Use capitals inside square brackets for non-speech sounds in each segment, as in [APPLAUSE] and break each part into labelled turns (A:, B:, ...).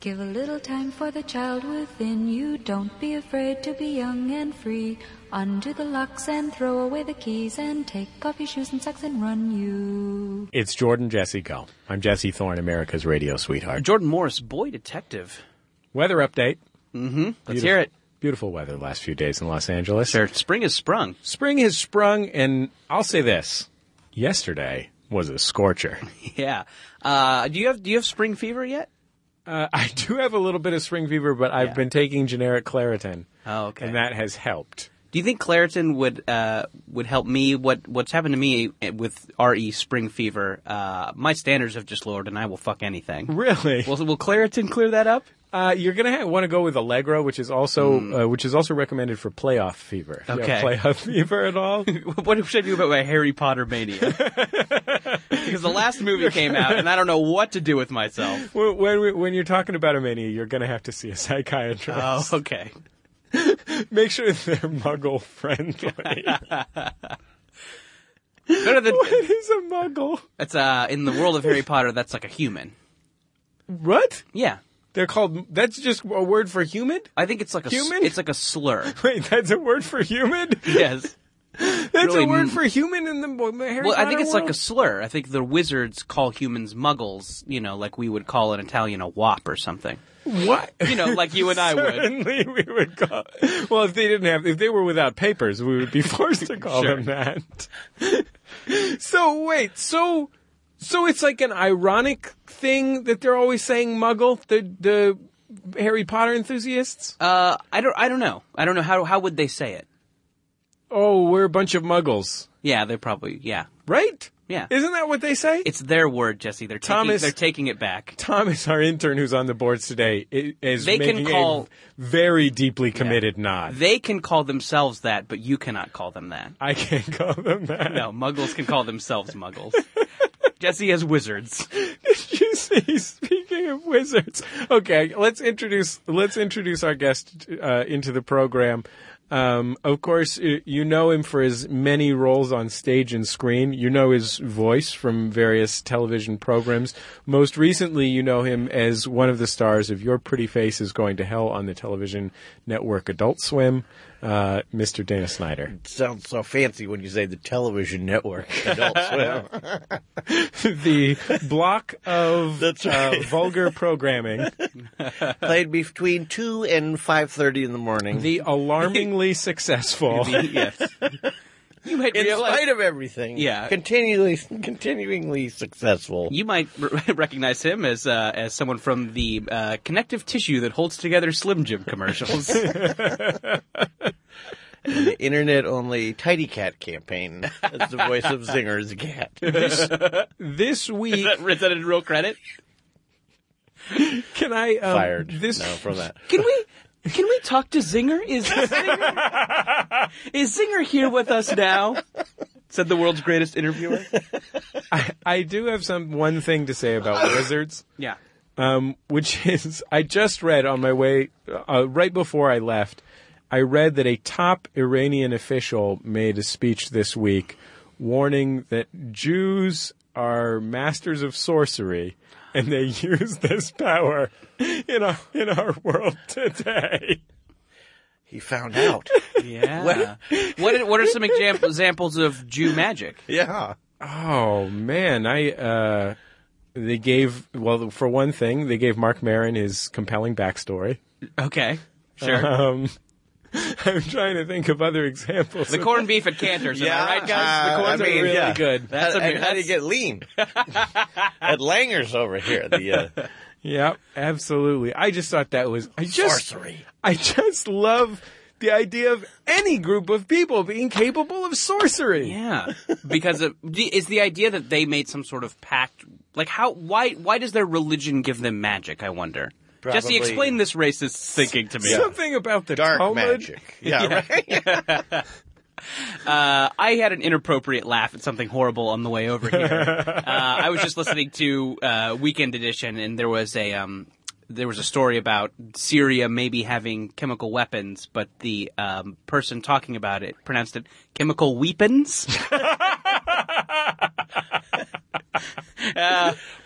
A: Give a little time for the child within you. Don't be afraid to be young and free. Undo the locks and throw away the keys and take off your shoes and socks and run you.
B: It's Jordan Jessico. I'm Jesse Thorne, America's radio sweetheart.
C: Jordan Morris, boy detective.
B: Weather update.
C: Let's hear it.
B: Beautiful weather the last few days in Los Angeles.
C: Sure. Spring has sprung.
B: Spring has sprung, and I'll say this: yesterday was a scorcher.
C: [LAUGHS] Yeah. Uh, do you have Do you have spring fever yet?
B: [LAUGHS] Uh, I do have a little bit of spring fever, but I've
C: Yeah.
B: been taking generic Claritin,
C: Oh, okay.
B: and that has helped.
C: do you think Claritin would uh, would help me? What What's happened to me with re spring fever? Uh, my standards have just lowered, and I will fuck anything.
B: Really?
C: Will, will Claritin clear that up?
B: Uh, you're gonna want to go with Allegra, which is also uh, which is also recommended for playoff fever. You have
C: Hmm. Okay.
B: playoff [LAUGHS] fever at
C: [LAUGHS]
B: all?
C: [LAUGHS] What should I do about my Harry Potter [LAUGHS] mania? because the last movie came out, and I don't know what to do with [LAUGHS] myself.
B: when when, we, when you're talking about a mania, you're gonna have to see a psychiatrist.
C: Oh, okay.
B: Make sure [LAUGHS] they're Muggle
C: [LAUGHS]
B: friendly. [LAUGHS]
C: No, no, the,
B: what is a Muggle?
C: that's uh, in the world of Harry Potter. That's like a human.
B: What?
C: Yeah,
B: They're called. That's just a word for human. [LAUGHS]
C: I think it's like a s-
B: Human?
C: it's like a slur.
B: Wait, that's a word for human.
C: [LAUGHS] yes.
B: That's
C: Really
B: a word
C: n-
B: for human in the Harry
C: Well, I
B: Potter
C: think it's like
B: world?
C: a slur. I think the wizards call humans muggles. You know, like we would call an Italian a wop or something.
B: What?
C: You know, like [LAUGHS] you and I would.
B: Certainly [LAUGHS] we would call. Well, if they didn't have, if they were without papers, we would be [LAUGHS] forced to call
C: Sure.
B: them that. [LAUGHS] so wait, so so it's like an ironic thing that they're always saying Muggle. The the Harry Potter enthusiasts.
C: Uh, I don't. I don't know. I don't know how. How would they say it?
B: oh, we're a bunch of Muggles,
C: Yeah, they probably. Yeah,
B: right?
C: Yeah.
B: Isn't that what they say?
C: it's their word, Jesse. They're taking,
B: Thomas-
C: They're taking it back.
B: Thomas, our intern who's on the boards today, i- is
C: They can
B: making
C: call-
B: a very deeply committed nod.
C: They can call themselves that, but you cannot call them that.
B: I can't [LAUGHS] call them that.
C: No, muggles can call themselves [LAUGHS] muggles. Jesse has wizards.
B: [LAUGHS] you see, speaking of wizards, okay, let's introduce let's introduce our guest uh, into the program. Um, of course, y- you know him for his many roles on stage and screen. You know his voice from various television programs. Most recently, you know him as one of the stars of Your Pretty Face is Going to Hell on the television network Adult Swim, uh, Mr. Dana Snyder. [LAUGHS]
D: sounds so fancy when you say the television network. Adult Swim.
B: the block of
D: That's
B: uh,
D: right.
B: vulgar
D: [LAUGHS]
B: programming.
D: Played between two and five thirty in the morning.
B: the alarmingly successful.
C: [LAUGHS] yes. You might
D: in
C: realize.
D: spite of everything,
C: Yeah.
D: continually, continuingly successful.
C: you might [LAUGHS] re- recognize him as uh, as someone from the uh, connective tissue that holds together Slim Jim [LAUGHS] commercials.
D: The internet-only Tidy Cat campaign as the voice of Zinger's cat.
B: this
C: [LAUGHS]
B: week,
C: Is that in real credit?
B: can I um,
D: Fired
B: This
D: now from that.
C: Can we can we talk to Zinger? Is Zinger, is Zinger here with us now? Said the world's greatest interviewer.
B: I do have some one thing to say about wizards,
C: Yeah.
B: um, which is I just read on my way uh, right before I left. I read that a top Iranian official made a speech this week warning that Jews are masters of sorcery and they [LAUGHS] use this power in our in our world today.
D: He found out.
C: Yeah. what did- what are some exam- examples of Jew magic?
D: yeah.
B: Oh man, I uh, they gave well for one thing they gave Mark Maron his compelling backstory.
C: Okay. Sure.
B: Um, [LAUGHS] I'm trying to think of other examples.
C: The corned beef at Cantor's, am I right, guys?
D: Uh,
C: the corn's
D: I mean,
C: are really
D: yeah.
C: good. That's
D: how,
C: a
D: and how do you get lean? At Langer's over here. The uh,
B: yeah, absolutely. I just thought that was I just
D: sorcery.
B: I just love the idea of any group of people being capable of sorcery.
C: Yeah, because of, d- is the idea that they made some sort of pact? Like, how? Why? Why does their religion give them magic? I wonder. Jesse,
D: Probably-
C: explain this racist thinking to me.
B: Something about the
D: Dark
B: Talmud.
D: magic. Yeah, right?
C: Uh, I had an inappropriate laugh at something horrible on the way over here. uh, I was just listening to uh, Weekend Edition, and there was a um, there was a story about Syria maybe having chemical weapons, but the um, person talking about it pronounced it chemical weapons.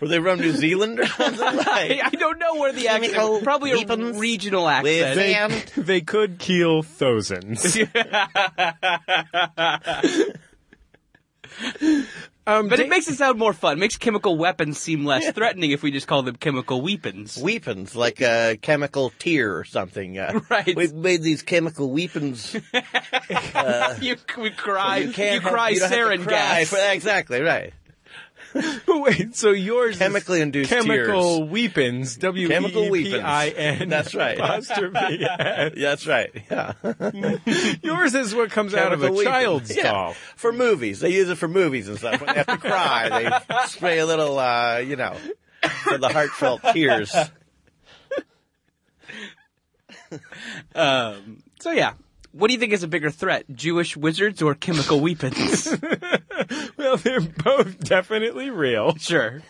D: Were they from New Zealand or something?
C: I, [LAUGHS] I
D: Like,
C: don't know where the accent.
D: Michael
C: probably a
D: Leapens.
C: regional
D: with um,
C: accent.
D: them.
B: they could kill thousands. um,
C: But
B: da-
C: it makes it sound more fun. Makes chemical weapons seem less threatening if we just call them chemical weapons.
D: [LAUGHS] weapons, like a chemical tear or something. Uh,
C: Right.
D: We've made these chemical weapons. you
C: [LAUGHS] you, we cry. You,
D: can't have-
C: cry
D: you don't have to
C: sarin
D: cry
C: gas.
D: for- exactly, right.
B: wait, so yours is
D: Chemically induced
B: chemical weapons. W
D: Chemical
B: e e p i n.
D: That's right.
B: Apostrophe. [LAUGHS] S.
D: Yeah, that's right. Yeah.
B: yours is what comes out of a
D: Chemical
B: child's
D: weapons. Yeah.
B: doll.
D: For movies. They use it for movies and stuff. When they have to cry, they spray a little, uh, you know, for the heartfelt tears.
C: So yeah, what do you think is a bigger threat, Jewish wizards or chemical
D: [LAUGHS]
C: weapons?
B: Well, they're both definitely real.
C: sure.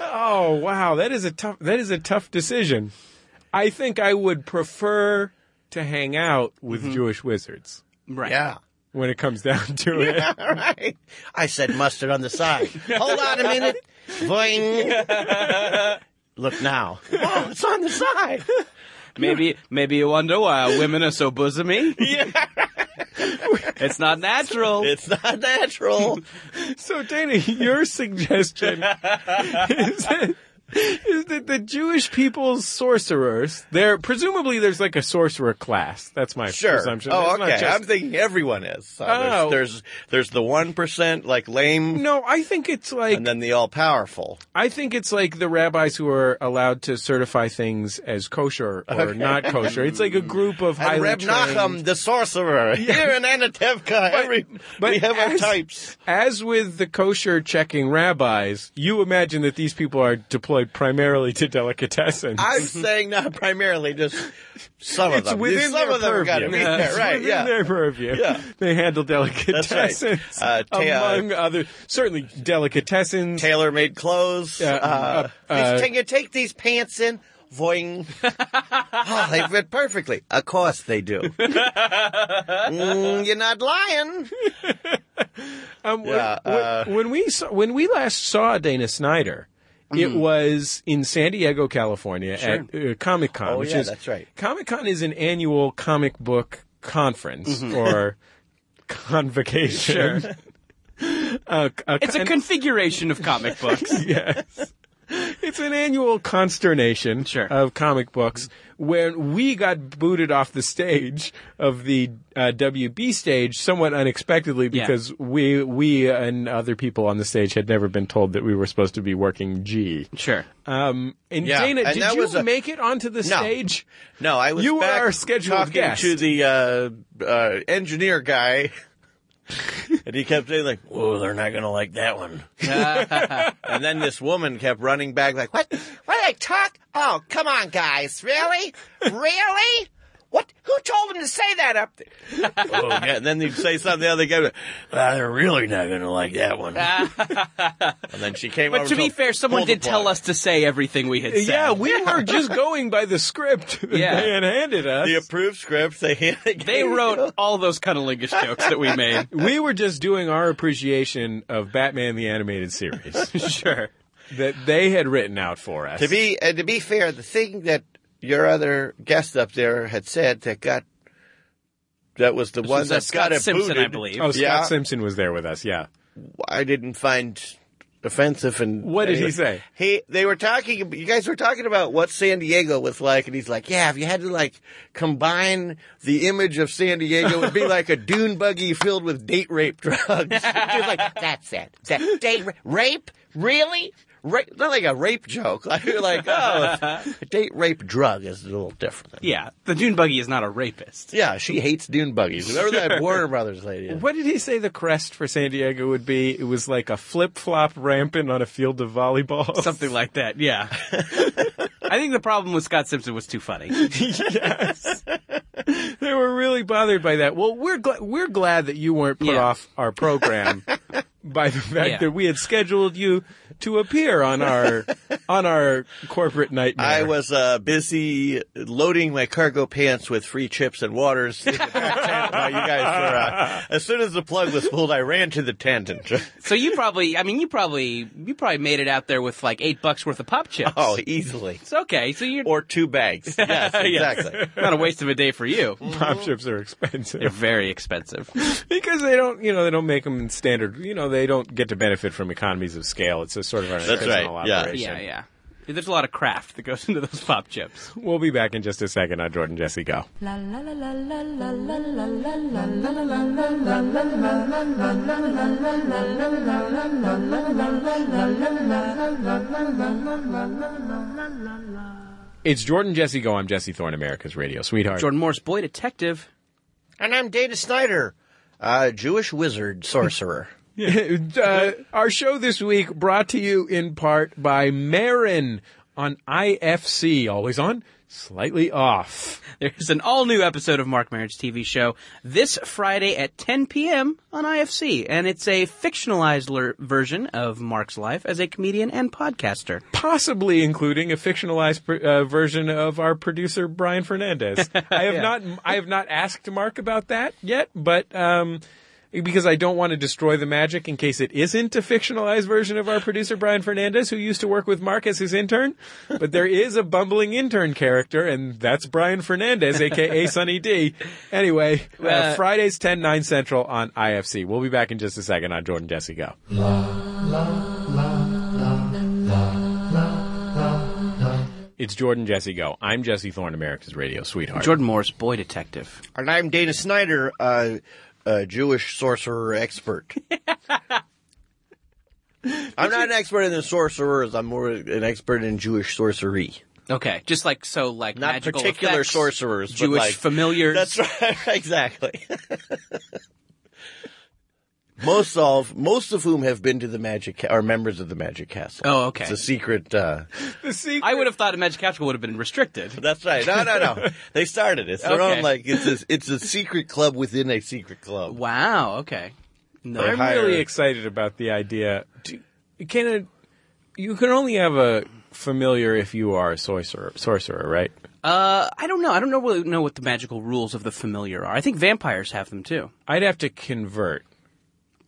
B: Oh wow, that is a tough that is a tough decision. I think I would prefer to hang out with Jewish wizards
C: Right.
D: Yeah.
B: when it comes down to it.
D: All right. I said mustard on the side. Hold on a minute. Boing. Look now. Oh, it's on the side.
C: Maybe maybe you wonder why women are so bosomy. it's not natural.
D: It's not natural.
B: So Dana, your
D: [LAUGHS]
B: suggestion is that, is that the Jewish people's sorcerers, they're presumably there's like a sorcerer class. That's my
D: Sure.
B: presumption.
D: Oh,
B: That's not
D: okay.
B: just-
D: I'm thinking everyone is. So
B: Oh.
D: There's, there's there's the one percent like lame,
B: no, I think it's like
D: and then the all powerful.
B: I think it's like the rabbis who are allowed to certify things as kosher or not kosher. It's like a group of highly
D: And Reb
B: trained-
D: Nachum,
B: [LAUGHS]
D: the sorcerer, here in Anatevka. Every
B: but
D: we have our
B: as-
D: types.
B: As with the kosher checking rabbis, you imagine that these people are deployed primarily to delicatessens.
D: I'm saying not primarily, just Mm-hmm. some of
B: it's
D: them.
B: within
D: some
B: their
D: of them
B: purview.
D: have got to be
B: Yeah,
D: there,
B: it's
D: right?
B: within
D: Yeah.
B: their purview.
D: Yeah.
B: They handle delicatessens,
D: That's right. Uh, ta- uh,
B: among other certainly delicatessens.
D: tailor-made clothes.
B: Yeah,
D: uh,
B: uh, uh,
D: can you take these pants in?
B: [LAUGHS]
D: Voing. oh, they fit perfectly. Of course
B: [LAUGHS]
D: they do. Mm, you're not lying.
B: Um, when-
D: Yeah,
B: when,
D: uh,
B: when we saw, when we last saw Dana Snyder, it
D: Mm-hmm.
B: was in San Diego, California, at uh, Comic Con.
D: Oh,
B: which
D: yeah,
B: is,
D: that's right.
B: Comic Con is an annual comic book conference
D: Mm-hmm. [LAUGHS]
B: or convocation. Uh, [LAUGHS] a-
C: It's a
B: an-
C: configuration of comic
D: [LAUGHS]
C: books.
B: yes. It's an annual consternation
C: Sure.
B: of comic books where we got booted off the stage of the uh, WB stage somewhat unexpectedly
C: Yeah.
B: because we we and other people on the stage had never been told that we were supposed to be working G.
C: sure.
B: Um, and
D: Yeah,
B: Dana,
D: and
B: did
D: that
B: you
D: was a-
B: make it onto the
D: No.
B: stage?
D: No, I was
B: You were
D: back
B: our scheduled
D: talking
B: guest.
D: to the uh, uh, engineer guy. [LAUGHS] and he kept saying like, "Whoa, they're not gonna like
C: [LAUGHS]
D: that one." and then this woman kept running back, like, "What? What did I talk? Oh, come on, guys, really, really? What? Who told him to say that
C: [LAUGHS]
D: up there?" oh, yeah. And then they'd say something. The other guy, would, "Ah, "They're really not gonna like that
C: [LAUGHS]
D: one." and then she came.
C: But
D: over
C: to be
D: told-
C: fair, someone
D: pulled the
C: did tell
D: plug.
C: us to say everything we had said.
B: Yeah, we were just going by the script that
C: Yeah.
B: they had handed us.
D: the approved script. They [LAUGHS] handed-
C: They wrote all those cunnilingus jokes that we made.
B: We were just doing our appreciation of Batman the Animated Series.
C: [LAUGHS] sure.
B: that they had written out for us.
D: To be and to be fair, the thing that your other guest up there had said that got that was the one
C: was, uh,
D: that
C: Scott
D: got it
C: Simpson,
D: booted,
C: I believe.
B: oh, Scott
D: Yeah.
B: Simpson was there with us. Yeah,
D: I didn't find offensive. And
B: What did he say?
D: He they were talking. You guys were talking about what San Diego was like, and he's like, "Yeah, if you had to like combine the image of San Diego, it would
B: [LAUGHS]
D: be like a dune buggy filled with date rape drugs." She's like, "That's it. That date ra- rape? Really?" Rape, not like a rape joke. [LAUGHS] Like you're like, oh, a date rape drug is a little different.
C: Yeah, the dune buggy is not a [LAUGHS] rapist.
D: Yeah, she hates dune buggies. Remember
B: [LAUGHS]
D: that Warner Brothers lady? is?
B: what did he say the crest for San Diego would be? It was like a flip flop rampant on a field of volleyball. [LAUGHS]
C: Something like that, [LAUGHS] yeah. I think the problem with Scott Simpson was too funny.
B: yes, they were really bothered by that. Well, we're gl- we're glad that you weren't put
C: Yeah.
B: off our program by the fact
C: Yeah.
B: that we had scheduled you to appear on our on our corporate nightmare. [LAUGHS]
D: I was uh, busy loading my cargo pants with free chips and waters [LAUGHS] in the back tent while you guys were. Uh, as soon as the plug was pulled, I ran to the tent and.
C: So you probably, I mean, you probably, you probably made it out there with like eight bucks worth of pop chips.
D: [LAUGHS] Oh, easily.
C: it's okay. So you're
D: Or two [LAUGHS] bags. Yes, exactly.
C: [LAUGHS] not a waste of a day for you.
B: Pop chips are expensive.
C: [LAUGHS] They're very expensive.
B: because they don't, you know, they don't make them in standard. You know, they don't get to benefit from economies of scale. It's a sort of an
D: That's
B: artisanal
D: right, yeah.
B: operation.
C: yeah, yeah. There's a lot of craft that goes [LAUGHS] into those pop chips.
B: We'll be back in just a second on Jordan Jesse Go.
A: La la la la la la la la la
B: It's Jordan Jesse Go. I'm Jesse Thorne, America's radio sweetheart. [LAUGHS]
C: Jordan Morris, boy detective.
D: And I'm Dana Snyder, uh, Jewish wizard sorcerer.
B: uh, our show this week brought to you in part by Marin on IFC. Always on, slightly off.
C: There's an all new episode of Mark Marriage TV show this Friday at 10 p.m. on IFC, and it's a fictionalized ler- version of Mark's life as a comedian and podcaster.
B: Possibly including a fictionalized pr- uh, version of our producer Brian Fernandez. I have not, I have not asked Mark about that yet, but um, because I don't want to destroy the magic in case it isn't a fictionalized version of our producer Brian Fernandez, who used to work with Mark as his intern. But there is a bumbling intern character, and that's Brian Fernandez, aka Sunny D. Anyway, uh,
C: Uh,
B: Fridays 10, 9 central on IFC. We'll be back in just a second on Jordan Jesse Go. It's Jordan Jesse Go. I'm Jesse Thorne, America's radio sweetheart.
C: Jordan Morris, boy detective.
D: [LAUGHS] and I'm Dana Snyder, uh, a Jewish sorcerer expert. [LAUGHS] I'm not an expert in the sorcerers. I'm more an expert in Jewish sorcery.
C: Okay, just like so, like
D: Not
C: magical
D: particular
C: effects,
D: sorcerers, but
C: Jewish
D: like-
C: familiars.
D: That's right.
C: [LAUGHS]
D: [LAUGHS] exactly. most of most of whom have been to the magic Ca- are members of the magic castle.
C: Oh, okay.
D: It's a secret. Uh,
B: [LAUGHS] The secret-
C: I would have thought a magic castle would have been restricted.
D: that's right. No,
C: [LAUGHS]
D: no, no. They started it. It's their
C: Okay.
D: own like it's a, it's a secret club within a secret club.
C: Wow. Okay. No.
D: Right.
B: I'm really
D: higher-
B: excited about the idea. Do, can a, you can only have a familiar if you are a sorcerer, sorcerer, right?
C: Uh, I don't know. I don't know really know what the magical rules of the familiar are. I think vampires have them too.
B: I'd have to convert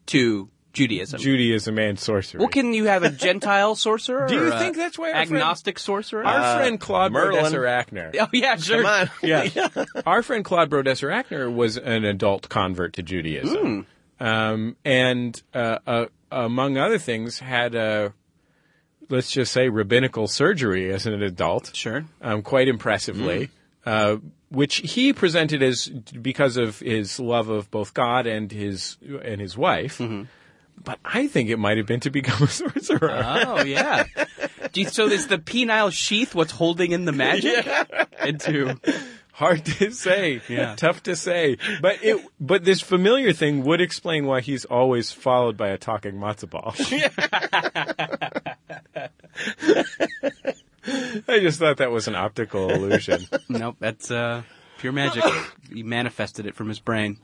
C: To Judaism.
B: Judaism and sorcery.
C: well, can you have a Gentile sorcerer?
B: Do you
C: or a
B: think that's why our friend-
C: agnostic sorcerer?
B: our friend Claude
D: Merlin.
B: Brodesser Ackner.
C: [LAUGHS] oh yeah, sure.
D: [LAUGHS] Come on.
B: Yeah. Our friend Claude Brodesser Ackner was an adult convert to Judaism. Um, and uh, uh, among other things, had a, let's just say, rabbinical surgery as an adult.
C: Sure.
B: um, quite impressively, uh, which he presented as because of his love of both God and his and his wife. But I think it might have been to become a [LAUGHS] sorcerer.
C: Oh
D: [LAUGHS]
C: yeah. Do you, so is the penile sheath what's holding in the magic? Into
B: Hard to say, tough to say. But it but this familiar thing would explain why he's always followed by a talking matzo [LAUGHS] ball. I just thought that was an optical illusion.
C: nope. That's uh, pure magic. he manifested it from his brain.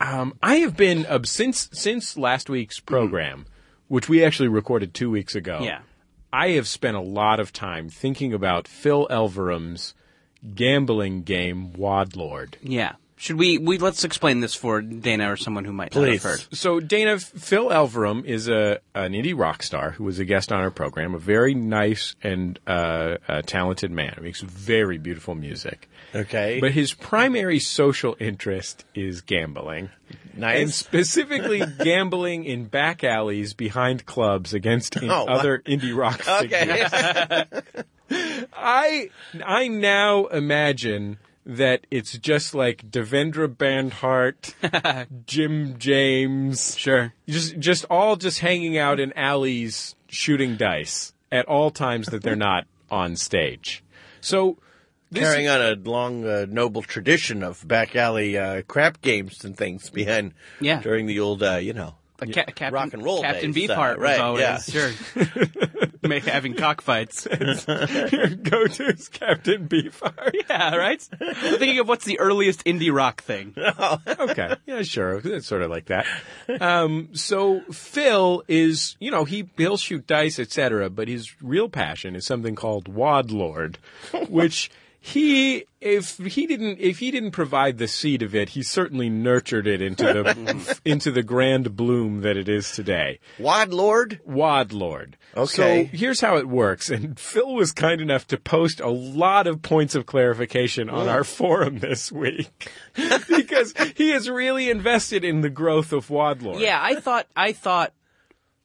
B: Um, I have been uh, since since last week's program, which we actually recorded two weeks ago.
C: Yeah.
B: I have spent a lot of time thinking about Phil Elverum's gambling game Wadlord.
C: Yeah. Should we? We let's explain this for Dana or someone who might
D: Please.
C: not have heard.
B: So Dana, Phil Elverum is a an indie rock star who was a guest on our program. A very nice and uh, uh, talented man. He makes very beautiful music,
D: Okay.
B: but his primary social interest is gambling. and
D: nice.
B: specifically
D: [LAUGHS]
B: gambling in back alleys behind clubs against in-
D: Oh, wow.
B: other indie rock singers.
D: [LAUGHS] okay.
B: I I now imagine that it's just like Devendra
D: [LAUGHS]
B: Bandhart, Jim James,
C: Sure.
B: just just all just hanging out in alleys shooting dice at all times that they're not on stage. So this
D: Carrying on a long, uh, noble tradition of back alley uh, crap games and things behind
C: Yeah.
D: during the old, uh, you know,
C: the ca- Captain
D: rock and roll
C: Captain
D: days,
C: B
D: uh,
C: part
D: right,
C: was always
D: yeah. [LAUGHS]
C: sure Make, having cockfights. [LAUGHS]
B: [LAUGHS] Your go-to is Captain Beefheart.
C: yeah, right. I'm thinking of what's the earliest indie rock thing.
B: okay. [LAUGHS] Yeah, sure. It's sort of like that. Um, so Phil is, you know, he he'll shoot dice, etc. But his real passion is something called Wad Lord, which he if he didn't if he didn't provide the seed of it, he certainly nurtured it into the into the grand bloom that it is today.
D: Wad Lord?
B: Wad Lord.
D: Okay.
B: So here's how it works. And [LAUGHS] Phil was kind enough to post a lot of points of clarification on our forum this week [LAUGHS] because he is really invested in the growth of Wad Lord.
C: Yeah, I thought I thought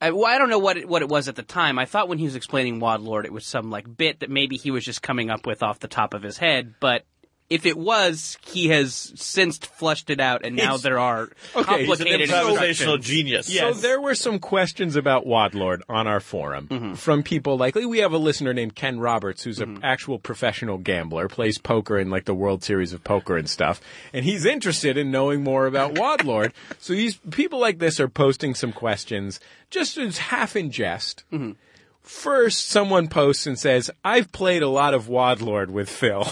C: I, well, I don't know what it, what it was at the time. I thought when he was explaining Wadlord, it was some like bit that maybe he was just coming up with off the top of his head, but. If it was, he has since flushed it out, and now
D: He's-
C: there are
B: Okay, he's an
C: complicated
D: Improvisational
C: instructions.
D: genius.
B: So there were some questions about Wadlord on our forum from people like we have a listener named Ken Roberts who's an actual professional gambler, plays poker in like the World Series of Poker and stuff, and he's interested in knowing more about Wadlord. So these people like this are posting some questions just as half in jest. First, someone posts and says, "I've played a lot of Wadlord with Phil."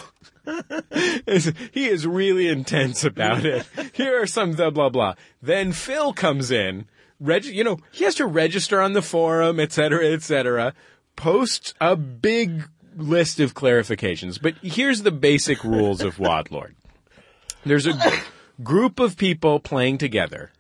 B: is- he is really intense about it. Here are some blah blah blah. Then Phil comes in. Reg- you know, he has to register on the forum, et cetera, et cetera. Posts a big list of clarifications. But here's the basic rules of Wadlord. There's a gr- group of people playing together,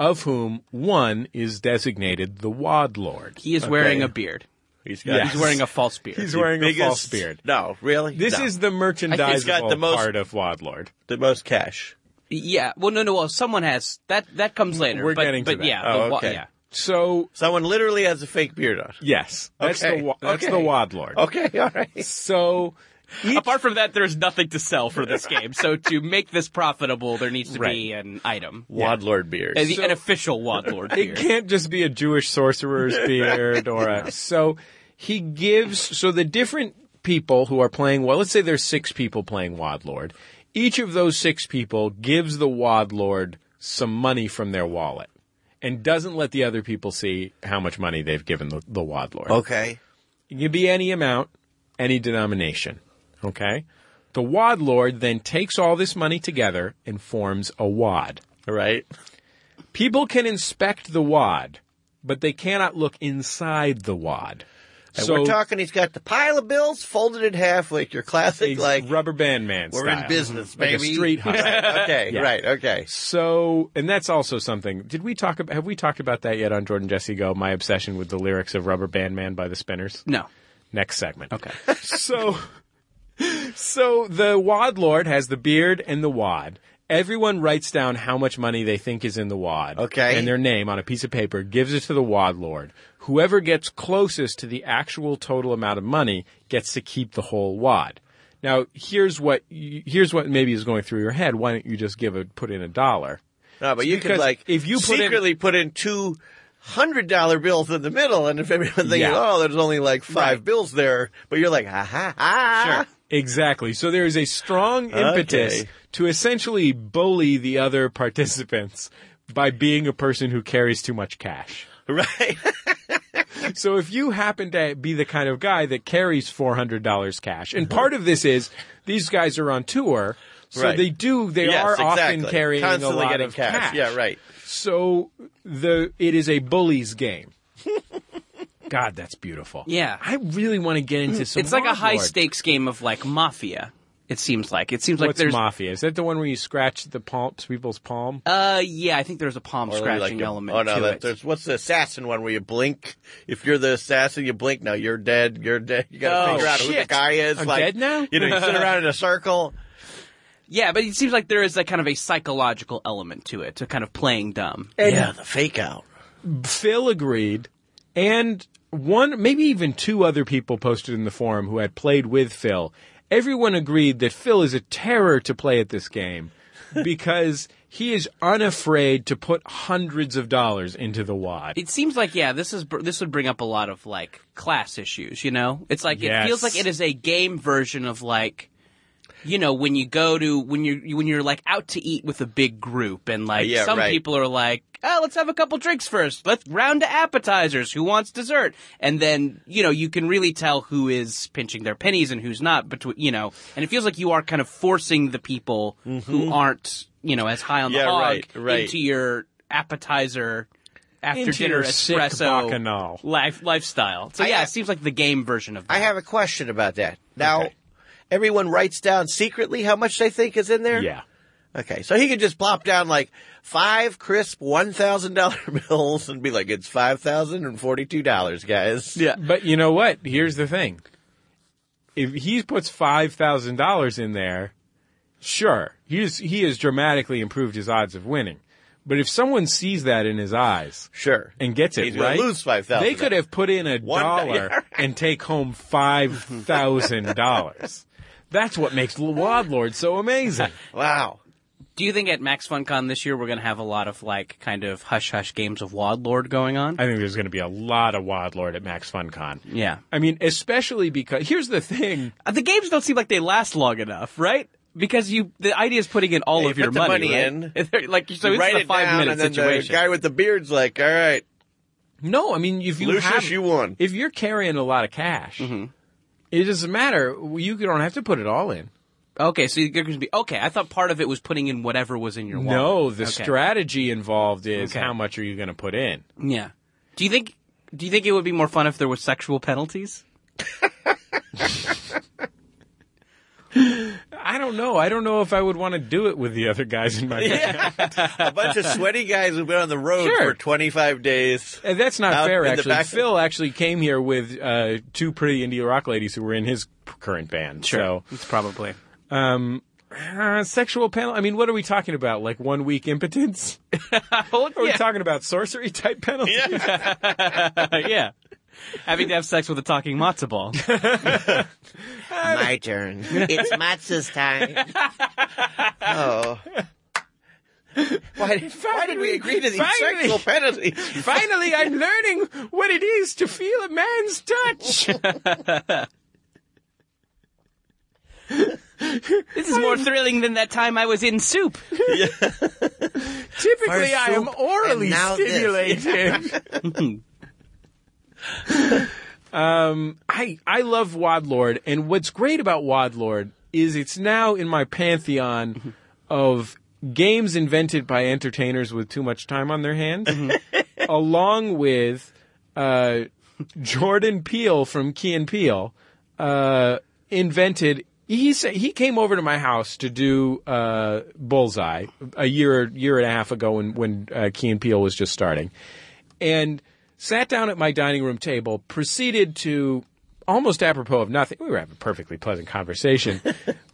B: of whom one is designated the Wadlord.
C: He is wearing
D: Okay.
C: a beard.
D: He's
B: Yeah.
D: got,
C: He's wearing a false beard.
B: He's
D: the
B: wearing
D: biggest,
B: a false beard.
D: No, really?
B: This
D: No.
B: is the merchandise
D: got the most-
B: part of Wadlord.
D: the most cash.
C: yeah. Well, no, no. Well, someone has that. That comes later.
B: We're
C: but,
B: getting to
C: but
B: that.
C: yeah.
D: Oh,
C: the wa-
D: okay.
C: yeah.
B: So
D: Someone literally has a fake beard on. [LAUGHS]
B: Yes, that's
D: Okay.
B: the wa- that's
D: Okay.
B: the wad lord.
D: Okay, all right.
B: So
C: Apart from that, there's nothing to sell for this game. So to make this profitable, there needs to be an item,
D: Wadlord beard.
C: an, an official Wadlord
B: it
C: beard.
B: can't just be a Jewish sorcerer's beard or a. So he gives. So the different people who are playing. Well, let's say there's six people playing wad lord. Each of those six people gives the wad lord some money from their wallet and doesn't let the other people see how much money they've given the, the wad lord.
D: Okay.
B: It can be any amount, any denomination. Okay? The wad lord then takes all this money together and forms a wad.
D: All right.
B: People can inspect the wad, but they cannot look inside the wad.
D: And we're talking he's got the pile of bills folded in half like your classic
B: it's
D: like
B: rubber band man
D: we're in
B: style.
D: business,
B: like
D: baby.
B: a
D: [LAUGHS]
B: street hustle.
D: okay, right, okay.
B: So, and that's also something. Did we talk about? Have we talked about that yet on Jordan Jesse Go? My obsession with the lyrics of "Rubber Band Man" by the Spinners.
C: No.
B: next segment. Okay. so, so the wad lord has the beard and the wad. Everyone writes down how much money they think is in the wad.
D: Okay.
B: And their name on a piece of paper, gives it to the wad lord. Whoever gets closest to the actual total amount of money gets to keep the whole wad. Now, here's what y- here's what maybe is going through your head. Why don't you just give a put in a dollar?
D: No, but you could
B: because
D: like
B: if you put in-
D: secretly put in two hundred dollar bills in the middle, and if everyone thinks,
B: Yeah.
D: oh, there's only like five bills there, but you're like, ha ha ha.
B: Exactly. So there is a strong impetus
D: Okay.
B: to essentially bully the other participants by being a person who carries too much cash.
D: [LAUGHS] Right.
B: So if you happen to be the kind of guy that carries $400 cash, and part of this is these guys are on tour, so
D: Mm-hmm. Right.
B: they do, they
D: yes,
B: are
D: exactly.
B: often carrying
D: Constantly
B: a lot
D: getting
B: of
D: cash. Yeah, right.
B: So the, it is a bully's game. [LAUGHS] God, that's beautiful.
C: Yeah.
B: I really want to get
D: Hmm.
B: into some
C: [LAUGHS] It's like a
B: Lord
C: high
B: Lord.
C: stakes game of like mafia. It seems like it seems like
B: What's
C: there's
B: mafia? Is that the one where you scratch the palms, people's palm?
C: uh yeah I think there's a palm
D: Or
C: scratching
D: like a-
C: element
D: Oh no,
C: to
D: that-
C: it.
D: there's what's the assassin one where you blink? If you're the assassin, you blink. Now you're dead. You're dead. You gotta
B: Oh,
D: figure out who the
B: shit.
D: guy is.
B: I'm
D: like,
B: dead now?
D: You know, you sit around in a circle.
C: Yeah, but it seems like there is like kind of a psychological element to it, to kind of playing dumb.
D: yeah, the fake out.
B: Phil agreed, and one, maybe even two other people posted in the forum who had played with Phil. Everyone agreed that Phil is a terror to play at this [LAUGHS] game because he is unafraid to put hundreds of dollars into the wad.
C: It seems like yeah, this is br- this would bring up a lot of like class issues. You know, it's like
B: Yes.
C: it feels like it is a game version of like you know when you go to when you're when you're like out to eat with a big group and like
D: Yeah,
C: some
D: right.
C: people are like oh let's have a couple drinks first let's round to appetizers who wants dessert and then you know you can really tell who is pinching their pennies and who's not between you know and it feels like you are kind of forcing the people who aren't you know as high on the
D: Mm-hmm. Yeah,
C: hog
D: right, right.
C: into your appetizer after
B: Into
C: dinner
B: your sick
C: espresso
B: bacchanal.
C: life, lifestyle so
D: I
C: yeah
D: ha-
C: it uh, seems like the game version of that
D: I have a question about that. Now,
B: Okay.
D: everyone writes down secretly how much they think is in there?
B: Yeah.
D: Okay, so he could just plop down like five crisp one thousand dollar [LAUGHS] bills and be like, "It's five thousand and forty two dollars, guys."
C: Yeah.
B: But you know what? Here's the thing. If he puts five thousand dollars in there, sure, he's he has dramatically improved his odds of winning. But if someone sees that in his eyes
D: sure.
B: and gets it
D: He's gonna
B: right,
D: lose five thousand.
B: They could have put in a
D: One
B: dollar
D: dollar.
B: and take home five thousand dollars. That's what makes Wadlord so amazing.
D: Wow.
C: Do you think at Max FunCon this year we're going to have a lot of like kind of hush hush games of Wadlord going on?
B: I think there's going to be a lot of Wadlord at Max FunCon.
C: yeah,
B: I mean, especially because here's the thing.
C: Uh, the games don't seem like they last long enough, right? Because you, the idea is putting in all
D: Yeah,
C: of
D: you
C: your
D: put the money
C: right? [LAUGHS] in. like so,
D: You
C: it's
D: write
C: a
D: it
C: five
D: down,
C: minute
D: and then
C: situation.
D: The guy with the beard's like, "All right,
B: No, I mean, if you
D: Lucius,
B: have,
D: you won." Mm-hmm.
B: If you're carrying a lot of cash, it doesn't matter. You don't have to put it all in.
C: okay, so you're going to be okay. I thought part of it was putting in whatever was in your wallet.
B: No, the
C: Okay.
B: strategy involved is
C: Okay.
B: how much are you going to put in.
C: Yeah. Do you think? Do you think it would be more fun if there was sexual penalties?
B: I don't know. I don't know if I would want to do it with the other guys
C: [LAUGHS]
B: in my.
D: a
B: [LAUGHS]
D: bunch of sweaty guys who've been on the road
B: Sure.
D: for twenty five
B: [LAUGHS]
D: days."
B: Uh, That's not
D: Out
B: fair,
D: in the
B: actually.
D: back-
B: Phil actually came here with uh, two pretty indie rock ladies who were in his p- current band.
C: it's [LAUGHS] probably.
B: So, uh, sexual penalty. I mean, what are we talking about? Like one week impotence?
C: Oh,
B: Are we
C: yeah.
B: talking about sorcery type penalty?
C: yeah. Having to have sex with a talking matzo [LAUGHS] ball.
D: [LAUGHS] My turn. It's
B: [LAUGHS]
D: matzah's time. oh. Why did, why did we agree to these
B: Finally. [LAUGHS]
D: sexual penalties?
B: Finally, I'm learning what it is to feel a man's touch.
C: This is more thrilling than that time I was in soup.
B: Typically, I am
D: soup,
B: orally
D: and now this.
B: stimulated. [LAUGHS] um, I I love Wadlord, and what's great about Wadlord is it's now in my pantheon of games invented by entertainers with too much time on their hands, Mm-hmm. along with uh, Jordan Peele from Key and Peele uh, invented. He sa he came over to my house to do uh, Bullseye a year year and a half ago when when uh, Key and Peele was just starting, and sat down at my dining room table. Proceeded to almost apropos of nothing. We were having a perfectly pleasant conversation.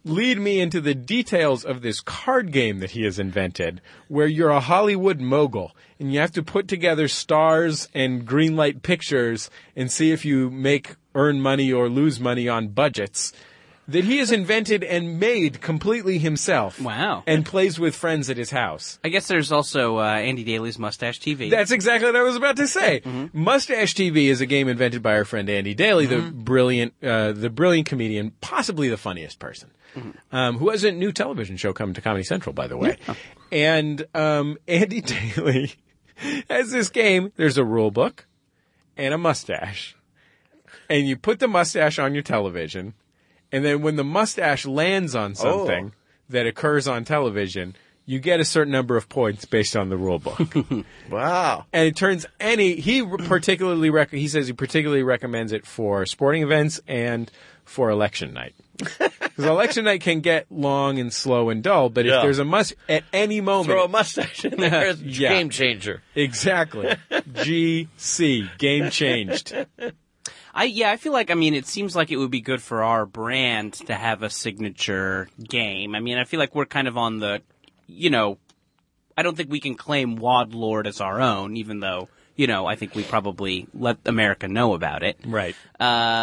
B: lead me into the details of this card game that he has invented, where you're a Hollywood mogul and you have to put together stars and green light pictures and see if you make earn money or lose money on budgets that he has invented and made completely himself.
C: Wow.
B: And plays with friends at his house.
C: I guess there's also uh, Andy Daly's Mustache TV.
B: That's exactly what I was about to say. Mustache TV is a game invented by our friend Andy Daly, the brilliant, uh, the brilliant comedian, possibly the funniest person, um, who has a new television show coming to Comedy Central, by the way. And um, Andy [LAUGHS] Daly has this game. There's a rule book and a mustache, and you put the mustache on your television, and then when the mustache lands on something that occurs on television. You get a certain number of points based on the rule book
D: Wow.
B: and it turns any he particularly rec- he says he particularly recommends it for sporting events and for election night because election night can get long and slow and dull but
D: Yeah.
B: if there's a must at any moment
D: Throw a mustache in there. It's a
B: Yeah.
D: Game changer.
B: exactly gc game changed
C: I yeah, I feel like I mean, it seems like it would be good for our brand to have a signature game. I mean, I feel like we're kind of on the, you know, I don't think we can claim Wadlord as our own, even though you know I think we probably let America know about it.
B: right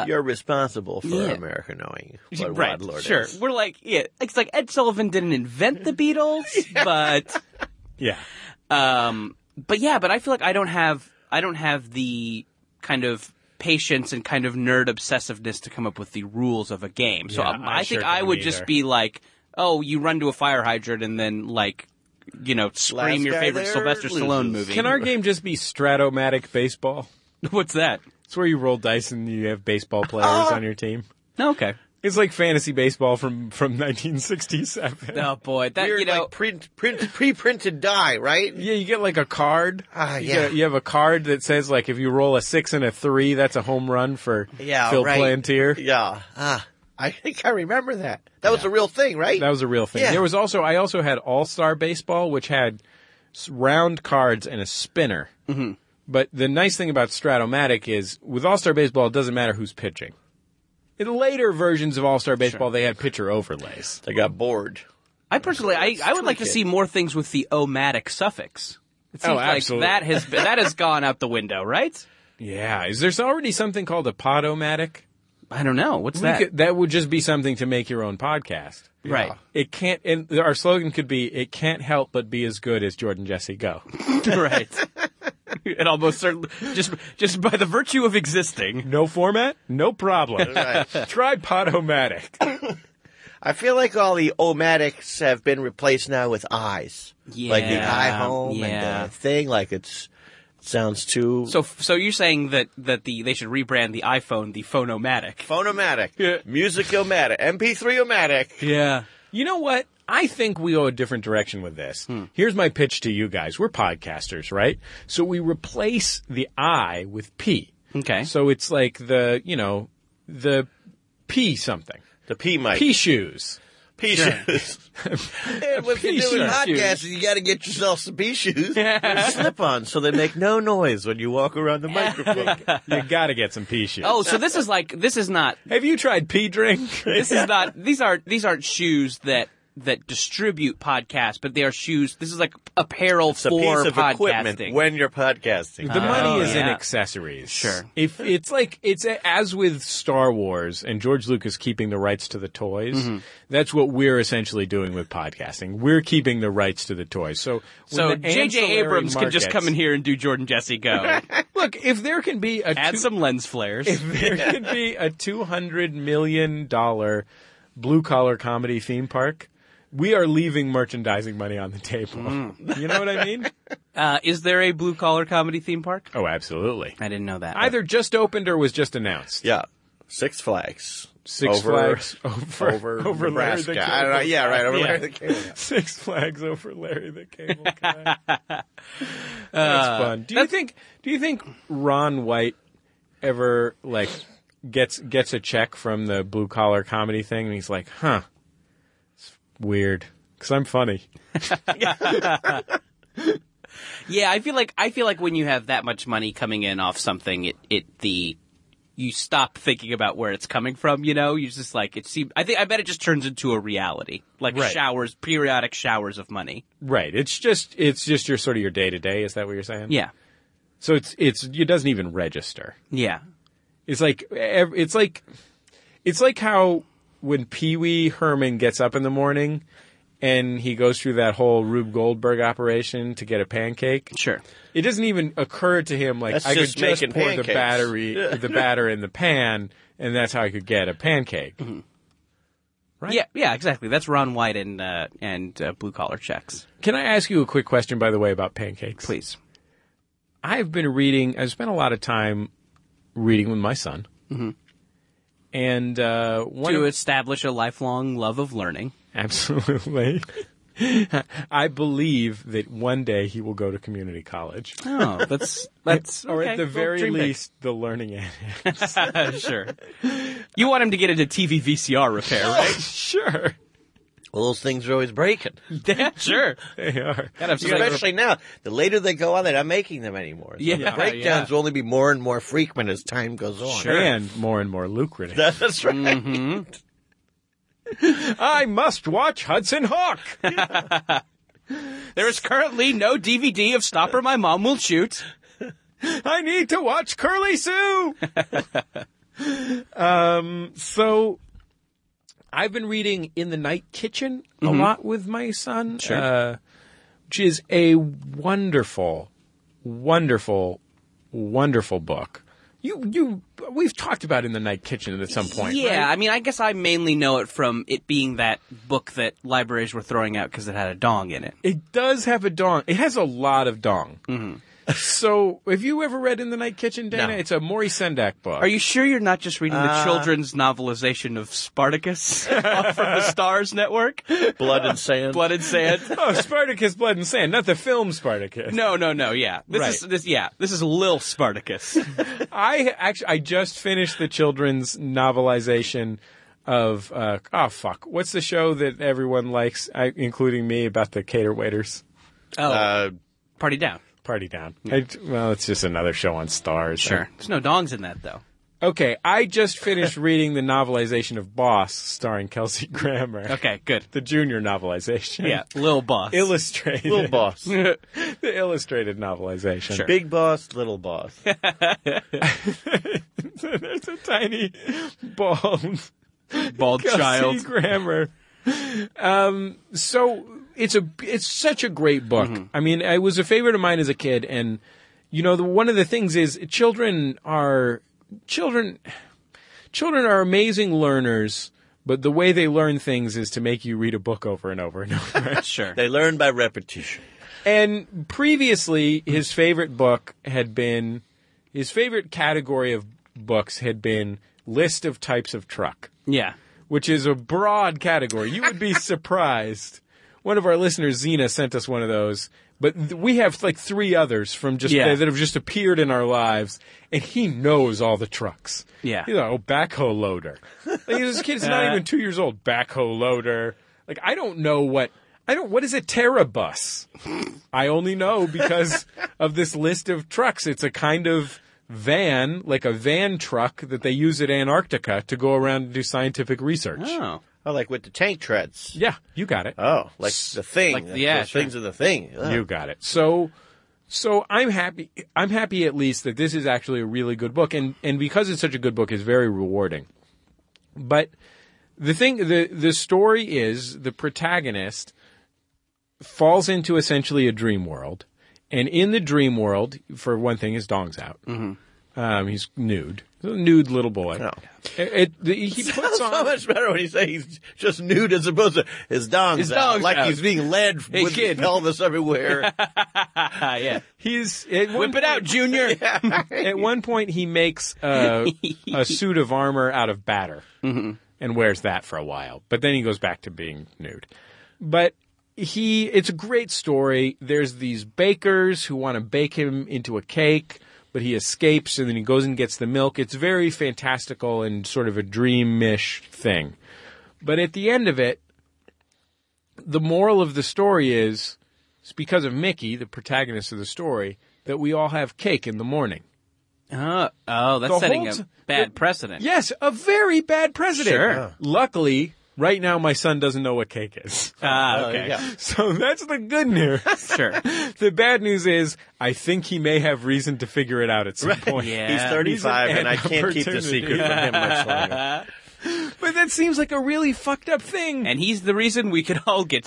D: You're responsible for
C: yeah.
D: America knowing what
C: right,
D: Rod Lord
C: sure.
D: is.
C: We're like, yeah, it's like Ed Sullivan didn't invent the Beatles,
D: [LAUGHS]
C: but
B: yeah
C: Um, but yeah, but I feel like I don't have I don't have the kind of patience and kind of nerd obsessiveness to come up with the rules of a game. So
B: Yeah,
C: um, I,
B: I
C: think
B: sure
C: I
B: don't
C: would just
B: either.
C: be like, oh, you run to a fire hydrant and then like, you know, scream
D: Last
C: your
D: guy
C: favorite
D: there
C: Sylvester Stallone
D: loses.
C: movie.
B: Can our game just be Stratomatic Baseball?
C: [LAUGHS] What's that?
B: It's where you roll dice and you have baseball players on your team.
C: No, okay.
B: It's like fantasy baseball from from 1967.
C: Oh boy, that
D: Weird,
C: you know.
D: like print, print, pre-printed die, right?
B: Yeah, you get like a card.
D: Ah,
B: you,
D: yeah.
B: get- you have a card that says like if you roll a six and a three, that's a home run for
D: Yeah,
B: Phil
D: right.
B: Plantier.
D: Yeah. Ah, I think I remember that. That was a real thing, right?
B: That was a real thing.
D: Yeah.
B: There was also I also had All Star Baseball, which had s- round cards and a spinner. Mm-hmm. But the nice thing about Stratomatic is with All Star Baseball, it doesn't matter who's pitching. In later versions of All Star Baseball, they had pitcher overlays.
D: I got bored.
C: I personally, I, I would like to see more things with the omatic suffix. It
B: Oh,
C: seems like
B: absolutely.
C: that has been, that has gone out the window, right?
B: Yeah, is there already something called a podomatic?
C: I don't know. What's
B: We
C: that?
B: could- that would just be something to make your own podcast.
C: Right.
B: It can't. And our slogan could be, "It can't help but be as good as Jordan Jesse Go."
C: right. It almost certainly just just by the virtue of existing.
B: No format, no problem.
D: Right.
B: Try Podomatic.
D: I feel like all the omatics have been replaced now with eyes. Like the
C: Yeah,
D: eye home
C: yeah.
D: and the thing. Like it's sounds too
C: So so you're saying that that the they should rebrand the iPhone the phonomatic.
D: phonomatic,
B: Yeah.
D: music-o-matic, MP3-o-matic.
C: Yeah.
B: You know what? I think we go a different direction with this.
C: Hmm.
B: Here's my pitch to you guys. We're podcasters, right? So we replace the I with P.
C: Okay.
B: So it's like the you know the P something.
D: The P mic.
B: P shoes.
D: Pea shoes. and if you're doing
B: shoes.
D: podcasts, you got to get yourself some pea shoes. slip on so they make no noise when you walk around the microphone.
C: [LAUGHS]
B: You gotta get some P shoes.
C: Oh, so this is like this is not
B: Have you tried pea drink?
C: this is not these aren't these aren't shoes that that distribute podcasts, but they are shoes. This is like apparel
D: It's a
C: for
D: piece of equipment
C: podcasting.
D: when you're podcasting.
B: The money is in
C: Uh, oh, yeah.
B: accessories.
C: Sure.
B: If it's like it's a, as with Star Wars and George Lucas keeping the rights to the toys,
C: Mm-hmm.
B: that's what we're essentially doing with podcasting. We're keeping the rights to the toys. So
C: so
B: when the
C: J.J.
B: ancillary
C: Abrams can just
B: markets-
C: come in here and do Jordan Jesse Go.
B: Look, if there can be a two,
C: Add some lens flares.
B: [LAUGHS] there could be a two hundred million dollar blue collar comedy theme park. We are leaving merchandising money on the table.
C: Mm.
B: You know what I
C: [LAUGHS]
B: mean?
C: Uh, is there a blue collar comedy theme park?
B: Oh, absolutely.
C: I didn't know that.
B: Either just opened or was just announced.
D: Yeah. Six Flags.
B: Six
D: over,
B: Flags [LAUGHS] over
D: Over,
B: over Larry the
D: Nebraska.
B: Cable
D: I don't know. Yeah, right. Over
B: Guy.
D: Larry the Cable Guy.
B: Six Flags over Larry the [LAUGHS] Cable Guy. That's fun. Do you think? Do you think Ron White ever like gets gets a check from the blue collar comedy thing, and he's like, "Huh, it's weird." Because I'm funny.
C: Yeah, I feel like I feel like when you have that much money coming in off something, it it the you stop thinking about where it's coming from. You know, you just like it seems. I think I bet it just turns into a reality, like
B: Right.
C: showers, periodic showers of money.
B: Right. It's just it's just your sort of your day to day. Is that what you're saying?
C: Yeah,
B: So it's it's it doesn't even register.
C: yeah,
B: It's like ev- it's like it's like how when Pee Wee Herman gets up in the morning and he goes through that whole Rube Goldberg operation to get a pancake.
C: sure.
B: It doesn't even occur to him like
D: That's
B: I
D: just
B: could just
D: making
B: pour the
D: pancakes.
B: battery the batter in the pan and that's how I could get a pancake.
D: Mm-hmm.
B: Right.
C: Yeah, yeah, exactly. That's Ron White and uh, and uh, blue collar checks.
B: Can I ask you a quick question by the way about pancakes?
C: Please.
B: I've been reading. I've spent a lot of time reading with my son,
D: Mm-hmm.
B: and uh, one
C: To
B: of-
C: establish a lifelong love of learning.
B: Absolutely. [LAUGHS] I believe that one day he will go to community college.
C: Oh, [LAUGHS] that's that's
B: or
C: okay.
B: at the
C: Well,
B: very
C: dream big.
B: least, the learning end.
C: [LAUGHS] sure. You want him to get into TV VCR repair,
B: [LAUGHS]
C: right?
B: sure.
D: Well, those things are
C: [LAUGHS]
D: always breaking.
C: sure.
B: They are.
C: Gotta have something to
D: Especially now. The later they go on, they're not making them anymore. So
C: Yeah,
D: the breakdowns
C: yeah.
D: will only be more and more frequent as time goes on.
B: And more and more lucrative.
D: [LAUGHS] That's right.
B: I must watch Hudson Hawk.
C: There is currently no DVD of Stopper My Mom Will Shoot.
B: I need to watch Curly
C: [LAUGHS]
B: Sue. um, so I've been reading In the Night Kitchen a
C: Mm-hmm.
B: lot with my son, uh, which is a wonderful, wonderful, wonderful book You you we've talked about in the night kitchen at some point.
C: Yeah,
B: right?
C: I mean, I guess I mainly know it from it being that book that libraries were throwing out because it had a dong in it.
B: it does have a dong. It has a lot of dong. [LAUGHS] So have you ever read in the night kitchen, Dana?
C: Mm-hmm. No.
B: It's a Maury Sendak book.
C: Are you sure you're not just reading the children's novelization of Spartacus [LAUGHS] from the Stars Network?
D: Blood and sand.
C: Blood and Sand.
B: Oh, Spartacus, Blood and Sand, not the film Spartacus.
C: No, no, no. Yeah, this
B: Right.
C: is this. Yeah, this is Lil Spartacus.
B: I actually I just finished the children's novelization of uh, oh fuck, what's the show that everyone likes, I, including me, about the cater waiters?
C: [LAUGHS] Oh,
D: Uh,
C: party down.
B: Party down. I- well, it's just another show on Stars.
C: There's no dongs in that though.
B: Okay, I just
C: [LAUGHS]
B: finished reading the novelization of Boss, starring Kelsey Grammer.
C: Okay, [LAUGHS] good.
B: The junior novelization.
C: Yeah, Lil
B: [LAUGHS]
C: Boss.
B: Illustrated.
D: little
B: [LAUGHS]
D: boss.
B: the illustrated novelization.
C: Sure.
D: Big boss,
C: [LAUGHS]
D: little boss.
B: [LAUGHS] There's a tiny bald
C: [LAUGHS] bald
B: Kelsey Grammer. Um, so it's a it's such a great book. I mean, it was a favorite of mine as a kid, and you know, the, one of the things is children are children. Children are amazing learners, but the way they learn things is to make you read a book over and over and over.
C: Sure.
D: They learn by repetition.
B: and previously, his favorite book had been his favorite category of books had been list of types of truck
C: Yeah.
B: which is a broad category. You would
C: [LAUGHS]
B: be surprised. One of our listeners, Zena, sent us one of those, but th- we have like three others from just
C: Yeah.
B: that have just appeared in our lives, and he knows all the trucks.
C: Yeah. Uh.
B: he's like, oh, backhoe loader. like, this kid's not even two years old. Backhoe loader. Like, I don't know what I don't. What is a terrabus? I only know because of this list of trucks. It's a kind of van, like a van truck that they use at Antarctica to go around and do scientific research.
C: Oh.
D: Oh, like with the tank treads.
B: Yeah, you got it.
D: Oh, like the thing.
C: Like-
D: the,
C: yeah,
D: the
C: sure.
D: things of the thing. Ugh. [LAUGHS]
B: You got it. So so I'm happy I'm happy at least that this is actually a really good book and and because it's such a good book it's very rewarding. But the thing the the story is the protagonist falls into essentially a dream world and in the dream world for one thing his dong's out. Um, he's nude. He's a nude little boy.
D: Mm-hmm. Oh.
B: It- it- the- he puts
D: [LAUGHS] That's
B: on
D: so much better when you say he's just nude as opposed to his dong's,
C: His
D: out,
C: dong's
D: like
C: out.
D: he's being led
C: Hey,
D: with
C: kid.
D: his
C: [LAUGHS]
D: pelvis everywhere.
C: Ah, yeah.
B: he's at one
C: Whip it out, Junior.
B: [LAUGHS] At one point, he makes a,
C: [LAUGHS]
B: a suit of armor out of batter
C: Mm-hmm.
B: and wears that for a while. But then he goes back to being nude. But he, it's a great story. There's these bakers who want to bake him into a cake, but he escapes and then he goes and gets the milk. It's very fantastical and sort of a dreamish thing. But at the end of it, the moral of the story is it's because of Mickey, the protagonist of the story, that we all have cake in the morning.
C: Oh, oh, that's
B: The
C: setting
B: whole
C: a
B: t-
C: bad
B: the-
C: precedent.
B: Yes, a very bad president.
C: Sure. Yeah.
B: Luckily, right now my son doesn't know what cake is. [LAUGHS]
C: Ah,
D: Oh,
C: okay.
D: yeah.
B: So that's the good news.
C: [LAUGHS] Sure.
B: the bad news is I think he may have reason to figure it out at some point. [LAUGHS]
C: Yeah.
D: He's 35 and I can't keep the
B: opportunity.
D: secret from him
C: [LAUGHS]
D: much longer.
B: [LAUGHS] But that seems like a really fucked up thing.
C: And he's the reason we could all get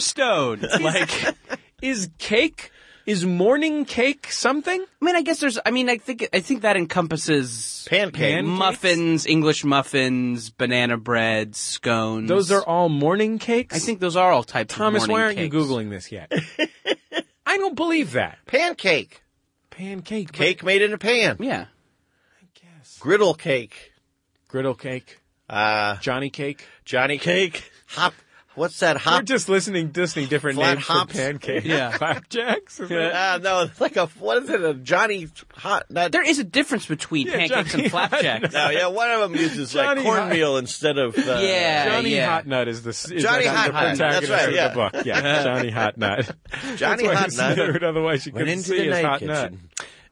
B: [LAUGHS]
C: stoned. Like, [LAUGHS] I
B: is cake is morning cake something?
C: mean, I guess there's. I mean, I think I think that encompasses
D: Pancake.
B: Pan-
C: muffins, English muffins, banana bread, scones.
B: Those are all morning cakes?
C: I think those are all types.
B: Thomas,
C: of morning
B: why aren't
C: cakes.
B: you googling this
D: [LAUGHS]
B: yet? I don't believe that.
D: Pancake.
B: Pancake.
D: Cake made in a pan.
C: Yeah.
B: Yes.
D: Griddle cake.
B: Griddle cake.
D: Uh,
B: Johnny cake.
D: Johnny cake. Hop. What's that
B: We're
D: hop?
B: just listening, listening different
D: Flat
B: names
D: hops.
B: for pancakes.
C: Yeah.
B: [LAUGHS]
D: [LAUGHS]
B: Clapjacks? Is that-
D: Ah, no, it's like a, what is it? A Johnny hot. Not,
C: There is a difference between
B: Yeah,
C: pancakes
B: Johnny- [LAUGHS]
C: and flapjacks.
D: no, yeah, one of them uses like
B: Johnny hot.
D: cornmeal instead of. Uh,
C: Yeah.
B: Johnny
C: yeah.
B: Hot Nut is the, is
D: Johnny
B: actually
D: Hot
B: the
D: Nut. That's
B: protagonist
D: right,
B: of
D: yeah.
B: the book.
D: [LAUGHS]
B: Yeah, Johnny Hot Nut. That's
D: Johnny
B: why
D: Hot
B: he's
D: Nut.
B: nude, Otherwise, you
D: Went
B: couldn't
D: into
B: see
D: the
B: his
D: night
B: hot
D: kitchen.
B: nut.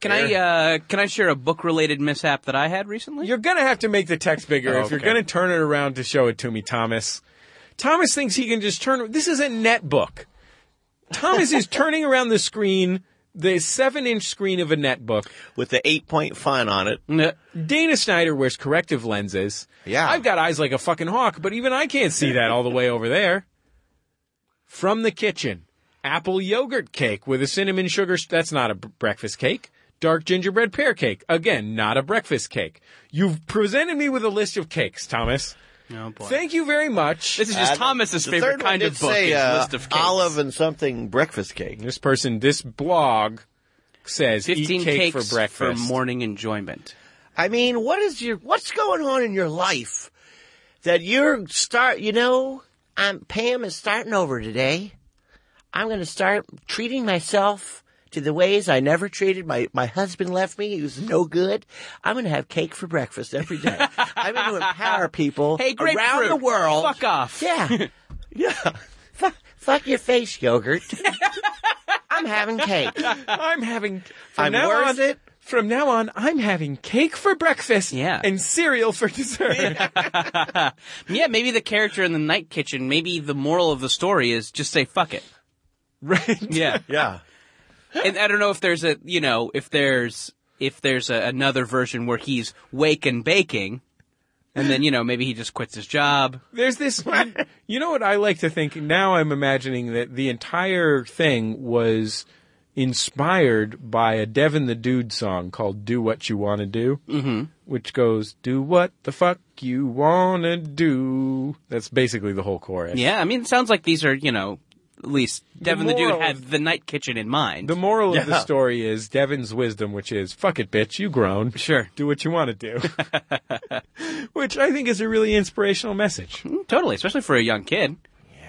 C: Can I uh, can I share a book related mishap that I had recently?
B: You're going to have to make the text bigger
D: Oh,
B: if you're
D: okay.
B: going to turn it around to show it to me, Thomas. Thomas thinks he can just turn. This is a net book. Thomas is turning around the screen, the seven inch screen of a net book,
D: With the eight point font on it.
C: N-
B: Dana Snyder wears corrective lenses.
D: Yeah.
B: I've got eyes like a fucking hawk, but even I can't see that all the way over there. From the kitchen, apple yogurt cake with a cinnamon sugar. That's not a b- breakfast cake. Dark gingerbread pear cake. Again, not a breakfast cake. You've presented me with a list of cakes, Thomas.
C: Oh boy.
B: Thank you very much.
C: this is just
D: Uh,
C: Thomas's
D: the
C: favorite
D: third one
C: kind
D: did
C: of book.
D: say,
C: is
D: uh,
C: list of cakes.
D: olive and something breakfast cake.
B: This person, this blog says
C: Fifteen
B: eat cake
C: cakes
B: for breakfast.
C: for morning enjoyment.
D: I mean, what is your what's going on in your life that you're start? You know, I'm Pam is starting over today. I'm going to start treating myself to the ways I never treated my my husband left me. He was no good. I'm going to have cake for breakfast
C: [LAUGHS]
D: every day. I'm going to empower people
C: Hey, grapefruit,
D: around the world.
C: fuck off.
D: Yeah. [LAUGHS] yeah. Fuck, fuck your face, [LAUGHS] yogurt. I'm having cake.
B: I'm having. From
D: I'm
B: now
D: worth
B: on,
D: it.
B: From now on, I'm having cake for breakfast
C: Yeah.
B: and cereal for dessert.
C: Yeah, maybe the character in the night kitchen. Maybe the moral of the story is just say fuck it.
B: [LAUGHS] Right?
C: Yeah,
D: Yeah.
C: [LAUGHS] and I don't know if there's a you know if there's if there's a, another version where he's wake and baking, and then you know maybe he just quits his job.
B: There's this. you know what I like to think? Now I'm imagining that the entire thing was inspired by a Devin the Dude song called Do What You Wanna Do, mm-hmm. which goes, Do what the fuck you wanna do. That's basically the whole chorus.
C: Yeah, I mean it sounds like these are you know at least Devin the, dude
B: moral-
C: had the night kitchen in mind.
B: The moral of the
D: Yeah.
B: story is Devin's wisdom, which is fuck it, bitch, you grown.
C: Sure.
B: Do what you want to do. [LAUGHS] which I think is a really inspirational message.
C: Mm, totally, especially for a young kid.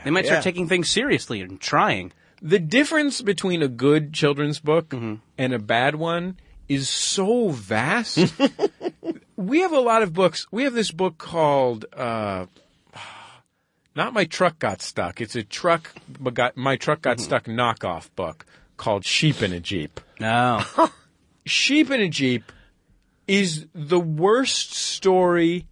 C: They might
D: Yeah.
C: start taking things seriously and trying.
B: the difference between a good children's book and a bad one is so vast. [LAUGHS] we have a lot of books. We have this book called uh, "Not My Truck Got Stuck." It's a truck, but got my truck got stuck knockoff book called "Sheep in a Jeep."
C: No,
B: Sheep in a Jeep is the worst story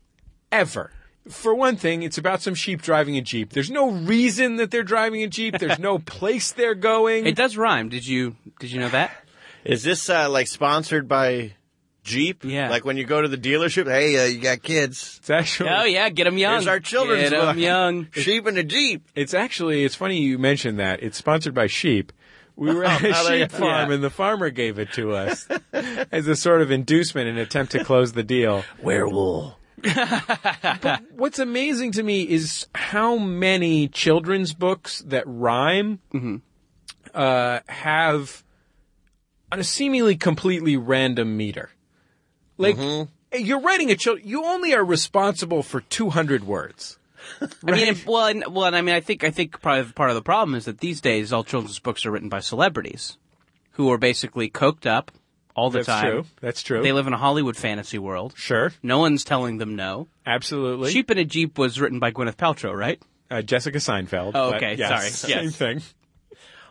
B: ever. For one thing, it's about some sheep driving a Jeep. There's no reason that they're driving a Jeep. There's no place they're going.
C: it does rhyme. Did you did you know that?
D: Is this uh, like sponsored by Jeep?
C: Yeah.
D: Like when you go to the dealership, hey, uh, you got kids.
B: It's actually
C: [LAUGHS] Oh yeah, get them young.
D: Here's our children's
C: Get 'em [LAUGHS]
D: book.
C: young.
D: [LAUGHS] Sheep and a Jeep.
B: it's actually it's funny you mentioned that. It's sponsored by sheep. We were at a
D: Oh, there you
B: sheep
D: go.
B: farm
C: Yeah.
B: and the farmer gave it to us as a sort of inducement in an attempt to close the deal.
D: Werewolf.
B: What's amazing to me is how many children's books that rhyme
C: Mm-hmm.
B: uh, have on a seemingly completely random meter. Like
C: Mm-hmm.
B: you're writing a child, you only are responsible for 200 words.
C: I mean, if- well, and, well, and I mean, I think I think part of part of the problem is that these days all children's books are written by celebrities who are basically coked up all the
B: That's
C: time.
B: true. That's true.
C: They live in a Hollywood fantasy world.
B: sure,
C: No one's telling them no.
B: absolutely.
C: Sheep in a Jeep was written by Gwyneth Paltrow, right?
B: uh, Jessica Seinfeld.
C: Oh,
B: but
C: okay,
B: yes,
C: sorry,
B: Same
C: yes.
B: thing.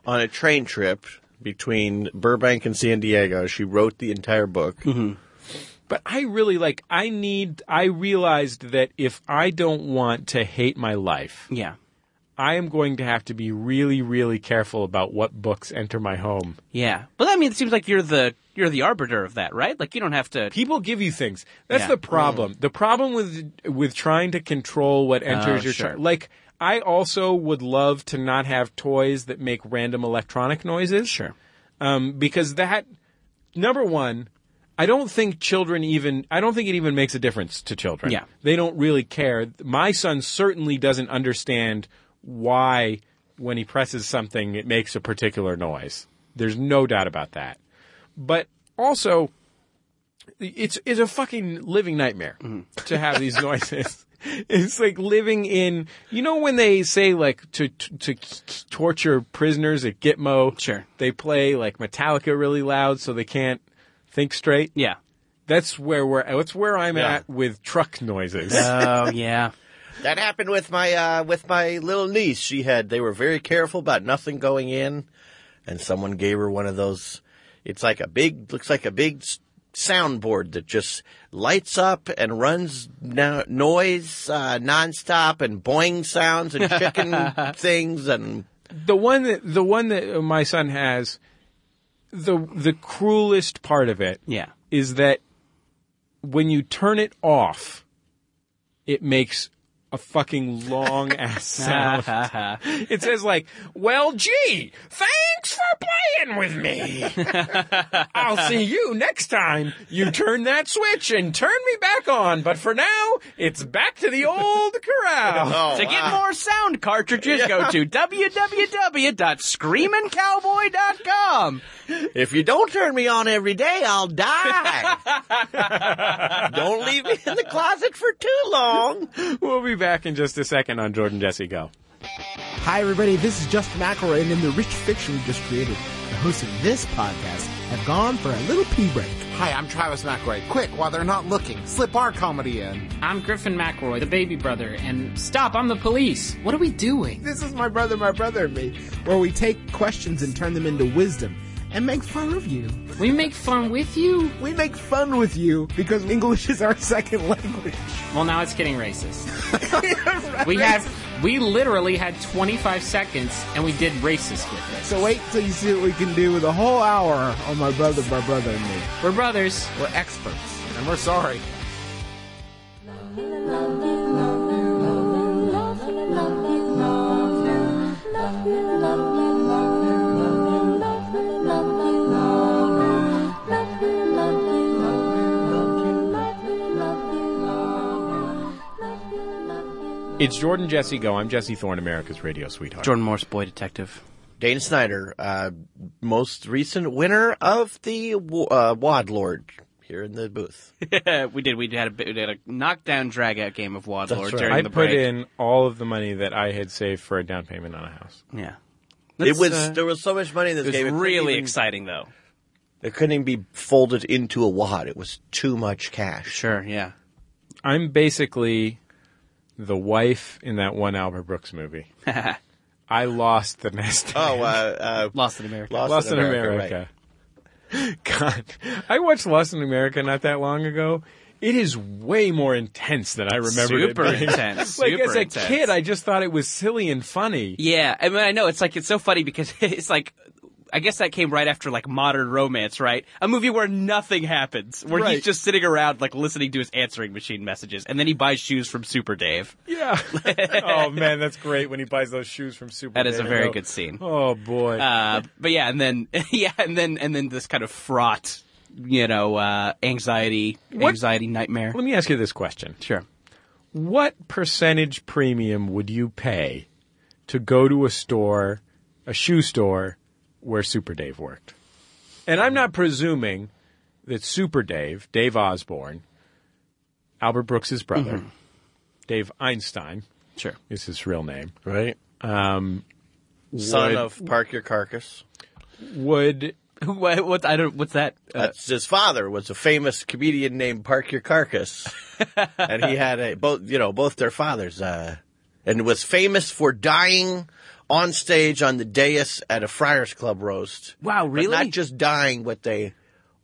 D: On a train trip between Burbank and San Diego, she wrote the entire book.
B: But I really like, I need, I realized that if I don't want to hate my life,
C: Yeah,
B: I am going to have to be really, really careful about what books enter my home.
C: yeah. But I mean, it seems like you're the you're the arbiter of that, right? Like you don't have to.
B: People give you things. That's
C: Yeah.
B: the problem. The problem with, with trying to control what enters
C: Oh,
B: your,
C: sure.
B: chi- like, I also would love to not have toys that make random electronic noises.
C: Sure.
B: um, because that number one i don't think children even i don't think it even makes a difference to children
C: Yeah.
B: they don't really care my son certainly doesn't understand why when he presses something it makes a particular noise there's no doubt about that but also it's it's a fucking living nightmare
C: Mm-hmm.
B: to have these
C: [LAUGHS]
B: noises. It's like living in you know when they say like to to, to torture prisoners at Gitmo.
C: Sure.
B: They play like Metallica really loud so they can't think straight.
C: Yeah.
B: That's where we're that's where I'm
D: Yeah.
B: at with truck noises.
C: Oh [LAUGHS] yeah.
D: That happened with my uh, with my little niece. She had they were very careful about nothing going in, and someone gave her one of those. It's like a big looks like a big s- soundboard that just lights up and runs no- noise uh, nonstop and boing sounds and chicken
C: [LAUGHS]
D: things and
B: the one that the one that my son has the the cruelest part of it
C: Yeah.
B: is that when you turn it off, it makes a [LAUGHS] fucking long ass sound. it says like, "Well, gee, thanks for playing with [LAUGHS] me. I'll see you next time. You turn that switch and turn me back on. But for now, it's back to the [LAUGHS] old corral.
D: Oh,
C: To get
D: wow.
C: more sound cartridges, go to www.screamingcowboy.com.
D: If you don't turn me on every day,
C: [LAUGHS]
D: I'll die. don't leave me in the closet for too long.
B: Oh, We'll be back in just a second on Jordan Jesse Go.
E: Hi, everybody. This is Justin McElroy, and in the rich fiction we just created, the hosts of this podcast have gone for a little pee break.
F: Hi, I'm Travis McRae. Quick, while they're not looking, slip our comedy in.
G: I'm Griffin McElroy, the baby brother, and stop, I'm the police. What are we doing?
E: This is my brother, my brother, and me, where we take questions and turn them into wisdom and make fun of you.
G: We make fun with you?
E: We make fun with you because English is our [LAUGHS] second language.
G: Well, now it's getting racist. We have, we literally had 25 seconds and we did racist with it.
E: So wait till you see what we can do with a whole hour on my brother, my brother, and me.
G: We're brothers.
E: We're experts.
F: And we're sorry.
B: It's Jordan Jesse Go. I'm Jesse Thorne, America's radio sweetheart.
C: Jordan Morse, boy detective.
D: Dane Snyder, uh, most recent winner of the wa- uh, Wad Lord here in
C: [LAUGHS]
D: the booth.
C: we did. We had a, bit- we had a knockdown, drag out game of Wadlord
D: right.
C: during
B: I
C: the
B: put
C: break.
B: in all of the money that I had saved for a down payment on a house.
C: Yeah.
D: It
C: Let's,
D: was
C: uh,
D: there was so much money in this
C: it was
D: game. couldn't
C: really
D: even-
C: exciting, though.
D: It couldn't even be folded into a wad. It was too much cash.
C: Sure, yeah.
B: I'm basically the wife in that one Albert Brooks [LAUGHS] movie. I lost the nest. egg.
D: Oh, uh, uh,
C: Lost in America.
D: Lost,
B: Lost in America.
D: America.
B: [LAUGHS] God, I watched Lost in America not that long ago. It is way more intense than I remember.
C: Super
B: it being.
C: intense,
B: [LAUGHS] like
C: super
B: as a
C: intense.
B: kid, I just thought it was silly and funny.
C: Yeah, I mean, I know it's like it's so funny because [LAUGHS] it's like. I guess that came right after like Modern Romance, right? A movie where nothing happens, where
B: Right.
C: he's just sitting around like listening to his answering machine messages, and then he buys shoes from Super Dave.
B: Yeah. [LAUGHS] oh man, that's great when he buys those shoes from Super.
C: That is a
B: Dave.
C: very good scene.
B: Oh boy.
C: Uh, but yeah, and then [LAUGHS] yeah, and then and then this kind of fraught, you know, uh, anxiety, anxiety nightmare.
B: Let me ask you this question:
C: Sure.
B: What percentage premium would you pay to go to a store, a shoe store, where Super Dave worked? And I'm not presuming that Super Dave, Dave Osborne, Albert Brooks' brother, Dave Einstein
C: Sure.
B: is his real name,
D: Right. Um, Son
B: would-
D: of Park Your Carcass.
B: would
C: Who- [LAUGHS] What, what I don't. What's that? Uh,
D: That's his father was a famous comedian named Park
C: [LAUGHS]
D: Your Carcass, and he had a both you know both their fathers, uh, and was famous for dying on stage on the dais at a Friars Club roast.
C: wow,
D: But not just dying, but they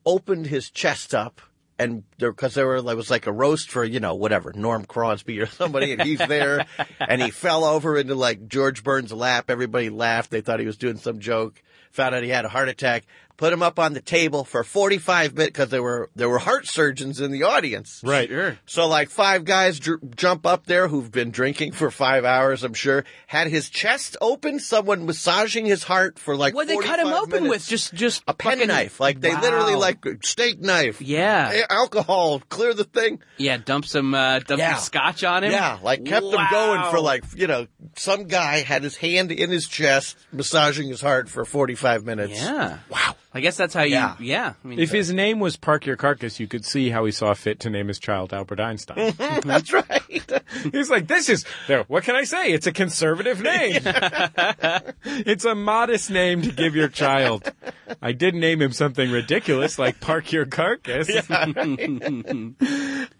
D: opened his chest up. And there, because there were, there was like a roast for you know whatever Norm Crosby or somebody, and he's
C: [LAUGHS]
D: there, and he fell over into like George Burns' lap. Everybody laughed; they thought he was doing some joke. Found out he had a heart attack. Put him up on the table for forty-five minutes because there were there were heart surgeons in the audience.
B: right?
D: So like five guys dr- jump up there who've been drinking for five hours, I'm sure. Had his chest open, someone massaging his heart for like
C: what they cut him
D: 45
C: open with?
D: minutes.
C: Just just
D: a
C: fucking-
D: penknife. Like they literally
C: Wow.
D: like steak knife.
C: Yeah.
D: A- Alcohol, clear the thing.
C: Yeah, dump some uh, dump
D: Yeah.
C: some scotch on him.
D: Yeah, like kept them going for like, you know, some guy had his hand in his chest, massaging his heart for 45 minutes.
C: Yeah. Wow. I guess that's how you. Yeah.
D: Yeah.
C: I mean,
B: If his name was Park Your Carcass, you could see how he saw fit to name his child Albert Einstein.
D: [LAUGHS] That's right. [LAUGHS]
B: He's like, this is, there, what can I say? It's a conservative name. [LAUGHS] it's a modest name to give your child. I did name him something ridiculous like Park Your Carcass.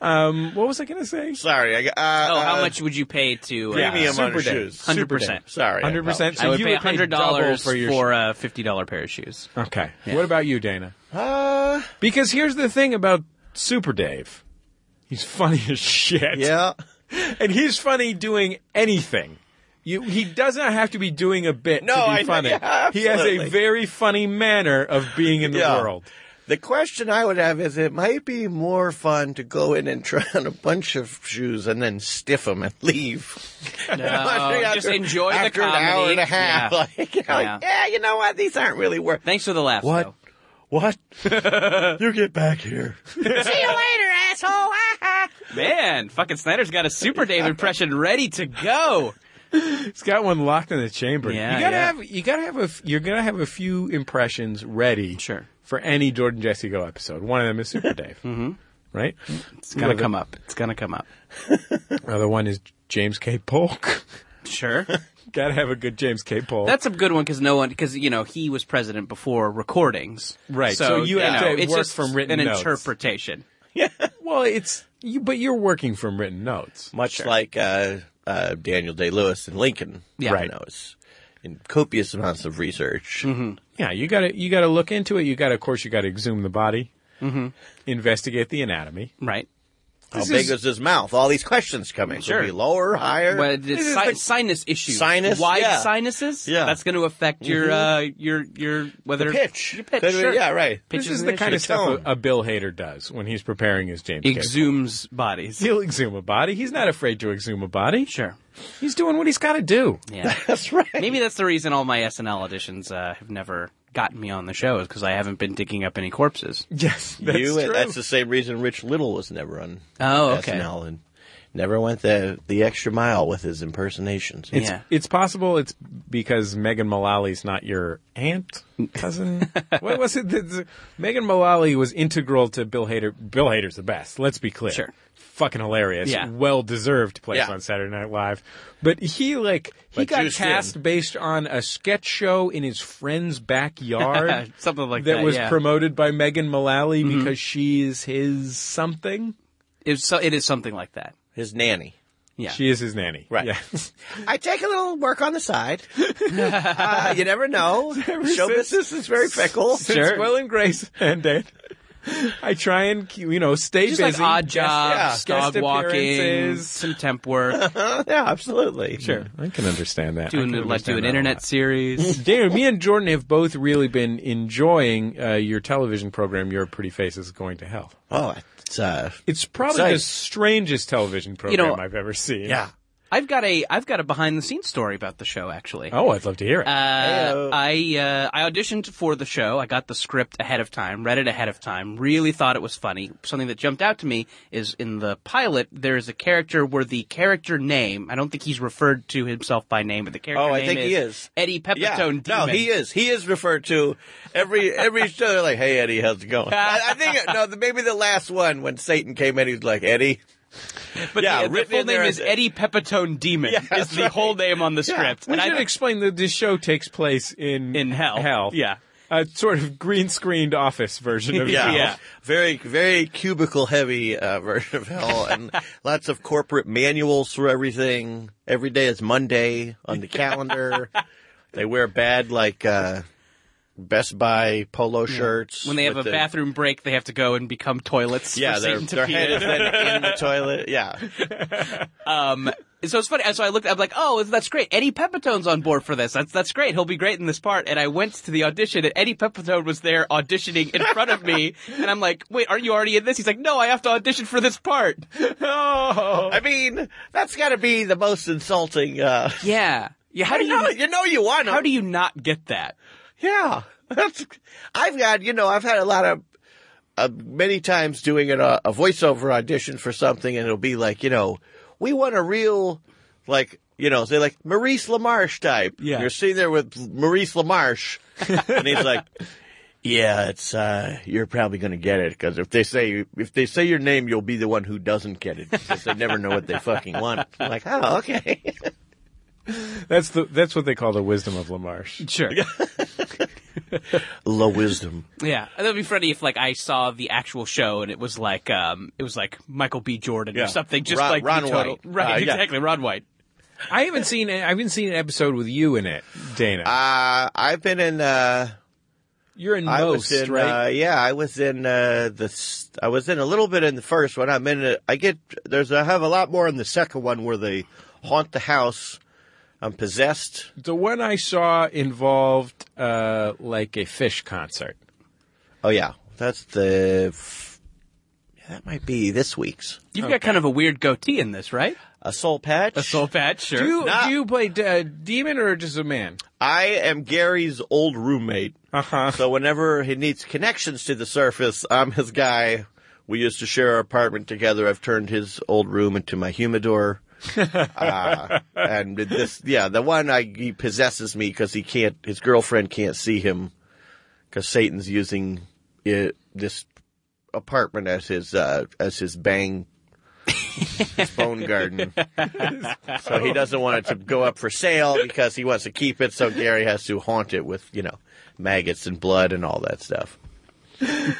B: um, what was I going to say?
D: Sorry. I, uh,
C: oh, how
D: uh,
C: much would you pay to?
D: Yeah.
C: Uh,
D: Premium on
B: Super
D: his
B: Dave.
D: shoes.
B: Super
C: 100%.
B: Dave.
D: Sorry. I
B: 100%.
D: apologize.
B: So
C: I would
B: you
C: pay
B: would pay
C: hundred
B: double
C: dollars
B: for
C: for,
B: your
C: a fifty dollar pair of shoes.
B: Okay. What about you, Dana?
D: Uh,
B: Because here's the thing about Super Dave. He's funny as shit.
D: yeah.
B: And he's funny doing anything. You, he does not have to be doing a bit
D: No,
B: to be
D: I-
B: funny.
D: yeah,
B: he has a
D: absolutely.
B: very funny manner of being in the
D: Yeah.
B: world.
D: The question I would have is it might be more fun to go in and try on a bunch of shoes and then stiff them and leave.
C: [LAUGHS]
D: [LAUGHS]
C: No, just enjoy the
D: after an hour
C: comedy.
D: and a half.
C: Yeah.
D: [LAUGHS] Like, you know,
C: Yeah.
D: like, yeah, you know what? These aren't really worth
C: Thanks for the laugh.
D: What?
C: though.
D: What? you get back here.
C: Man, fucking Snyder's got a Super Dave impression ready to go.
B: He's got one locked in the chamber.
C: Yeah,
B: you gotta
C: yeah.
B: have you gotta have a f- you're gonna have a few impressions ready.
C: Sure.
B: For any Jordan Jesse Go episode, one of them is Super
C: [LAUGHS]
B: Dave. mm-hmm. Right.
C: It's gonna come up. It's gonna come up.
B: Another one is James K. Polk. [LAUGHS]
C: Sure. [LAUGHS]
B: gotta have a good James K. Polk.
C: That's a good one because no one because you know he was president before recordings,
B: Right, so you have
C: know,
B: to
C: it's
B: work
C: just
B: from written
C: an
B: notes.
C: interpretation.
B: well, it's you, but you're working from written notes.
D: Much like uh, uh, Daniel Day Lewis and Lincoln.
C: Yeah.
D: Right. Mm-hmm. Knows, in copious amounts of research.
B: Yeah, you gotta you gotta look into it. You gotta, of course, you gotta exhume the body,
C: Mm-hmm.
B: investigate the anatomy.
C: Right.
D: How
B: This
D: big
B: is-
D: is his mouth? All these questions coming.
C: Sure.
D: Could be lower, higher.
C: Well, it's si- sinus issues.
D: Sinus,
C: Wide
D: yeah.
C: sinuses?
D: Yeah.
C: That's going to affect your, uh, your, your, whether.
D: pitch.
C: Your pitch,
D: Could be-
C: sure.
D: Yeah, right.
C: Pitch
B: This is
C: an
B: the kind of
C: issue.
B: stuff
D: tone.
B: a, a Bill Hader does when he's preparing his James K. Polk.
C: Exhumes bodies.
B: He'll exhume a body. He's not afraid to exhume a body.
C: [LAUGHS] Sure.
B: He's doing what he's got to do.
C: Yeah.
D: That's right.
C: Maybe that's the reason all my SNL auditions uh, have never gotten me on the show is because I haven't been digging up any corpses.
B: Yes, that's
D: you,
B: true.
D: [LAUGHS] That's the same reason Rich Little was never on
C: Oh, okay.
D: SNL and never went the the extra mile with his impersonations.
C: It's- Yeah.
B: It's possible it's because Megan Mullally's not your aunt,
C: [LAUGHS]
B: cousin. what was it? That, Megan Mullally was integral to Bill Hader. Bill Hader's the best. Let's be clear.
C: Sure.
B: Fucking hilarious.
C: Yeah.
B: Well deserved place
D: Yeah.
B: on Saturday Night Live. But he like he
D: But
B: got
D: juiced
B: cast
D: in.
B: based on a sketch show in his friend's backyard.
C: [LAUGHS] Something like that,
B: was
C: yeah. Mm-hmm.
B: promoted by Megan Mullally because she is his something.
C: It's so, it is something like that.
D: His nanny.
C: Yeah.
B: She is his nanny.
D: Right.
B: Yes.
D: I take a little work on the [LAUGHS] side. uh, you
B: [LAUGHS]
D: never know. Show
B: since-
D: business is very [LAUGHS] fickle.
B: Since Will [LAUGHS] and Grace ended, I try and you know stay
C: just
B: busy.
C: like odd
B: Guest-
C: jobs,
B: yeah,
C: dog
B: guest
C: walking,
B: appearances.
C: some temp work,
D: yeah, absolutely.
B: Sure, I can understand that. I
C: doing
B: can
C: the, like do
B: understand
C: an
B: that a
C: internet
B: lot. [LAUGHS]
C: series.
B: Daniel, me and Jordan have both really been enjoying uh, your television program. Your pretty face is going to hell.
D: Oh, it's, uh,
B: It's probably
D: Exciting.
B: the strangest television program
C: know-
B: I've ever seen.
D: yeah.
C: I've got a I've got a behind the scenes story about the show actually.
B: Oh, I'd love to hear it.
C: Uh, I uh, I auditioned for the show. I got the script ahead of time, read it ahead of time. Really thought it was funny. Something that jumped out to me is in the pilot. There is a character where the character name. I don't think he's referred to himself by name, but the character.
D: Oh, I
C: name
D: think he is.
C: Eddie Pepitone.
D: Yeah.
C: Demon.
D: No, he is. He is referred to every every show. They're like, "Hey, Eddie, how's it [LAUGHS] going?" I, I think no, the, maybe the last one when Satan came in, he's like, "Eddie."
C: But
D: Yeah,
C: the, the
D: written
C: full
D: in there
C: name is
D: as-
C: Eddie Pepitone Demon. is the whole name on the script.
B: we
C: and
B: should
C: I,
B: explain that this show takes place in
C: in hell.
B: Hell,
C: Yeah.
B: a sort of green screened office version of
D: Yeah.
B: hell.
C: [LAUGHS] Yeah.
D: Very, very cubicle heavy uh, [LAUGHS] version of hell and lots of corporate manuals for everything. Every day is Monday on
C: [LAUGHS]
D: the calendar. they wear bad, like, uh, Best Buy polo shirts.
C: When they have a
D: with the-
C: bathroom break, they have to go and become toilets.
D: [LAUGHS] Yeah,
C: for
D: their,
C: Satan to
D: their
C: pee
D: head
C: in.
D: is then in the toilet. Yeah.
C: Um, so it's funny. So I looked. I'm like, oh, that's great. Eddie Pepitone's on board for this. That's that's great. He'll be great in this part. And I went to the audition, and Eddie Pepitone was there auditioning in front of [LAUGHS] me. And I'm like, wait, aren't you already in this? He's like, no, I have to audition for this part. [LAUGHS]
B: Oh,
D: I mean, that's gotta be the most insulting, uh,
C: Yeah. Yeah. How do
D: you know,
C: you?
D: you know you want
C: How do you not get that?
D: Yeah, [LAUGHS] that's. I've got you know I've had a lot of. Uh, many times doing an, uh, a voiceover audition for something, and it'll be like, you know, we want a real, like, you know, say like Maurice LaMarche type.
B: Yeah.
D: You're sitting there with Maurice LaMarche, and he's like, yeah, it's, uh, you're probably going to get it because if they say, if they say your name, you'll be the one who doesn't get it because they never know what they fucking want. I'm like, oh, okay.
B: that's the that's what they call the wisdom of Lamarche.
C: Sure.
D: Low wisdom.
C: [LAUGHS] Yeah, and that'd be funny if like I saw the actual show and it was like um it was like Michael B. Jordan
D: Yeah.
C: or something, just
D: Ron-
C: like the
D: Ron
C: total-
D: White.
C: right?
D: Uh, yeah.
C: exactly, Ron White.
B: I haven't seen I haven't seen an episode with you in it, Dana.
D: Uh, I've been in, uh,
B: You're in
D: I
B: most,
D: was in,
B: right?
D: uh, yeah, I was in uh, the. s- I was in a little bit in the first one. I'm in. A, I get there's. I have a lot more in the second one where they haunt the house. I'm possessed.
B: the one I saw involved uh, like a fish concert.
D: Oh yeah, That's the. F- yeah, that might be this week's.
C: You've got kind of a weird goatee in this, right?
D: A soul patch.
C: A soul patch, sure.
B: Do you,
D: Nah.
B: do you play uh, demon or just a man?
D: I am Gary's old roommate.
B: Uh-huh.
D: So whenever he needs connections to the surface, I'm his guy. We used to share our apartment together. I've turned his old room into my humidor. uh, and this, yeah, the one I, he possesses me because he can't, his girlfriend can't see him because Satan's using it, this apartment as his, uh, as his bang, his bone garden. So he doesn't want it to go up for sale because he wants to keep it. So Gary has to haunt it with, you know, maggots and blood and all that stuff.
B: It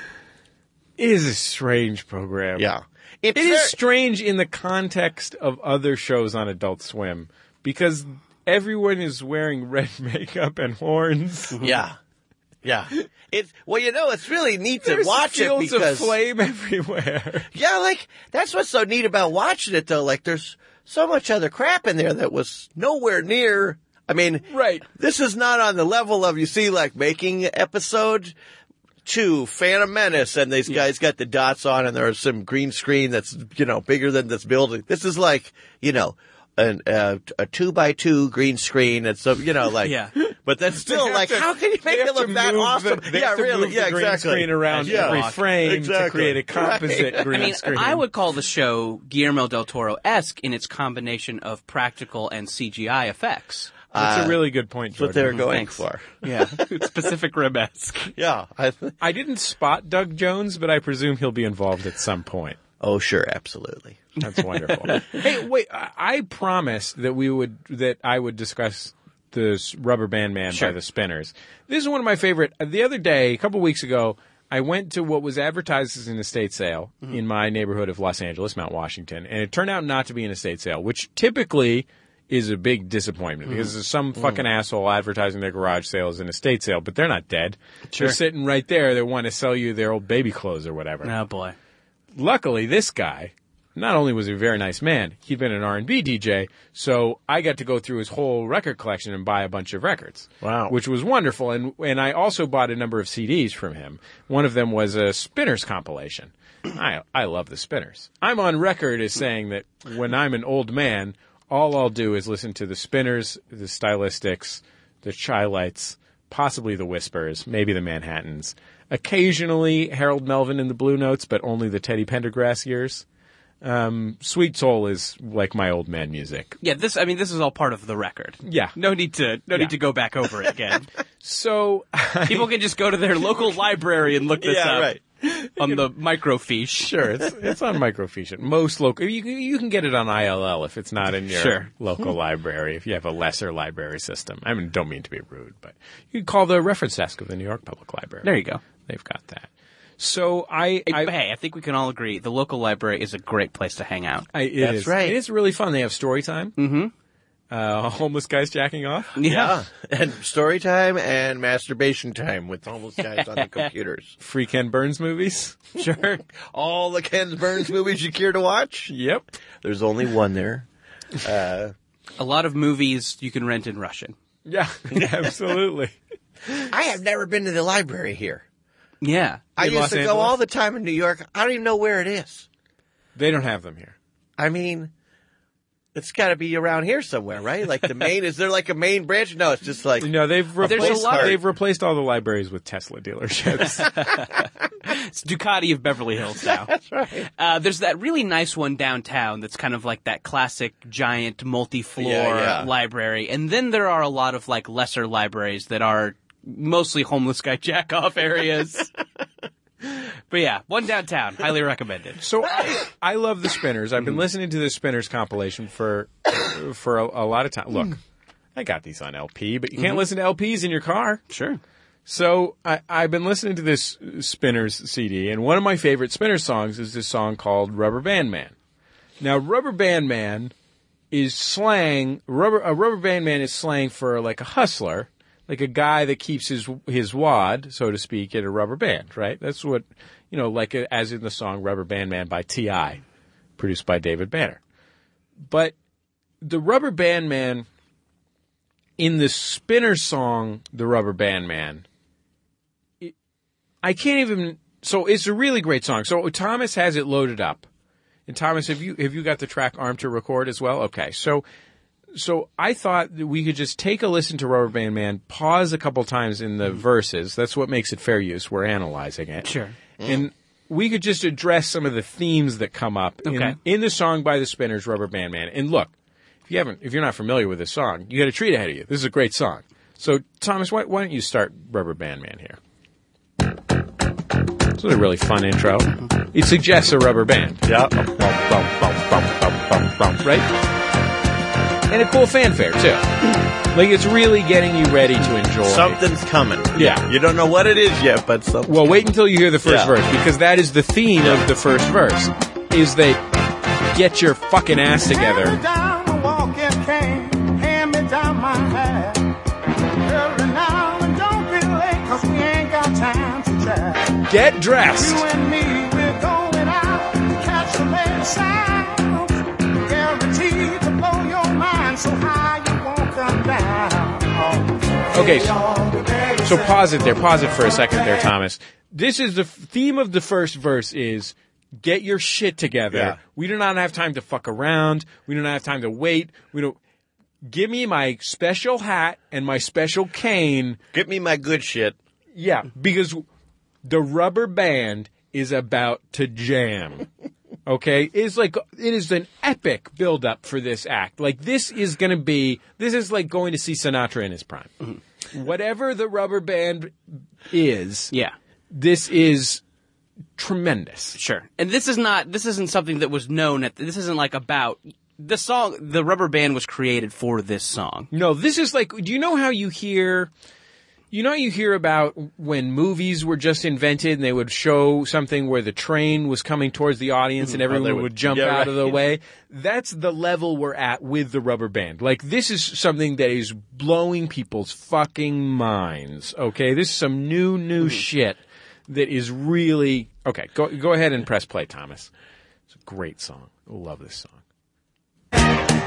B: is a strange program.
D: Yeah.
B: It is strange in the context of other shows on Adult Swim because everyone is wearing red [LAUGHS] makeup and horns.
D: Yeah. Yeah. It's, well, you know, it's really neat to
B: There's
D: watch it
B: fields
D: because,
B: of flame [LAUGHS] everywhere.
D: yeah, like, that's what's so neat about watching it though. Like, there's so much other crap in there that was nowhere near, I mean,
B: Right.
D: this is not on the level of, you see, like, making episode two, Phantom Menace, and these guys got the dots on and there's some green screen that's, you know, bigger than this building. This is like, you know, an, uh, a two by two green screen and some,
B: [LAUGHS]
D: you know, like,
C: Yeah.
D: but that's still
B: have
D: like,
B: to-
D: how can you
B: they
D: make
B: have
D: it look
B: to
D: that
B: move the-
D: awesome?
B: they
D: yeah,
B: have to
D: really,
B: move
D: yeah,
B: the green
D: exactly.
B: screen around
D: Yeah.
B: every frame to
D: Exactly.
B: create a composite
D: Right.
B: green
C: I mean,
B: screen.
C: I would call the show Guillermo del Toro esque in its combination of practical and CGI effects.
B: That's a really good point,
D: Uh, That's what they were
B: Jordan.
D: going
C: Thanks.
D: for. [LAUGHS]
C: Yeah, it's Pacific Rim esque.
D: Yeah. I,
B: I didn't spot Doug Jones, but I presume he'll be involved at some point.
D: oh, sure. Absolutely.
B: That's wonderful. hey, wait! I, I promised that we would that I would discuss this Rubber Band Man by the Spinners. This is one of my favorite. Uh, The other day, a couple weeks ago, I went to what was advertised as an estate sale in my neighborhood of Los Angeles, Mount Washington, and it turned out not to be an estate sale, which typically is a big disappointment because there's some fucking asshole advertising their garage sale as an estate sale, but they're not dead. They're sitting right there. They want to sell you their old baby clothes or whatever
C: Oh boy.
B: luckily this guy not only was he a very nice man he'd been an r&b dj so i got to go through his whole record collection and buy a bunch of records
D: Wow.
B: which was wonderful and and i also bought a number of cds from him one of them was a spinners compilation [CLEARS THROAT] i i love the spinners i'm on record as saying that when i'm an old man all i'll do is listen to the spinners the stylistics the Chilites, possibly the Whispers, maybe the Manhattans. Occasionally Harold Melvin and the Blue Notes, but only the Teddy Pendergrass years. Um, Sweet Soul is like my old man music.
C: Yeah, this. I mean, this is all part of the record.
B: Yeah.
C: No need to. No need to go back over it [LAUGHS] again.
B: So
C: People can just go to their local library and look this
D: Yeah,
C: up
D: right.
C: on the microfiche. Sure.
B: it's, [LAUGHS] it's on microfiche. at Most local, you, can- you can get it on ILL if it's not in your
C: Sure.
B: [LAUGHS] local library. If you have a lesser library system, I mean, don't mean to be rude, but you can call the reference desk of the New York Public Library.
C: [LAUGHS] There you go.
B: They've got that. So I, I
C: hey, I think we can all agree the local library is a great place to hang out.
B: I, it
D: That's
B: is.
D: right.
B: It is really fun. They have story time. Mm-hmm. Uh, [LAUGHS] homeless guys jacking off.
D: Yeah. And story time and masturbation time with homeless guys on the [LAUGHS] computers.
B: Free Ken Burns movies. [LAUGHS]
D: Sure. All the Ken Burns movies you care to watch?
B: Yep.
D: There's only one there.
C: A lot of movies you can rent in Russian.
B: Yeah. [LAUGHS] absolutely.
D: I have never been to the library here.
C: Yeah.
D: I
B: In
D: used
B: Los
D: to go
B: Angeles?
D: all the time in New York. I don't even know where it is.
B: They don't have them here.
D: I mean, it's got to be around here somewhere, right? Like the main, is there like a main branch? No, it's just [LAUGHS] like,
B: No, they've
C: There's a
B: replaced.
C: lot-
B: They've replaced all the libraries with Tesla dealerships.
C: It's Ducati of Beverly Hills now. that's right. Uh, there's that really nice one downtown that's kind of like that classic giant multi-floor
D: Yeah, yeah.
C: library, and then there are a lot of like lesser libraries that are mostly homeless guy jack off areas. but yeah, one downtown, highly
B: [LAUGHS]
C: recommended.
B: so I, I love the Spinners. I've been listening to the Spinners compilation for for a, a lot of time. Look, I got these on LP, but you can't listen to LPs in your car.
C: Sure.
B: So I, I've been listening to this Spinners CD, and one of my favorite Spinners songs is this song called "Rubber Band Man." Now, "Rubber Band Man" is slang. Rubber a rubber band man is slang for like a hustler, like a guy that keeps his his wad, so to speak, in a rubber band. Right? That's what you know, like uh as in the song "Rubber Band Man" by T.I., produced by David Banner. But the Rubber Band Man in the Spinner song, the Rubber Band Man. I can't even so it's a really great song. So Thomas has it loaded up. And Thomas, have you have you got the track Arm to Record as well? Okay. So so I thought that we could just take a listen to Rubber Band Man, pause a couple times in the verses. That's what makes it fair use. We're analyzing it.
C: Mm. Sure. Mm.
B: And we could just address some of the themes that come up
C: Okay.
B: in, in the song by the Spinners, Rubber Band Man. And look, if you haven't, if you're not familiar with this song, you got a treat ahead of you. This is a great song. So Thomas, why, why don't you start Rubber Band Man here? This is a really fun intro.
C: Mm-hmm.
B: It suggests a rubber band. Yeah. Right? And a cool fanfare, too. Like, it's really getting you ready to enjoy.
D: Something's coming.
B: Yeah.
D: You don't know what it is yet, but something.
B: Well, wait until you hear the first
D: Yeah.
B: verse, because that is the theme of the first verse, is that get your fucking ass
H: Hand
B: together.
H: me down a walking cane, hand me down my hat. Hurry now and don't be late, 'cause we ain't got time to chat.
B: Get
H: You
B: dressed.
H: and me, we're going out to catch the latest sound. Guaranteed to blow your mind so high you won't come down.
B: Okay, so So pause it there. Pause it for a second there, Thomas. This is the f- theme of the first verse is get your shit together.
D: Yeah.
B: We do not have time to fuck around. We do not have time to wait. We don't give me my special hat and my special cane.
D: Get me my good shit.
B: Yeah, because the rubber band is about to jam. Okay, it's like it is an epic build up for this act. Like this is going to be this is like going to see Sinatra in his prime. Whatever the rubber band is,
C: Yeah.
B: this is tremendous.
C: Sure. And this is not this isn't something that was known at this isn't like about the song the rubber band was created for this song.
B: No, this is like do you know how you hear you know how you hear about when movies were just invented and they would show something where the train was coming towards the audience and everyone would,
D: Mm-hmm. would-
B: jump
D: yeah,
B: out of the
D: right.
B: way. That's the level we're at with the rubber band. Like this is something that is blowing people's fucking minds. Okay, this is some new new
D: Mm-hmm.
B: shit that is really okay. Go go ahead and press play, Thomas. It's a great song. I love this song.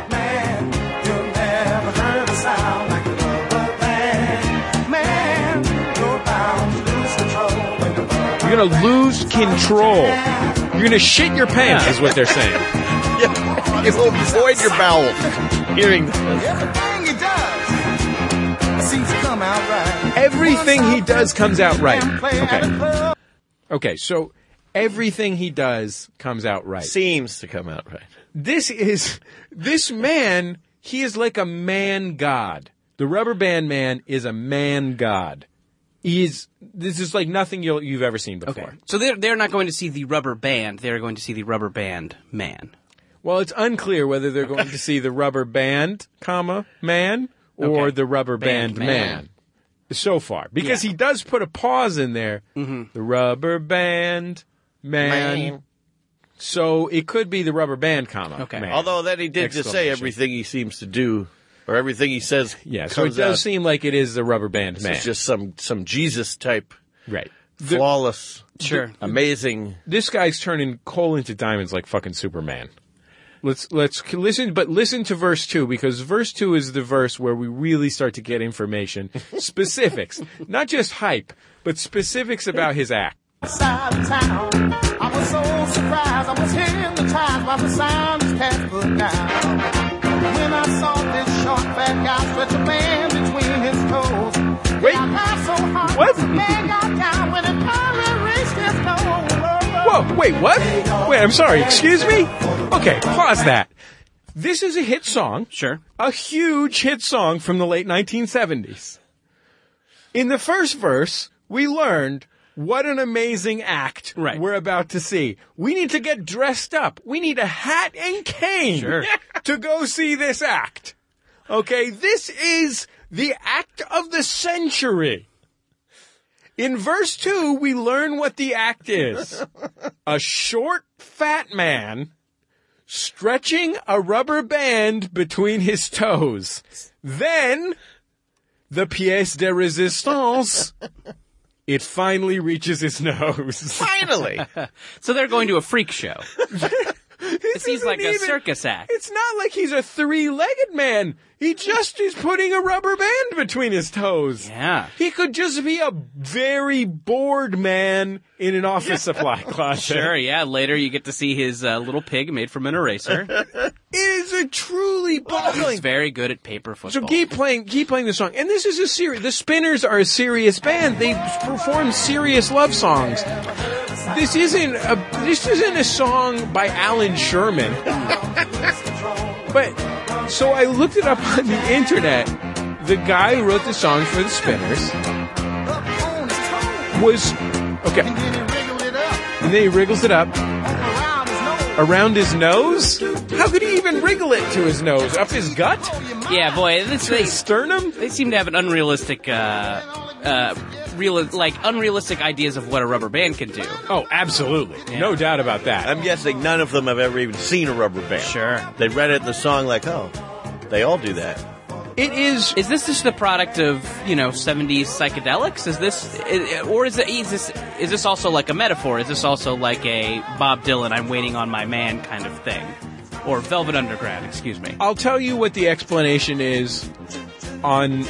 H: Man, you'll never heard a sound like a rubber band. Man, you're bound to lose control when the rubber
B: You're gonna lose control. You're gonna shit your pants, is what they're saying.
D: Yeah. It will void your bowels. Hearing this.
H: Everything he does seems to come out right.
B: Everything he does comes out right.
H: And play at a
B: Okay.
H: club.
B: Okay. So everything he does comes out right.
D: seems to come out right.
B: this is this man. He is like a man god. The rubber band man is a man god. He is. This is like nothing you'll, you've ever seen before.
C: So they're they're not going to see the rubber band, they're going to see the rubber band man.
B: Well, it's unclear whether they're going to see the rubber band, comma man, or
C: Okay.
B: the rubber band,
C: Band
B: man.
C: man.
B: So far, because he does put a pause in there, the rubber band man.
D: Man.
B: So it could be the rubber band, comma.
C: Okay.
B: man.
D: Although then he did just say
B: Exclamation.
D: everything he seems to do, or everything he says.
B: yeah, so it
D: comes
B: does
D: out.
B: seem like it is the rubber band man.
D: It's just some some Jesus type,
B: right. The-
D: flawless,
C: Sure.
D: amazing.
B: this guy's turning coal into diamonds like fucking Superman. Let's let's c- listen, but listen to verse two because verse two is the verse where we really start to get information, specifics, not just hype, but specifics about his act.
H: Side of town. I was so surprised, I was hypnotized by the sound his cat put down. When I saw this short fat guy stretch a man between his toes,
B: Wait.
H: I laughed so hard,
B: What?
H: the man got down when it finally reached his toe.
B: Whoa, wait, what? Wait, I'm sorry, excuse me? Okay, pause that. This is a hit song.
C: Sure.
B: a huge hit song from the late 1970s. In the first verse, we learned what an amazing act
C: Right.
B: we're about to see. We need to get dressed up. We need a hat and cane
C: Sure.
B: [LAUGHS] to go see this act. Okay, this is the act of the century. In verse 2, we learn what the act
C: [LAUGHS]
B: is. a short, fat man stretching a rubber band between his toes. Then, the pièce de résistance, it
C: [LAUGHS]
B: finally reaches his nose.
D: Finally,
C: So they're going to a freak show. This is
B: isn't
C: like a
B: even-
C: circus act.
B: It's not like he's a three-legged man. He just is putting a rubber band between his toes.
C: Yeah.
B: He could just be a very bored man in an
C: [LAUGHS]
B: office supply closet.
C: Sure, yeah. Later you get to see his uh, little pig made from an eraser.
B: It is a truly
C: Oh, He's
B: boggling.
C: very good at paper football.
B: So keep playing, keep playing the song. And this is a serious. The Spinners are a serious band. They perform serious love songs. This isn't a. This isn't a song by Alan Sherman. [LAUGHS] but so I looked it up on the internet. The guy who wrote the song for the Spinners was okay. And then he wriggles it up around his nose. How could he even wriggle it to his nose? Up his gut?
C: yeah, boy,
B: His
C: this they,
B: sternum?
C: they seem to have an unrealistic, uh, uh, real like unrealistic ideas of what a rubber band can do.
B: Oh, absolutely. No doubt about that.
D: I'm guessing none of them have ever even seen a rubber band.
C: Sure.
D: They read it in the song like, oh, they all do that.
B: It is.
C: Is this just the product of you know '70s psychedelics? Is this, i- or is, it, is this is this also like a metaphor? Is this also like a Bob Dylan "I'm waiting on my man" kind of thing, or Velvet Underground? Excuse me.
B: I'll tell you what the explanation is on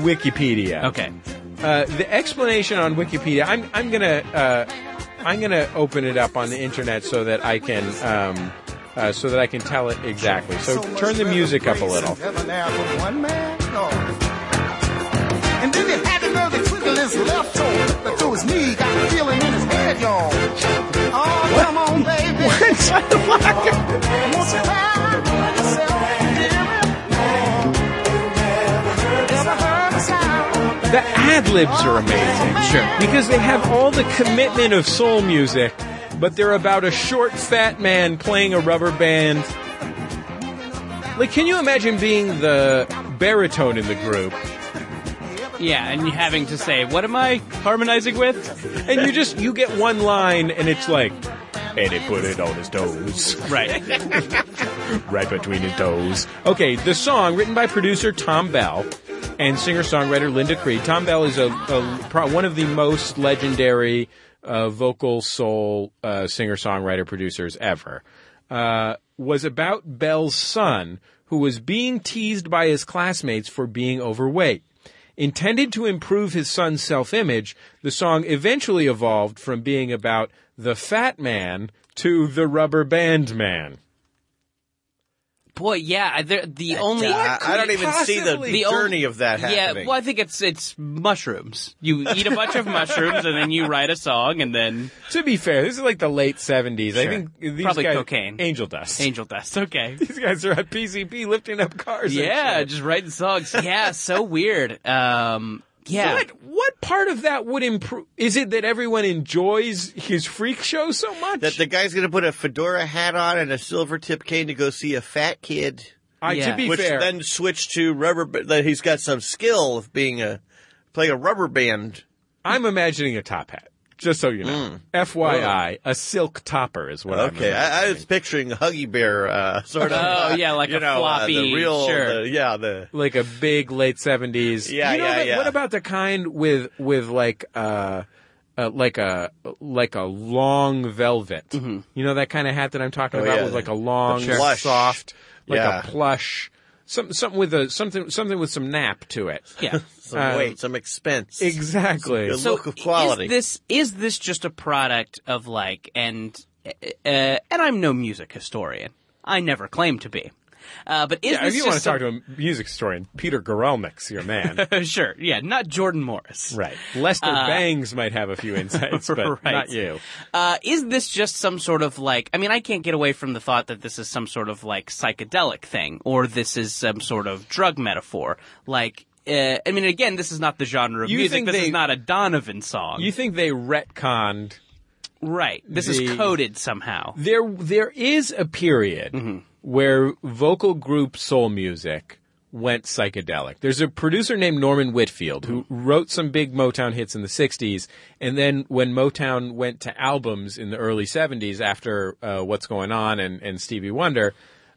B: Wikipedia.
C: Okay.
B: Uh, the explanation on Wikipedia. I'm I'm gonna uh, I'm gonna open it up on the internet so that I can um, uh, so that I can tell it exactly. So turn the music up a little.
H: And then he had the nerve to twinkle his left toe, but through his knee, got a feeling in his head, y'all. Oh, come on,
B: [LAUGHS]
H: baby. Won't you try yourself, dearie? Never heard a sound.
B: The ad libs are amazing.
C: Sure.
B: Because they have all the commitment of soul music, but they're about a short, fat man playing a rubber band. Like, can you imagine being the baritone in the group?
C: Yeah, and you having to say, "What am I harmonizing with?"
B: [LAUGHS] And you just, you get one line and it's like, and he put it on his toes.
C: Right.
B: [LAUGHS] right between his toes. Okay, the song written by producer Tom Bell and singer-songwriter Linda Creed. Tom Bell is a, a pro, one of the most legendary uh, vocal soul uh, singer-songwriter producers ever. Uh, was about Bell's son who was being teased by his classmates for being overweight. Intended to improve his son's self image, the song eventually evolved from being about the fat man to the rubber band man.
C: Boy, yeah. I- there- The only
D: I, I don't even see the
B: possibly-
C: The only-
D: journey of that
C: Yeah,
D: happening.
C: well, I think it's it's mushrooms. You eat a bunch of mushrooms, and then you write a song, and then
B: To be fair, this is like the late seventies. I think these
C: Probably
B: guys,
C: cocaine.
B: angel dust.
C: angel dust.
B: [LAUGHS]
C: Okay.
B: These guys are at PCP lifting up cars. and
C: Yeah,
B: shit.
C: just
B: [LAUGHS]
C: writing songs. Yeah, so weird. Um, yeah.
B: What what part of that would improve? Is it that everyone enjoys his freak show so much?
D: that the guy's going to put a fedora hat on and a silver tip cane to go see a fat kid.
B: I,
C: Yeah.
B: To be
D: which
B: fair,
D: then switched to rubber. ba- That he's got some skill of being a playing a rubber band.
B: I'm imagining a top hat. Just so you know, FYI, a silk topper is what.
D: Mm. Okay,
B: I'm
D: I, I was picturing Huggy Bear uh, sort of.
C: Oh,
D: uh,
C: yeah, like
D: [LAUGHS] you
C: a
D: know, uh,
C: floppy
D: the real,
C: shirt.
D: the- yeah, the
B: like a big late seventies.
D: Yeah,
B: you know
D: yeah,
B: that-
D: yeah.
B: What about the kind with with like uh, uh like a like a long velvet? You know that kind of hat that I'm talking
D: Oh,
B: about
D: yeah.
B: with like a long,
D: The plush.
B: soft, like
D: Yeah.
B: a plush, some something with a something something with some nap to [LAUGHS] it.
C: Yeah.
D: some weight, some expense.
B: Exactly.
D: Some good
C: So
D: [LAUGHS] Look of quality.
C: is this is this just a product of like and uh, and I'm no music historian. I never claim to be. Uh, but is
B: Yeah,
C: this
B: if you want to
C: just
B: talk to a music historian, Peter Gorelnick's your [LAUGHS] man.
C: some- Uh, sure? Yeah, not Jordan Morris. [LAUGHS]
B: right. Lester Bangs might have a few [LAUGHS] insights, but
C: Right.
B: not you.
C: Uh, is this just some sort of like? I mean, I can't get away from the thought that this is some sort of like psychedelic thing, or this is some sort of drug metaphor. Like, uh, I mean, again, this is not the genre of
B: You
C: music.
B: think
C: This
B: they-
C: is not a Donovan song,
B: You think they retconned
C: right? This
B: the-
C: is coded somehow.
B: there there is a period where vocal group soul music went psychedelic. There's a producer named Norman Whitfield who wrote some big Motown hits in the 60s and then when Motown went to albums in the early 70s after uh, What's Going On and, and Stevie Wonder,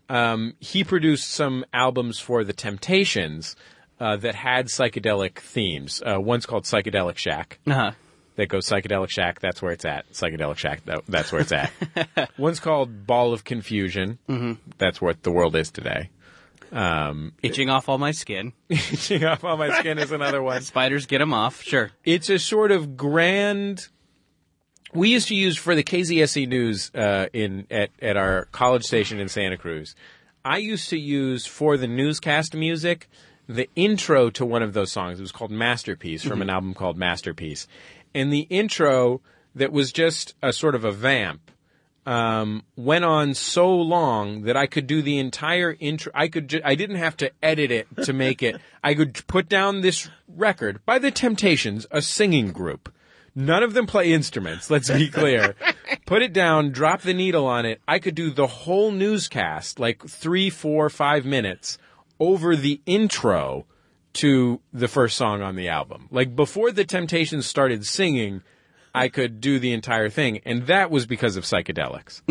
B: um, he produced some albums for The Temptations uh, that had psychedelic themes. Uh, one's called Psychedelic Shack
C: Uh-huh.
B: that goes psychedelic shack. That's where it's at. Psychedelic shack. That, that's where it's at. One's called Ball of Confusion. Mm-hmm. That's what the world is [LAUGHS] today.
C: Itching off all my skin.
B: Itching off on my skin is [LAUGHS] another one.
C: Spiders get them off. Sure.
B: It's a sort of grand. We used to use for the KZSE news uh, in at at our college station in Santa Cruz. I used to use for the newscast music the intro to one of those songs. It was called Masterpiece from an album called Masterpiece, and the intro that was just a sort of a vamp um, went on so long that I could do the entire intro. I could, ju- I didn't have to edit it to make it. [LAUGHS] I could put down this record by the Temptations, a singing group. None of them play instruments. Let's be clear. put it down, drop the needle on it. I could do the whole newscast, like three, four, five minutes over the intro to the first song on the album. Like before the Temptations started singing, I could do the entire thing, and that was because of psychedelics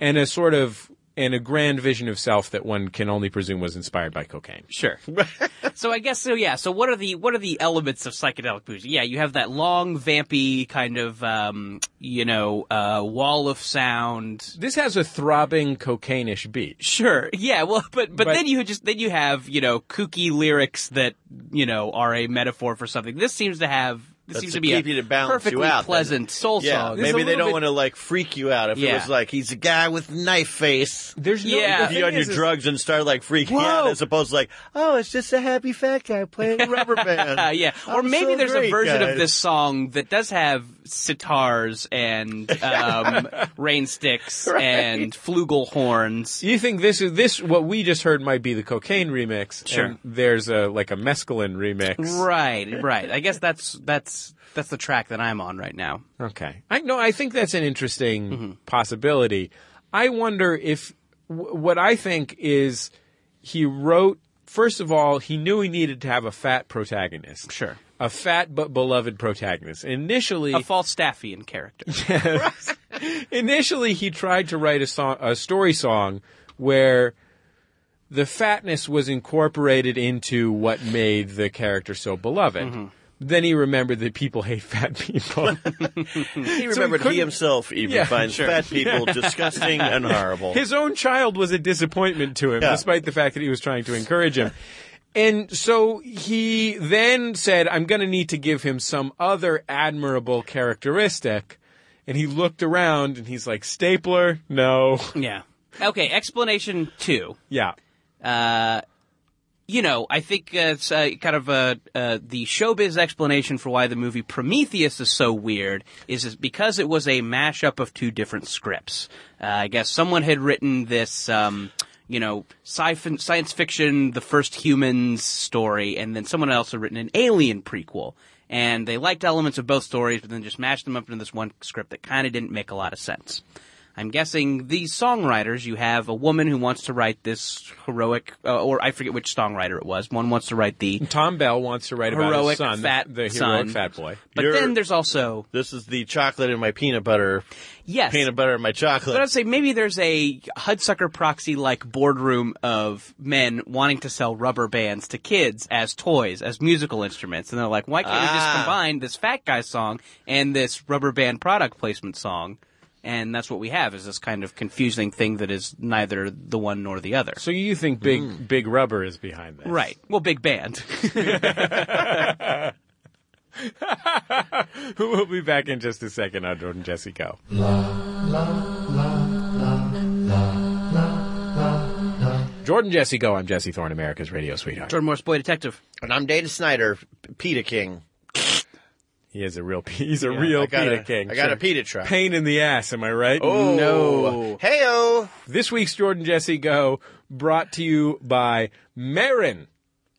B: and a sort of and a grand vision of self that one can only presume was inspired by cocaine.
D: [LAUGHS]
C: Sure. so I guess so. Yeah. So what are the what are the elements of psychedelic music? Yeah, you have that long, vampy kind of um, you know uh, wall of sound.
B: This has a throbbing cocaine-ish beat.
C: Sure. Yeah. Well, but, but
B: But-
C: then you just then you have you know kooky lyrics that you know are a metaphor for something. This seems to have this
D: That's
C: seems
D: to
C: to be
D: keep
C: a
D: you to balance you
C: perfectly
D: out, doesn't
C: pleasant soul
D: Yeah,
C: song.
D: maybe
B: a
D: they
B: little
D: don't
B: bit-
D: want to like freak you out. If it
C: Yeah.
D: was like he's a guy with a knife face,
B: There's no,
C: Yeah.
B: the
C: If
B: thing
D: you on your
B: is- is-
D: drugs and start like freaking out, as opposed to like, oh, it's just a happy fat
C: [LAUGHS]
D: guy playing a rubber band.
C: Uh, yeah, or
D: I'm
C: maybe
D: so
C: there's a
D: great,
C: version of
D: guys.
C: this song that does have sitars
D: [LAUGHS]
C: and um, rain sticks and flugelhorns.
B: You think this is this what we just heard might be the cocaine remix?
C: Sure.
B: and there's a like a mescaline remix.
C: Right, right. I guess that's that's that's the track that I'm on right now.
B: Okay. I no, I think that's an interesting possibility. I wonder if w- what I think is he wrote first of all, he knew he needed to have a fat protagonist.
C: Sure.
B: A fat but beloved protagonist. Initially,
C: A Falstaffian character.
B: initially he tried to write a song, a story song where the fatness was incorporated into what made the character so beloved. Then he remembered that people hate fat people.
D: He remembered
B: couldn't-
D: he himself
B: [LAUGHS]
D: even
B: Yeah,
D: finds
B: sure.
D: fat people disgusting and horrible.
B: His own child was a disappointment to him,
D: Yeah.
B: despite the fact that he was trying to encourage him. And so he then said, I'm going to need to give him some other admirable characteristic. And he looked around and he's like, Stapler? No.
C: [LAUGHS]
B: [LAUGHS]
C: yeah. Okay. Explanation two.
B: Yeah.
C: you know, I think uh, it's uh, kind of uh, uh, the showbiz explanation for why the movie Prometheus is so weird is, is because it was a mashup of two different scripts. Uh, I guess someone had written this, um, you know, sci- science fiction, the first humans story, and then someone else had written an alien prequel. And they liked elements of both stories, but then just mashed them up into this one script that kind of didn't make a lot of sense. I'm guessing these songwriters, you have a woman who wants to write this heroic, uh, or I forget which songwriter it was. One wants to write the,
B: Tom Bell wants to write about his
C: Heroic
B: son,
C: fat
B: the heroic
C: son.
B: fat boy.
C: but
D: You're-
C: then there's also,
D: This is the chocolate in my peanut butter,
C: yes.
D: peanut butter in my
C: But I'd
D: chocolate.
C: say maybe there's a Hudsucker proxy like boardroom of men wanting to sell rubber bands to kids as toys, as musical instruments. And they're like, why can't we just
D: Ah.
C: combine this fat guy song and this rubber band product placement song? And that's what we have is this kind of confusing thing that is neither the one nor the other.
B: So you think Big Big Rubber is behind this?
C: Mm. Right. Well, big band.
B: [LAUGHS]
C: [LAUGHS]
B: we'll be back in just a second on Jordan Jesse Go. Jordan Jesse Go. I'm Jesse Thorne, America's radio sweetheart.
C: Jordan Morris, boy detective.
D: And I'm Dana Snyder, P- Pita King.
B: He is a real pe- he's a real
D: I got
B: pita
D: a,
B: king.
D: I got a
B: Sure.
D: pita truck.
B: Pain in the ass, am I right?
D: Oh
C: No.
D: Heyo.
B: This week's Jordan Jesse Go brought to you by Marin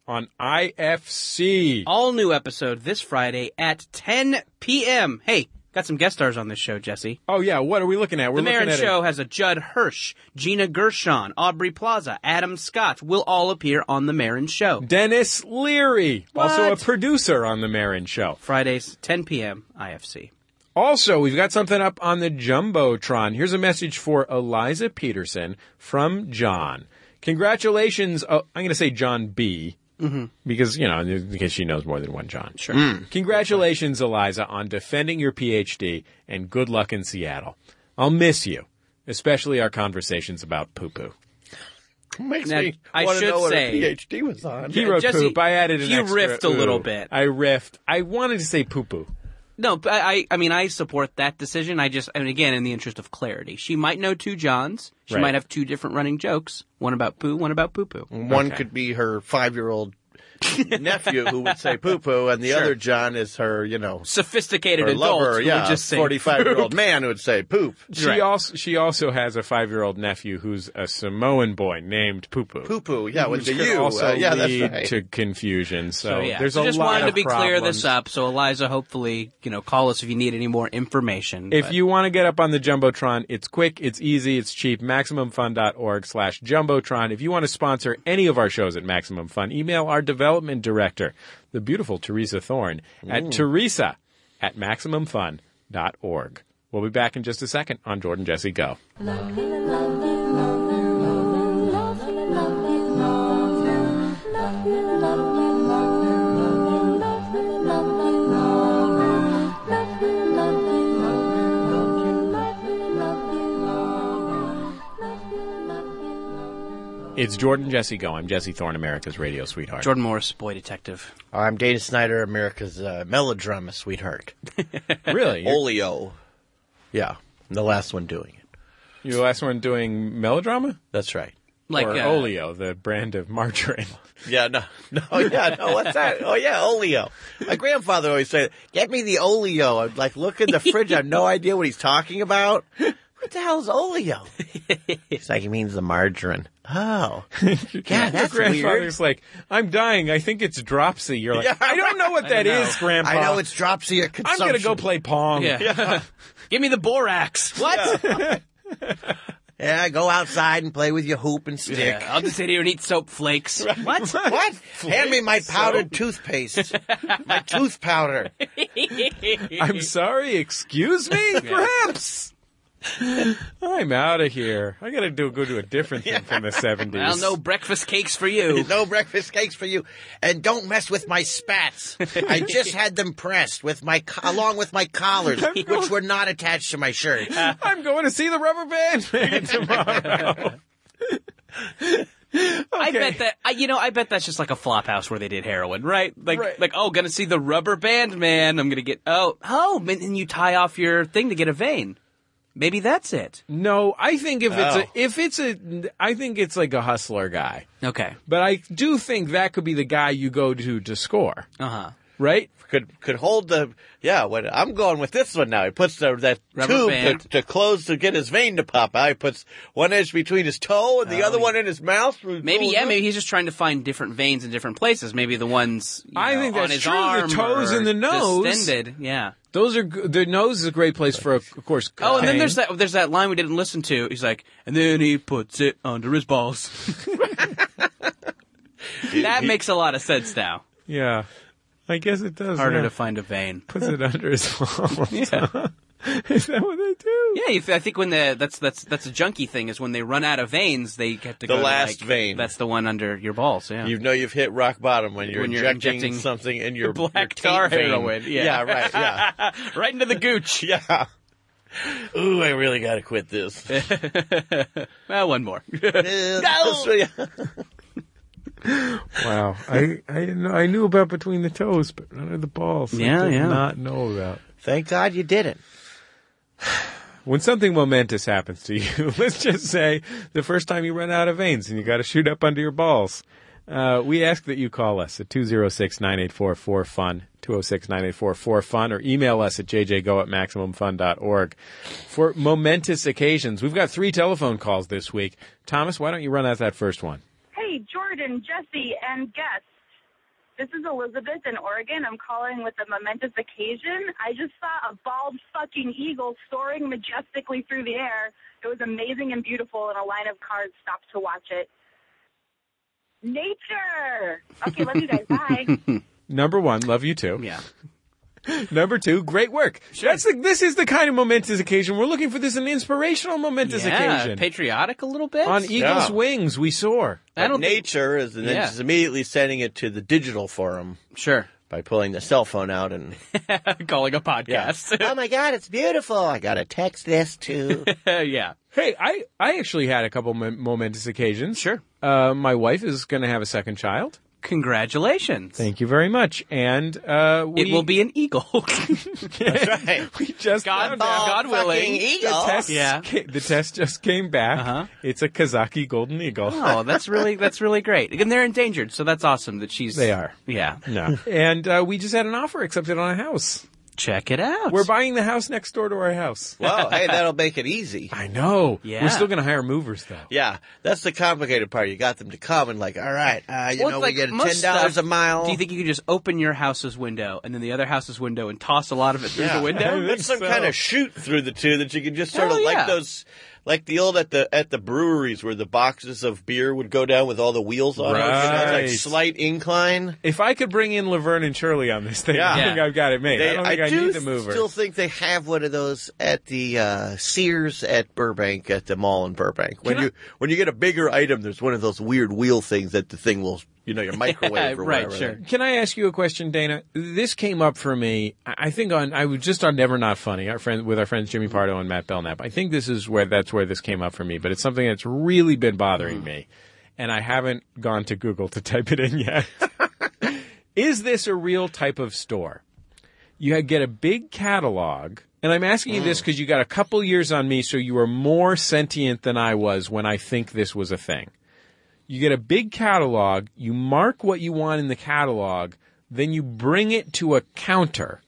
B: on IFC.
C: All new episode this Friday at 10 p.m. Hey, got some guest stars on this show, Jesse.
B: Oh yeah, what are we looking at? We're
C: The Marin
B: looking at a-
C: Show has a Judd Hirsch, Gina Gershon, Aubrey Plaza, Adam Scott will all appear on The Marin Show.
B: Dennis Leary, also a
C: What?
B: producer on the Marin Show.
C: Fridays, 10 p.m. IFC.
B: Also, we've got something up on the Jumbotron. Here's a message for uh, Eliza Peterson from John. Congratulations. Oh, I'm going to say John B. Because, you know, because she knows more than one John. Sure.
C: Hmm.
B: Congratulations, Eliza, on defending your PhD and good luck in Seattle. I'll miss you, especially our conversations about poo poo.
D: Makes
C: Now,
D: me
C: I
D: wanna
C: should
D: know what
C: say-
D: her PhD was on.
B: He wrote
C: Uh, Jesse,
B: poop. I added an
C: you
B: extra
C: riffed a
B: ooh.
C: little bit.
B: I riffed. I wanted to say poo poo.
C: No, but I, I- I mean, I support that decision. I just, and again, in the interest of clarity, she might know two Johns. She
B: Right.
C: might have two different running jokes. One about poo, one about poo poo.
D: One could be her
B: [LAUGHS]
D: five-year-old nephew who would say poo poo, and the other John is her, you know,
C: Sophisticated
D: her
C: adults
D: lover,
C: who
D: yeah,
C: would just say
D: forty-five-year-old man who would say
B: [LAUGHS]
D: poop.
B: She also she also has a five year old nephew who's a Samoan boy named Poo Poo.
D: Poo poo, yeah, with the
B: Could
D: U.
B: also
D: uh, yeah,
B: lead
D: that's right.
B: to confusion. So,
C: [LAUGHS] So, yeah.
B: there's
C: So
B: a
C: just
B: lot
C: wanted
B: of
C: to be clear
B: problems.
C: this up. So Eliza, hopefully, you know, call us if you need any more information.
B: If
C: but-
B: you want to get up on the Jumbotron, it's quick, it's easy, it's cheap. MaximumFun.org slash Jumbotron. If you want to sponsor any of our shows at Maximum Fun, email our development director, the beautiful Teresa Thorne,
D: Mm.
B: at Teresa at MaximumFun.org. We'll be back in just a second on Jordan Jesse Go. It's Jordan Jesse Go. I'm Jesse Thorne, America's radio sweetheart.
C: Jordan Morris, boy detective.
D: I'm Dana Snyder, America's uh, melodrama sweetheart.
B: really? You're,
D: Olio. Yeah, the last one doing it.
B: you're the last one doing melodrama?
D: That's right.
C: Like
B: or
C: uh,
B: Oleo, the brand of
C: [LAUGHS]
B: margarine.
D: Yeah, no, no, [LAUGHS] yeah, no. What's that? Oh, yeah, oleo. My grandfather always said, "Get me the oleo." I'd like look in the fridge. I have no idea what he's talking about. What the hell's oleo? He's like, he means the margarine. Oh, yeah,
B: Your
D: that's weird.
B: grandfather's like, I'm dying. I think it's dropsy. You're like,
D: Yeah,
B: I don't know what that is, Grandpa.
D: I know it's dropsy or
B: I'm
D: consumption.
B: gonna go play pong.
C: Yeah.
D: [LAUGHS]
C: Give me the borax. What?
D: Yeah, go outside and play with your hoop and stick.
C: Yeah, I'll just sit here and eat
B: [LAUGHS]
C: soap flakes. What? [LAUGHS]
D: What? Hand me my powdered toothpaste. my tooth powder.
B: [LAUGHS] I'm sorry. Excuse
C: [LAUGHS]
B: me. Perhaps. [LAUGHS] I'm out of here. I gotta do go to a different thing from the 70s.
C: [LAUGHS] Well, no breakfast cakes for you.
B: [LAUGHS]
D: No breakfast cakes for you. And don't mess with my spats. I just had them pressed with my co- along with my collars, which were not attached to
C: [LAUGHS]
D: my shirt.
C: Ah.
B: I'm going to see the rubber band man tomorrow.
C: I bet that I, you know. I bet that's just like a flop house where they did heroin, right? Like,
B: Right.
C: like oh, gonna see the rubber band man. I'm gonna get oh, oh, and then you tie off your thing to get a vein. Maybe that's it.
B: No, I think if it's
C: Oh.
B: a, if it's a, I think it's like a hustler guy.
C: Okay.
B: But I do think that could be the guy you go to to score,
C: Uh huh.
B: right?
D: Could could hold the yeah. What I'm going with this one now. He puts the, that
C: Rubber
D: tube
C: band.
D: to, to close to get his vein to pop out. He puts one edge between his toe and the other one in his mouth.
C: Oh, Maybe yeah. Maybe he's just trying to find different veins in different places. Maybe the ones you
B: I
C: know,
B: think
C: on
B: that's
C: his
B: true. The
C: arm
B: toes
C: or
B: and the nose.
C: distended. Yeah.
B: Those are g- the nose is a great place for, of course.
C: Oh, and then
B: cocaine.
C: there's that there's that line we didn't listen to. He's like, and then he puts it under his
D: [LAUGHS]
C: balls. that makes a lot of sense now.
B: Yeah, I guess it does.
C: Harder
B: yeah.
C: to find a vein.
B: puts it under his [LAUGHS] balls.
C: Yeah.
B: is that what they do?
C: Yeah, if, I think when the that's that's that's a junkie thing is when they run out of veins, they have to
D: The
C: go to,
D: last
C: like,
D: vein.
C: That's the one under your balls. Yeah,
D: You know you've hit rock bottom when you're,
C: When you're
D: injecting,
C: injecting
D: something in your
C: black
D: your taint
C: tar
D: vein.
C: heroin, yeah.
D: yeah, right.
C: [LAUGHS]
D: Yeah.
C: right into the gooch.
D: [LAUGHS] Yeah. Ooh, I really gotta quit this. [LAUGHS]
C: [LAUGHS] Well, one more.
D: no.
B: Wow, I I didn't know, I knew about between the toes, but under the balls,
C: Yeah,
B: I did
C: yeah.
B: not know about.
D: Thank God you didn't.
B: When something momentous happens to you, [LAUGHS] let's just say the first time you run out of veins and you got to shoot up under your balls, uh, we ask that you call us at 206 984 4FUN, 206 984 4FUN, or email us at jjgo at MaximumFun.org for momentous occasions. We've got three telephone calls this week. Thomas, why don't you run out that first one?
I: Hey, Jordan, Jesse, and guest. This is Elizabeth in Oregon. I'm calling with a momentous occasion. I just saw a bald fucking eagle soaring majestically through the air. It was amazing and beautiful, and a line of cars stopped to watch it. Nature! Okay, love you guys. Bye.
J: [LAUGHS]
B: Number one, love you too.
C: [LAUGHS] Yeah,
B: [LAUGHS] Number two, great work. That's the, this is the kind of momentous occasion we're looking for. This is an inspirational momentous
C: yeah,
B: occasion.
C: patriotic a little bit.
B: On eagle's
D: Yeah.
B: wings, we soar.
C: I don't think,
D: Nature is, and then
C: Yeah.
D: just immediately sending it to the digital forum [LAUGHS]
C: sure.
D: by pulling the cell phone
C: [LAUGHS]
D: out and
C: Calling a
D: yeah.
C: podcast.
D: oh my god, it's beautiful. I gotta text this too.
C: Yeah. [LAUGHS] yeah.
B: Hey, I, I actually had a couple mom- momentous occasions.
C: Sure.
B: Uh, my wife is going to have a second child.
C: Congratulations.
B: Thank you very much. And uh, we,
C: it will
B: [LAUGHS]
C: be an eagle. [LAUGHS]
B: we just
C: God,
B: found out.
C: God willing.
B: The test,
C: Yeah.
B: ca- the test just came back.
C: Uh-huh.
B: It's a Kazaki Golden Eagle.
C: Oh, that's really that's really great. And they're endangered, so that's awesome that she's
B: They are.
C: Yeah.
B: No. and uh, we just had an offer accepted on a house.
C: Check it out.
B: We're buying the house next door to our house.
D: [LAUGHS] well, hey, that'll make it easy.
B: I know.
C: Yeah.
B: We're still going to hire movers, though.
D: Yeah, that's the complicated part. You got them to come and like, all right, uh, you
C: Well,
D: know,
C: like
D: we get
C: most
D: ten dollars a
C: stuff,
D: mile.
C: Do you think you could just open your house's window and then the other house's window and toss a lot of it through
D: Yeah.
C: the
B: [LAUGHS]
C: window?
D: That's some
B: so. Oh,
D: kind of shoot through the two that you can just sort of
C: Hell yeah.
D: like those, like the old at the at the breweries where the boxes of beer would go down with all the wheels on it, you know,
B: Right.
D: like slight incline.
B: If I could bring in Laverne and Shirley on this thing, I
D: Yeah.
B: think I've got it made. I
D: They-
B: don't think I,
D: do
B: need the mover.
D: still think they have one of those at the uh, Sears at Burbank at the mall in Burbank. When you when you get a bigger item, there's one of those weird wheel things that the thing will, you know,
B: [LAUGHS]
D: your microwave or
C: right,
D: whatever.
C: sure.
B: Can I ask you a question, Dana? This came up for me. I I think on I was just on Never Not Funny, our friend with our friends Jimmy Pardo and Matt Belknap. I think this is where that's where this came up for me, but it's something that's really been bothering me, and I haven't gone to Google to [LAUGHS] type it in yet. is this a real type of store? You get a big catalog. And I'm asking you
D: Mm.
B: this because you got a couple years on me, so you are more sentient than I was when I think this was a thing you get a big catalog, you mark what you want in the catalog, then you bring it to a counter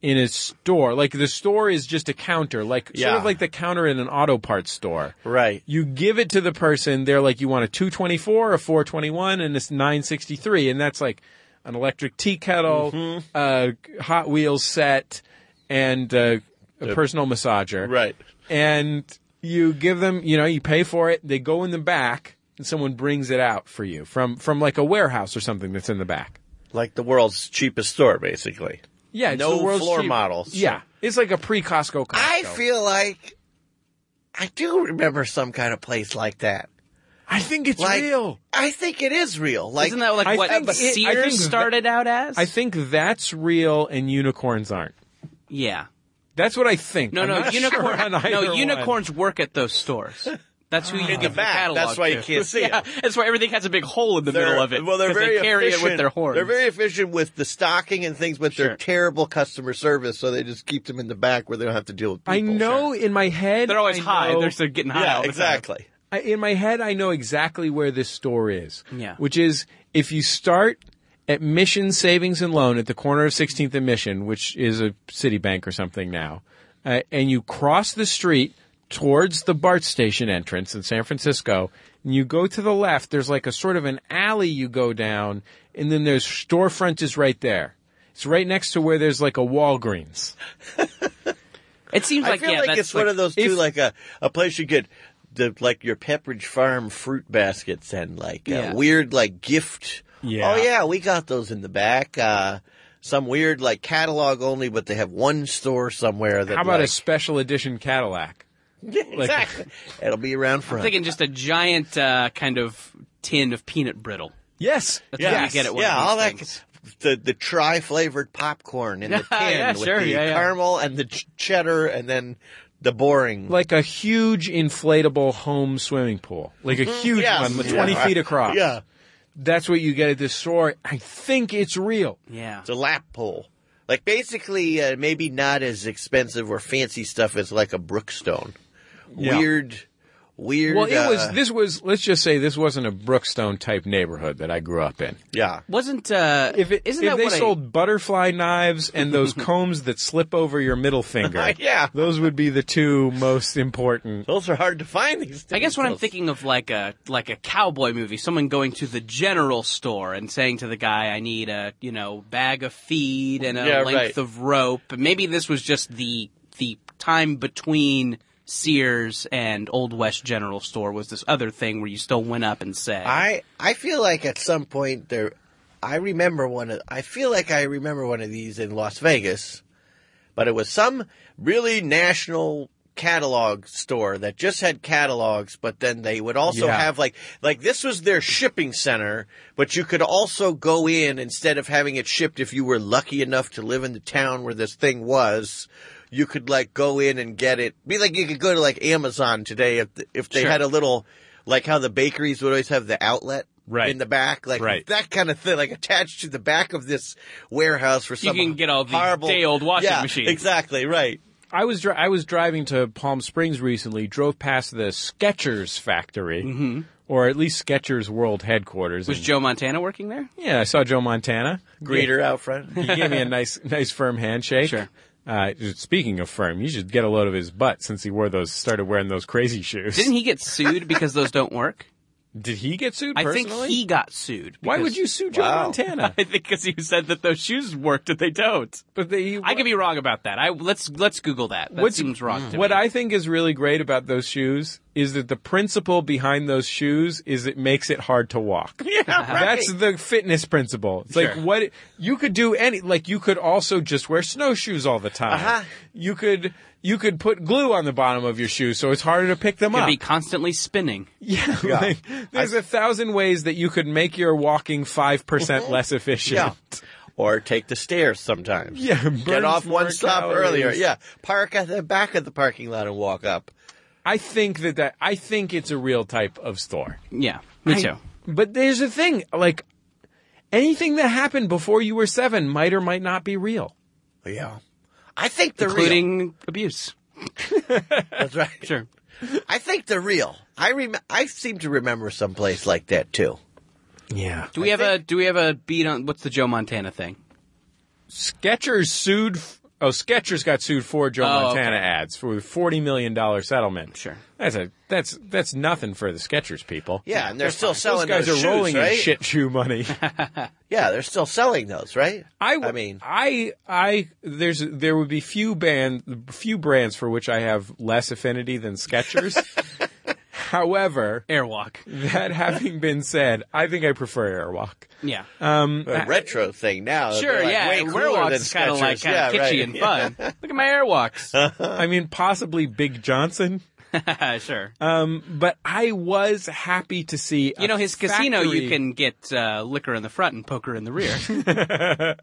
B: in a store. Like the store is just a counter, like sort
D: Yeah.
B: of like the counter in an auto parts store.
D: Right.
B: You give it to the person, they're like, you want a 224, a 421, and it's 963. And that's like an electric tea kettle,
D: Mm-hmm.
B: a Hot Wheels set, and uh, a personal massager
D: Right.
B: and you give them, you know, you pay for it. They go in the back, and someone brings it out for you from from like a warehouse or something that's in the back.
D: Like the world's cheapest store, basically.
B: Yeah, it's
D: No
B: the world's
D: floor
B: cheap-
D: models.
B: Yeah, it's like a pre Costco. Costco.
D: I feel like I do remember some kind of place like that.
B: I think it's
D: Like,
B: real.
D: I think it is real. Like,
C: Isn't that like
B: I
C: what
B: think it- I think
C: Sears
B: that-
C: started out as?
B: I think that's real, and unicorns aren't.
C: yeah.
B: That's what I think.
C: No,
B: I'm
C: no,
B: not
C: unicorn.
B: sure on either
C: no,
B: one.
C: unicorns work at those stores. That's who you give the
D: back.
C: catalog.
D: That's why you
C: to.
D: can't see it.
C: [LAUGHS] yeah, that's why everything has a big hole in the middle of it.
D: Well, they're
C: 'cause
D: very
C: they carry
D: efficient.
C: it with their horns.
D: They're very efficient with the stocking and things, but
C: Sure.
D: they're terrible customer service, so they just keep them in the back where they don't have to deal with people.
B: I know in my head.
C: They're always
B: I
C: high.
B: know-
C: They're still getting high. all
D: Yeah,
C: the time.
D: exactly.
B: I, in my head, I know exactly where this store is.
C: Yeah.
B: Which is if you start at Mission Savings and Loan at the corner of 16th and Mission, which is a Citibank or something now, uh, and you cross the street towards the BART station entrance in San Francisco, and you go to the left, there's like a sort of an alley you go down, and then there's storefront is right there. It's right next to where there's like a Walgreens.
C: It seems
D: I
C: like
D: feel
C: yeah,
D: like
C: that's
D: it's one of those too, like a a place you get. The, like your Pepperidge Farm fruit baskets and like uh,
C: Yeah.
D: weird like gift.
B: Yeah.
D: Oh yeah, we got those in the back. Uh, some weird like catalog only, but they have one store somewhere that.
B: How about a
D: like,
B: special edition Cadillac?
C: [LAUGHS]
D: exactly? [LAUGHS] It'll be around front.
C: I'm thinking just a giant uh, kind of tin of peanut brittle.
B: Yes.
C: That's what you get at one
D: yeah,
C: of these
D: all
C: things.
D: that. The the tri flavored popcorn in the tin
C: [LAUGHS] Yeah,
D: with
C: sure,
D: the
C: yeah, yeah.
D: caramel and the ch- cheddar and then the boring.
B: like a huge inflatable home swimming pool,
D: [LAUGHS]
B: like a huge
D: Yes.
B: one with
D: Yeah.
B: 20 feet across.
D: yeah,
B: That's what you get at this store. I think it's real.
C: Yeah.
D: it's a lap pole. Like basically, uh, maybe not as expensive or fancy stuff as like a Brookstone.
B: Yeah.
D: Weird, weird.
B: Well, it was,
D: uh,
B: this was, let's just say this wasn't a Brookstone type neighborhood that I grew up in.
D: Yeah,
C: Wasn't uh
B: If it,
C: isn't
B: if
C: that
B: they
C: what I-
B: sold butterfly knives and
D: [LAUGHS]
B: those combs that slip over your middle finger,
D: Yeah.
B: those would be the two most important.
D: those are hard to find. These. Days.
C: I guess what I'm
D: Those-
C: thinking of like a like a cowboy movie, someone going to the general store and saying to the guy, "I need a you know bag of feed and a
D: Yeah,
C: length
D: right.
C: of rope." But Maybe this was just the the time between Sears and Old West General Store was this other thing where you still went up and said,
D: I I feel like at some point there I remember one of I feel like I remember one of these in Las Vegas, but it was some really national catalog store that just had catalogs, but then they would also
B: Yeah.
D: have like like this was their shipping center, but you could also go in instead of having it shipped if you were lucky enough to live in the town where this thing was. You could like go in and get it. Be like you could go to like Amazon today if if they
B: Sure.
D: had a little like how the bakeries would always have the outlet
B: Right.
D: in the back, like
B: Right.
D: that kind of thing, like attached to the back of this warehouse for
C: You
D: some.
C: can get all the
D: horrible
C: day-old washing
D: yeah,
C: machines.
D: Exactly right.
B: I was dri- I was driving to Palm Springs recently. Drove past the Skechers factory,
C: Mm-hmm.
B: or at least Skechers World headquarters.
C: Was
B: and-
C: Joe Montana working there?
B: yeah, I saw Joe Montana.
D: Greeter out
B: [LAUGHS]
D: front.
B: He
C: [LAUGHS]
B: gave me a nice, nice firm handshake.
C: Sure.
B: Uh, speaking of firm, you should get a load of his butt since he wore those, started wearing those crazy shoes.
C: Didn't he get sued because those don't work?
B: Did he get sued
C: I
B: personally?
C: think he got sued.
B: Why
C: because-
B: would you sue Joe
D: Wow.
C: [LAUGHS]
B: Montana?
C: I think because you said that those shoes worked and they don't.
B: But they,
C: I could be wrong about that. I let's let's Google that. That
B: What's-
C: seems wrong. to
B: What
C: me.
B: I think is really great about those shoes is that the principle behind those shoes is it makes it hard to
C: [LAUGHS]
B: walk. Yeah, That's the fitness principle. It's like
C: Sure.
B: what you could do any like you could also just wear snowshoes all the time.
D: Uh-huh.
B: You could you could put glue on the bottom of your shoes so it's harder to pick them
C: could
B: up. [LAUGHS]
C: be constantly spinning. [LAUGHS]
B: yeah. like, there's a thousand ways that you could make your walking
C: Mm-hmm.
B: 5% less efficient.
D: Or take the stairs sometimes.
B: Yeah, burn
D: Get off
B: more
D: one stop
B: calories.
D: earlier. Yeah. Park at the back of the parking lot and walk up.
B: I think that, that I think it's a real type of store.
C: Yeah, me too.
B: But there's the thing, like anything that happened before you were seven might or might not be real.
D: Yeah. I think they're real.
C: Including abuse.
D: That's right.
C: Sure.
D: I think they're real. I rem- I seem to remember someplace like that too.
B: Yeah.
C: Do we have a do we have a beat on what's the Joe Montana thing?
B: Skechers sued. F- oh, Skechers got sued for Joe
C: Oh,
B: Montana
C: okay.
B: ads for forty million dollar settlement.
C: Sure.
B: That's a that's that's nothing for the Skechers people.
D: Yeah, and they're still
B: Those
D: selling
B: guys are
D: shoes,
B: rolling
D: right?
B: in shit shoe
D: [LAUGHS]
B: money.
D: Yeah, they're still selling those, right?
B: I,
D: I mean,
B: I, I, there's, there would be few band, few brands for which I have less affinity than
D: [LAUGHS]
B: Skechers. However,
C: Airwalk.
B: that having been said, I think I prefer Airwalk.
C: Yeah.
D: a retro thing now.
C: sure.
D: They're, like,
C: yeah.
D: way
C: and
D: cooler
C: Airwalks
D: than
C: is kind of like
D: Skechers.
C: kind
D: Yeah,
C: of kitschy
D: right.
C: and fun. Look at my
D: [LAUGHS]
C: Airwalks.
D: Uh-huh.
B: I mean, possibly Big Johnson,
C: [LAUGHS] sure.
B: but I was happy to see.
C: you
B: a
C: know his casino. You
B: factory-
C: can get uh, liquor in the front and poker in the rear.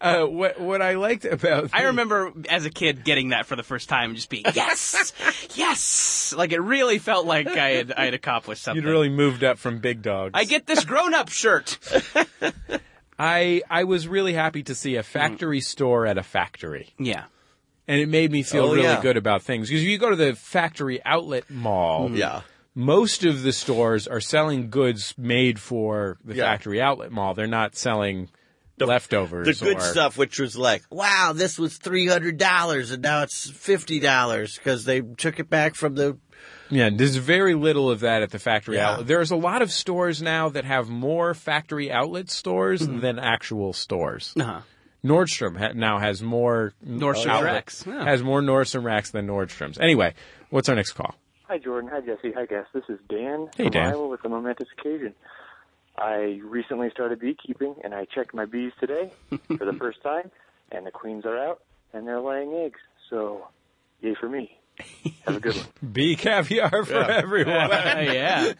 B: Uh, what what I liked about
C: I remember as a kid getting that for the first time and just being yes, yes. Like it really felt like I had I had accomplished something.
B: [LAUGHS] you'd really moved up from Big Dogs.
C: I get this grown up shirt.
B: I I was really happy to see a
C: Mm.
B: factory store at a factory.
C: Yeah.
B: and it made me feel
D: Oh,
B: really
D: yeah.
B: good about things. Because you go to the factory outlet mall,
D: Mm. Yeah.
B: most of the stores are selling goods made for the
D: Yeah.
B: factory outlet mall. They're not selling leftovers.
D: the good
B: or-
D: stuff, which was like, wow, this was three hundred dollars, and now it's fifty dollars because they took it back from the.
B: Yeah, there's very little of that at the factory
D: Yeah.
B: outlet. There's a lot of stores now that have more factory outlet stores than actual stores.
C: Mm-hmm. Uh-huh.
B: Nordstrom ha- now has more
C: Nordstrom
B: outlet-
C: Rex. Yeah.
B: Has more Nordstrom racks than Nordstrom's. Anyway, what's our next call?
J: Hi, Jordan. Hi, Jesse. Hi, guest. This is Dan
B: Hey,
J: from
B: Dan.
J: Iowa with a momentous occasion. I recently started beekeeping, and I checked my bees today for the first time, and the queens are out, and they're laying eggs. So, yay for me. Have a good one.
B: Bee caviar for everyone.
C: Uh, yeah.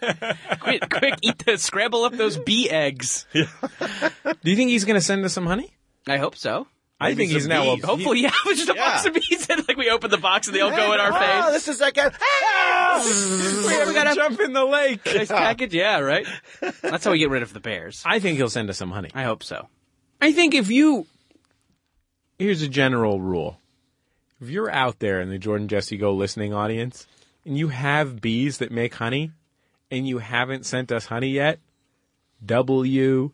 C: quick, quick, eat the scramble up those bee eggs.
B: Do you think he's going to send us some honey?
C: I hope so.
B: I think he's
D: some
B: now a
D: bees.
C: Hopefully, yeah. It was just a box
D: Yeah.
C: of bees, and like we open the box, and they all go in our
B: Ah,
D: oh,
C: face.
D: this is like a.
B: We ever got to jump in the lake.
C: [LAUGHS] Nice package, yeah, right. That's how we get rid of the bears.
B: I think he'll send us some honey.
C: I hope so.
B: I think if you here's a general rule: if you're out there in the Jordan Jesse Go listening audience and you have bees that make honey and you haven't sent us honey yet, WTF?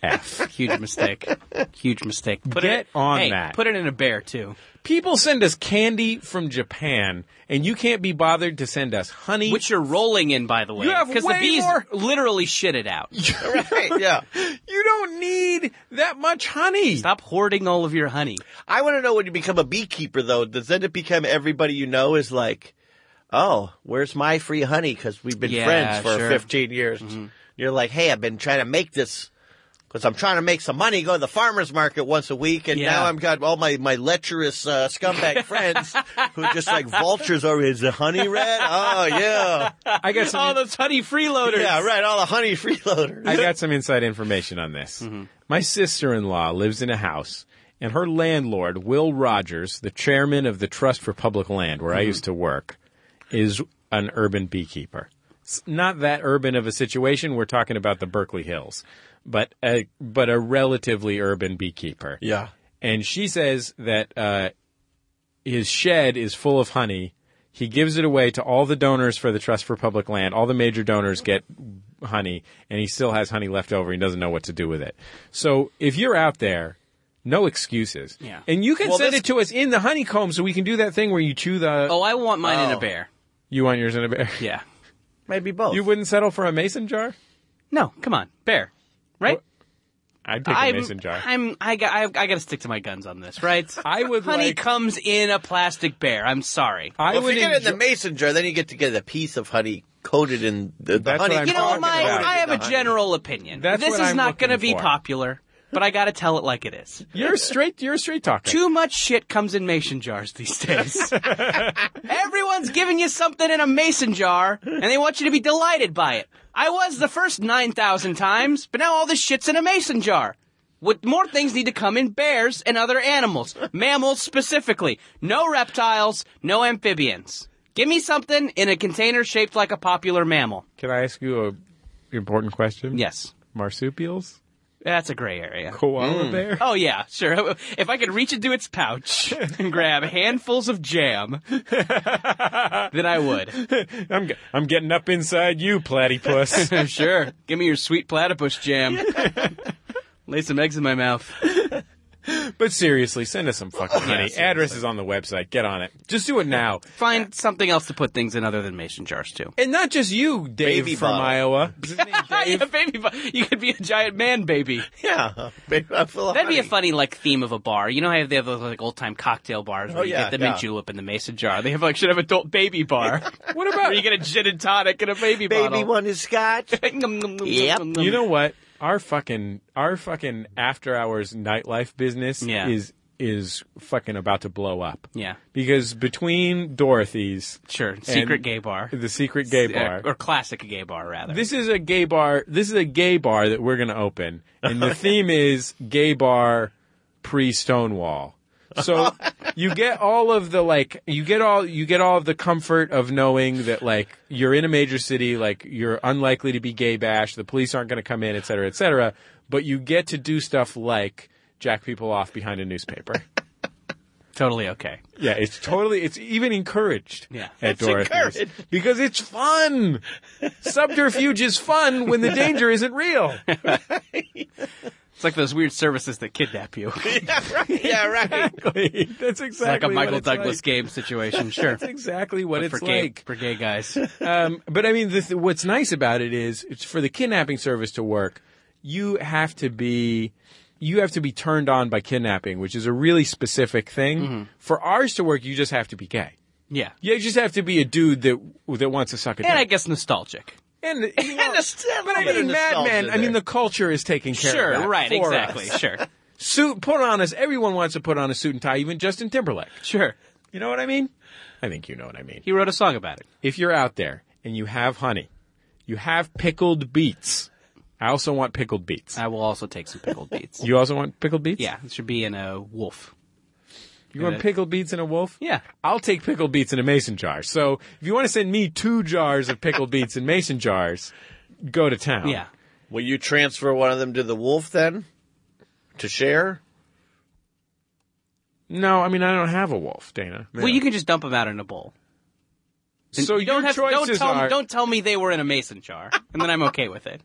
C: Yeah. [LAUGHS] Huge mistake. Huge mistake. Put
B: Get
C: it,
B: on
C: hey,
B: that.
C: Put it in a bear too,
B: People send us candy from Japan, and you can't be bothered to send us honey.
C: which you're rolling in, by the way,
B: You have
C: because the
B: way
C: bees
B: more-
C: literally shit it out.
D: Right, [LAUGHS] yeah.
B: you don't need that much honey.
C: Stop hoarding all of your honey.
D: I want to know when you become a beekeeper, though. Does then it become everybody you know is like, oh, where's my free honey? Because we've been
C: Yeah,
D: friends for
C: sure.
D: 15 years. You're like, hey, I've been trying to make this because I'm trying to make some money, go to the farmer's market once a week, and
K: Yeah.
D: now I've got all my, my lecherous uh, scumbag friends who just like vultures over. Is the honey red? Oh, yeah.
B: I
C: [LAUGHS]
B: got some-
C: all Oh, those honey freeloaders.
D: Yeah, right. All the honey freeloaders.
B: I got some inside information on this. My sister in law lives in a house, and her landlord, Will Rogers, the chairman of the Trust for Public Land, where I
K: Mhm.
B: used to work, is an urban beekeeper. It's not that urban of a situation. We're talking about the Berkeley Hills, but a, but a relatively urban beekeeper.
D: [LAUGHS] Yeah.
B: And she says that uh, his shed is full of honey. He gives it away to all the donors for the Trust for Public Land. All the major donors get honey, and he still has honey left over. He doesn't know what to do with it. So if you're out there, no excuses.
C: Yeah.
B: And you can
C: Well,
B: send
C: this-
B: it to us in the honeycomb so we can do that thing where you chew the.
C: Oh, I want mine in a bear.
B: You want yours in a bear?
C: Yeah.
D: Maybe both.
B: You [LAUGHS] wouldn't settle for a mason jar?
C: No, come on, bear. Right?
B: I'd pick a
C: I'm-
B: mason jar.
C: I'm I got I, I got to stick to my guns on this, right?
B: I would.
C: Honey
D: like-
C: comes in a plastic bear. I'm sorry.
D: Well, if you get it in the mason jar, then you get to get a piece of honey coated in the, the honey.
C: you know, my I have a general opinion.
D: That's
C: this
D: what
C: is
D: I'm
C: not gonna
D: looking
C: be
D: for.
C: popular, but I got to tell it like it is.
B: You're straight. You're a straight talker.
C: Too much shit comes in mason jars these days. Everyone's giving you something in a mason jar, and they want you to be delighted by it. I was the first nine thousand times, but now all this shit's in a mason jar. What more things need to come in bears and other animals, mammals specifically. No reptiles, no amphibians. Give me something in a container shaped like a popular mammal.
B: Can I ask you a important question?
C: Yes.
B: Marsupials?
C: That's a gray area.
B: Koala bear?
C: Oh yeah, sure. [LAUGHS] If I could reach into its [LAUGHS] pouch and grab handfuls of jam, then I [LAUGHS] would.
B: I'm g- I'm getting up inside you, [LAUGHS] platypus.
C: sure. Give me your sweet platypus [LAUGHS] jam. Lay some eggs in my mouth.
B: But seriously, send us some fucking honey. Address is on the website. Get on it. Just do it now.
C: Find something else to put things in other than mason jars too.
B: And not just you, Dave
C: Baby
B: from
C: bottle.
B: [LAUGHS] Iowa.
C: yeah, baby, bu- you could be a giant man baby.
D: [LAUGHS] Yeah,
C: that'd be a funny like theme of a bar. You know how they have those like old time cocktail bars
B: Oh,
C: where you
B: yeah,
C: get the
B: yeah.
C: mint julep and the mason jar. They have like should have adult baby [LAUGHS] bar.
B: what about
C: where you get a gin and tonic and a baby, baby bottle?
D: one is scotch.
B: You know what? Our fucking our fucking after hours nightlife business
C: Yeah.
B: is is fucking about to blow up.
C: Yeah.
B: Because between Dorothy's
C: Sure,
B: and
C: secret gay bar.
B: The secret gay bar.
C: or classic gay bar rather.
B: This is a gay bar. This is a gay bar that we're going to open, and the theme is gay bar pre Stonewall. So you get all of the like, you get all you get all of the comfort of knowing that like you're in a major city, like you're unlikely to be gay bashed. The police aren't going to come in, et cetera, et cetera. But you get to do stuff like jack people off behind a newspaper.
C: totally okay.
B: Yeah, it's totally. It's even encouraged. Yeah, at
C: It's
B: Dorothy's
C: encouraged.
B: because it's fun. Subterfuge is fun when the danger isn't
C: [LAUGHS]
B: real.
C: It's like those weird services that kidnap you.
D: [LAUGHS]
C: [LAUGHS]
D: yeah, right.
B: That's exactly.
C: It's like a
B: what
C: Michael
B: it's
C: Douglas
B: like. [LAUGHS]
C: game situation. Sure,
B: That's exactly what
C: But
B: it's
C: for gay,
B: like.
C: for gay
B: [LAUGHS]
C: guys.
B: Um, but I mean, the th- what's nice about it is, it's for the kidnapping service to work, you have to be. You have to be turned on by kidnapping, which is a really specific thing.
C: Mm-hmm.
B: For ours to work, you just have to be gay.
C: Yeah,
B: You just have to be a dude that that wants to suck a dick.
C: and I guess nostalgic. [LAUGHS]
B: And,
C: but
B: I mean, Mad Men. I mean, the culture is taking care
C: Sure,
B: of that
C: right,
B: for
C: exactly,
B: us. [LAUGHS]
C: sure.
B: Suit put on us. Everyone wants to put on a suit and tie, even Justin Timberlake.
C: Sure.
B: You know what I mean? I think you know what I mean.
C: He wrote a song about it.
B: If you're out there and you have honey, you have pickled beets. I also want pickled beets.
C: I will also take some
B: [LAUGHS]
C: pickled beets.
B: You also want pickled beets?
C: Uh, Yeah, it should be in a wolf.
B: You want
C: Yeah.
B: pickled beets in a wolf?
C: Yeah.
B: I'll take pickled beets in a mason jar. So if you want to send me two jars of pickled beets in mason jars, go to town.
D: Yeah. Will you transfer one of them to the wolf then to share?
B: No, I mean I don't have a wolf, Dana.
C: Well, you can just dump them out in a bowl. And
B: So
C: you don't
B: your
C: have, don't
B: choices
C: tell,
B: are-
C: don't tell me they were in a mason jar, and then I'm
B: [LAUGHS]
C: okay with it.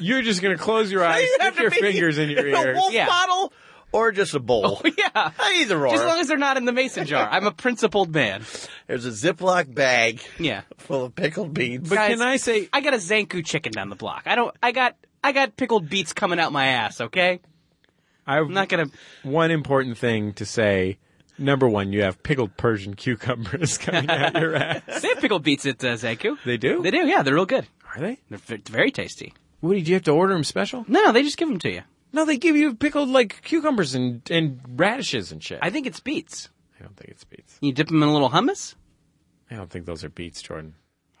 B: You're just gonna close
C: [LAUGHS]
B: your
D: [LAUGHS]
B: eyes,
C: you have
B: stick
C: to
B: your
C: be
B: fingers in
C: [LAUGHS]
B: your
C: in a
B: ears. Oh,
C: wolf Yeah.
D: bottle or just a bowl?
C: yeah,
D: [LAUGHS] either or.
C: Just as long as they're not in the mason jar, I'm a principled man.
D: There's a Ziploc bag. [LAUGHS]
C: Yeah.
D: Full of pickled beans.
C: Guys,
B: say
C: I got a Zanku chicken down the block? I don't. I got I got pickled beets coming out my ass. Okay.
B: I'm
C: not gonna.
B: One important thing to say: number one, you have pickled Persian cucumbers [LAUGHS] coming out
C: [LAUGHS]
B: your ass.
C: They have pickled beets at uh, Zanku.
B: They do.
C: They do. Yeah, they're real good.
B: Are they?
C: They're v- very tasty.
B: Woody, do you have to order them special?
C: No, no, they just give them to you.
B: No, they give you pickled like cucumbers and, and radishes and shit.
C: I think it's beets.
B: I don't think it's beets.
C: You dip them in a little hummus?
B: I don't think those are beets, Jordan.